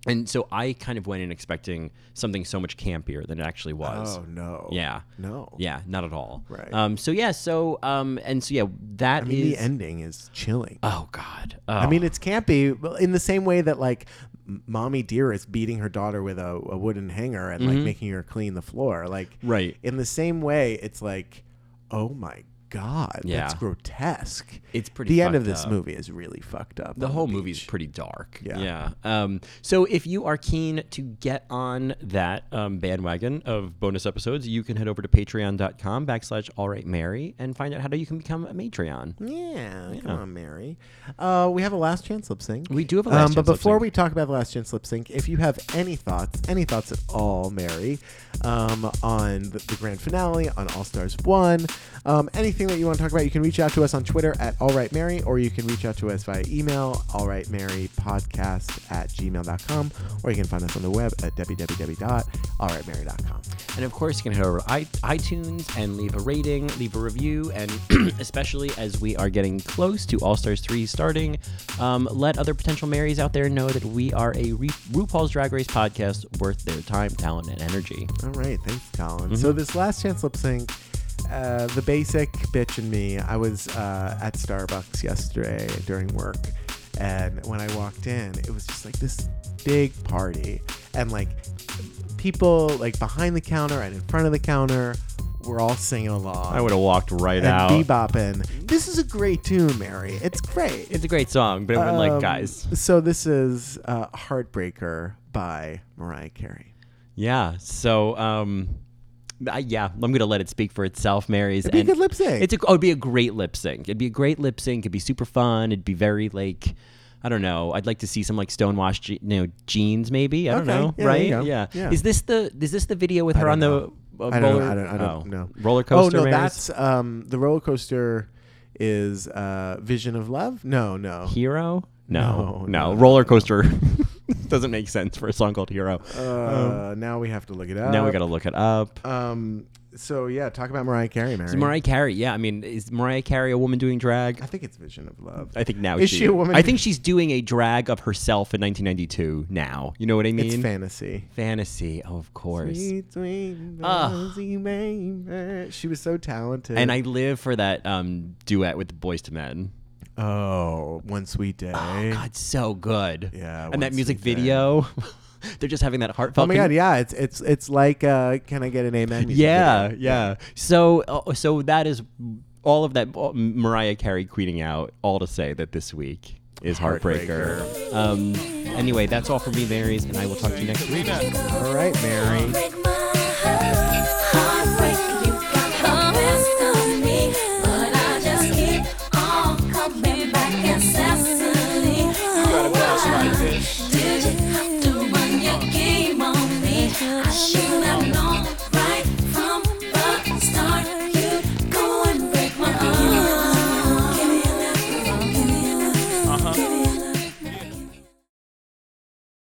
Speaker 5: And so I kind of went in expecting something so much campier than it actually was.
Speaker 6: Oh no.
Speaker 5: Yeah.
Speaker 6: No.
Speaker 5: Yeah, not at all.
Speaker 6: Right.
Speaker 5: Um. So yeah. So um. And so yeah. that
Speaker 6: I
Speaker 5: is.
Speaker 6: mean, the ending is chilling.
Speaker 5: Oh God.
Speaker 6: I
Speaker 5: Oh.
Speaker 6: mean, it's campy but in the same way that like M- mommy dear is beating her daughter with a, a wooden hanger and like making her clean the floor. Like
Speaker 5: Mm-hmm. Right.
Speaker 6: In the same way, it's like, oh my god, that's
Speaker 5: Yeah.
Speaker 6: grotesque.
Speaker 5: It's pretty
Speaker 6: The end of
Speaker 5: fucked
Speaker 6: this
Speaker 5: up.
Speaker 6: movie is really fucked up.
Speaker 5: the
Speaker 6: on
Speaker 5: whole
Speaker 6: beach.
Speaker 5: movie's pretty dark.
Speaker 6: Yeah.
Speaker 5: Yeah. Um, so if you are keen to get on that um, bandwagon of bonus episodes, you can head over to patreon.com backslash all right Mary and find out how to, you can become a Matreon.
Speaker 6: Yeah, come on, Mary. Uh, we have a last chance lip sync. Um,
Speaker 5: We do have a last
Speaker 6: But
Speaker 5: chance lip
Speaker 6: before
Speaker 5: sync.
Speaker 6: we talk about the last chance lip sync, if you have any thoughts, any thoughts at all, Mary, um, on the, the grand finale, on All Stars One, um, anything that you want to talk about, you can reach out to us on Twitter at All Right Mary, or you can reach out to us via email, All Right Mary Podcast at gmail.com, or you can find us on the web at www.allrightmary.com.
Speaker 5: And of course, you can head over to i- iTunes and leave a rating, leave a review, and (clears throat) especially as we are getting close to All Stars 3 starting, um, let other potential Marys out there know that we are a Re- RuPaul's Drag Race podcast worth their time, talent, and energy.
Speaker 6: All right, thanks, Colin. So
Speaker 5: Mm-hmm.
Speaker 6: this last chance lip sync, uh, the basic bitch and me. I was uh, at Starbucks yesterday during work, and when I walked in, it was just like this big party, and like people like behind the counter and in front of the counter were all singing along.
Speaker 5: have walked right
Speaker 6: and bebopping. This is a great tune, Mary. It's great.
Speaker 5: It's a great song, but I'm like,
Speaker 6: Um,
Speaker 5: guys.
Speaker 6: So this is uh, "Heartbreaker" by Mariah Carey.
Speaker 5: Yeah. So, um, I, yeah, I'm gonna let it speak for itself, Mary's. It'd
Speaker 6: be a good lip sync.
Speaker 5: It's a, oh, it'd be a great lip sync. It'd be a great lip sync. It'd be super fun. It'd be very like. I don't know. I'd like to see some like stonewashed, je- you know, jeans maybe. I don't
Speaker 6: Okay.
Speaker 5: know,
Speaker 6: Yeah, there
Speaker 5: right?
Speaker 6: you go.
Speaker 5: Yeah.
Speaker 6: Yeah.
Speaker 5: Is this the is this the video with her
Speaker 6: don't
Speaker 5: on
Speaker 6: know.
Speaker 5: the uh,
Speaker 6: I don't,
Speaker 5: roller?
Speaker 6: know. I don't, I don't
Speaker 5: oh,
Speaker 6: know.
Speaker 5: Roller coaster.
Speaker 6: Oh no,
Speaker 5: Mary's?
Speaker 6: that's um, the roller coaster is uh, Vision of Love. No, no.
Speaker 5: Hero. No,
Speaker 6: No,
Speaker 5: no,
Speaker 6: no,
Speaker 5: roller coaster (laughs) doesn't make sense for a song called Hero.
Speaker 6: uh, now we have to look it up.
Speaker 5: Oh. now we gotta look it up.
Speaker 6: Um, so yeah, talk about Mariah Carey, Mary.
Speaker 5: Is Mariah Carey. Yeah, I mean, is Mariah Carey a woman doing drag?
Speaker 6: I think it's Vision of Love.
Speaker 5: I think now
Speaker 6: Is
Speaker 5: she,
Speaker 6: she a woman?
Speaker 5: I think she's doing a drag of herself in 1992. Now, you know what I mean?
Speaker 6: it's fantasy.
Speaker 5: Fantasy, oh, of course.
Speaker 6: Sweet, sweet
Speaker 5: Ugh.
Speaker 6: rosy baby. She was so talented.
Speaker 5: Ah. And I live for that um, duet with the Boys to Men.
Speaker 6: oh, one sweet day.
Speaker 5: Oh, God, so good.
Speaker 6: Yeah,
Speaker 5: And that
Speaker 6: once
Speaker 5: music
Speaker 6: we did.
Speaker 5: video, (laughs) they're just having that heartfelt.
Speaker 6: Oh my
Speaker 5: con-
Speaker 6: God! Yeah, it's it's it's like uh, can I get an amen? music
Speaker 5: Yeah,
Speaker 6: video.
Speaker 5: yeah. So, uh, so that is all of that. all- Mariah Carey queening out. All to say that this week is heartbreaker. Um, anyway, that's all for me, Marys, and I will talk to you next week.
Speaker 6: All right, Mary.
Speaker 7: Break my heart, heartbreak. You got the best of me, but I just keep on coming back incessantly. Oh, why did you have to run your game on me? I should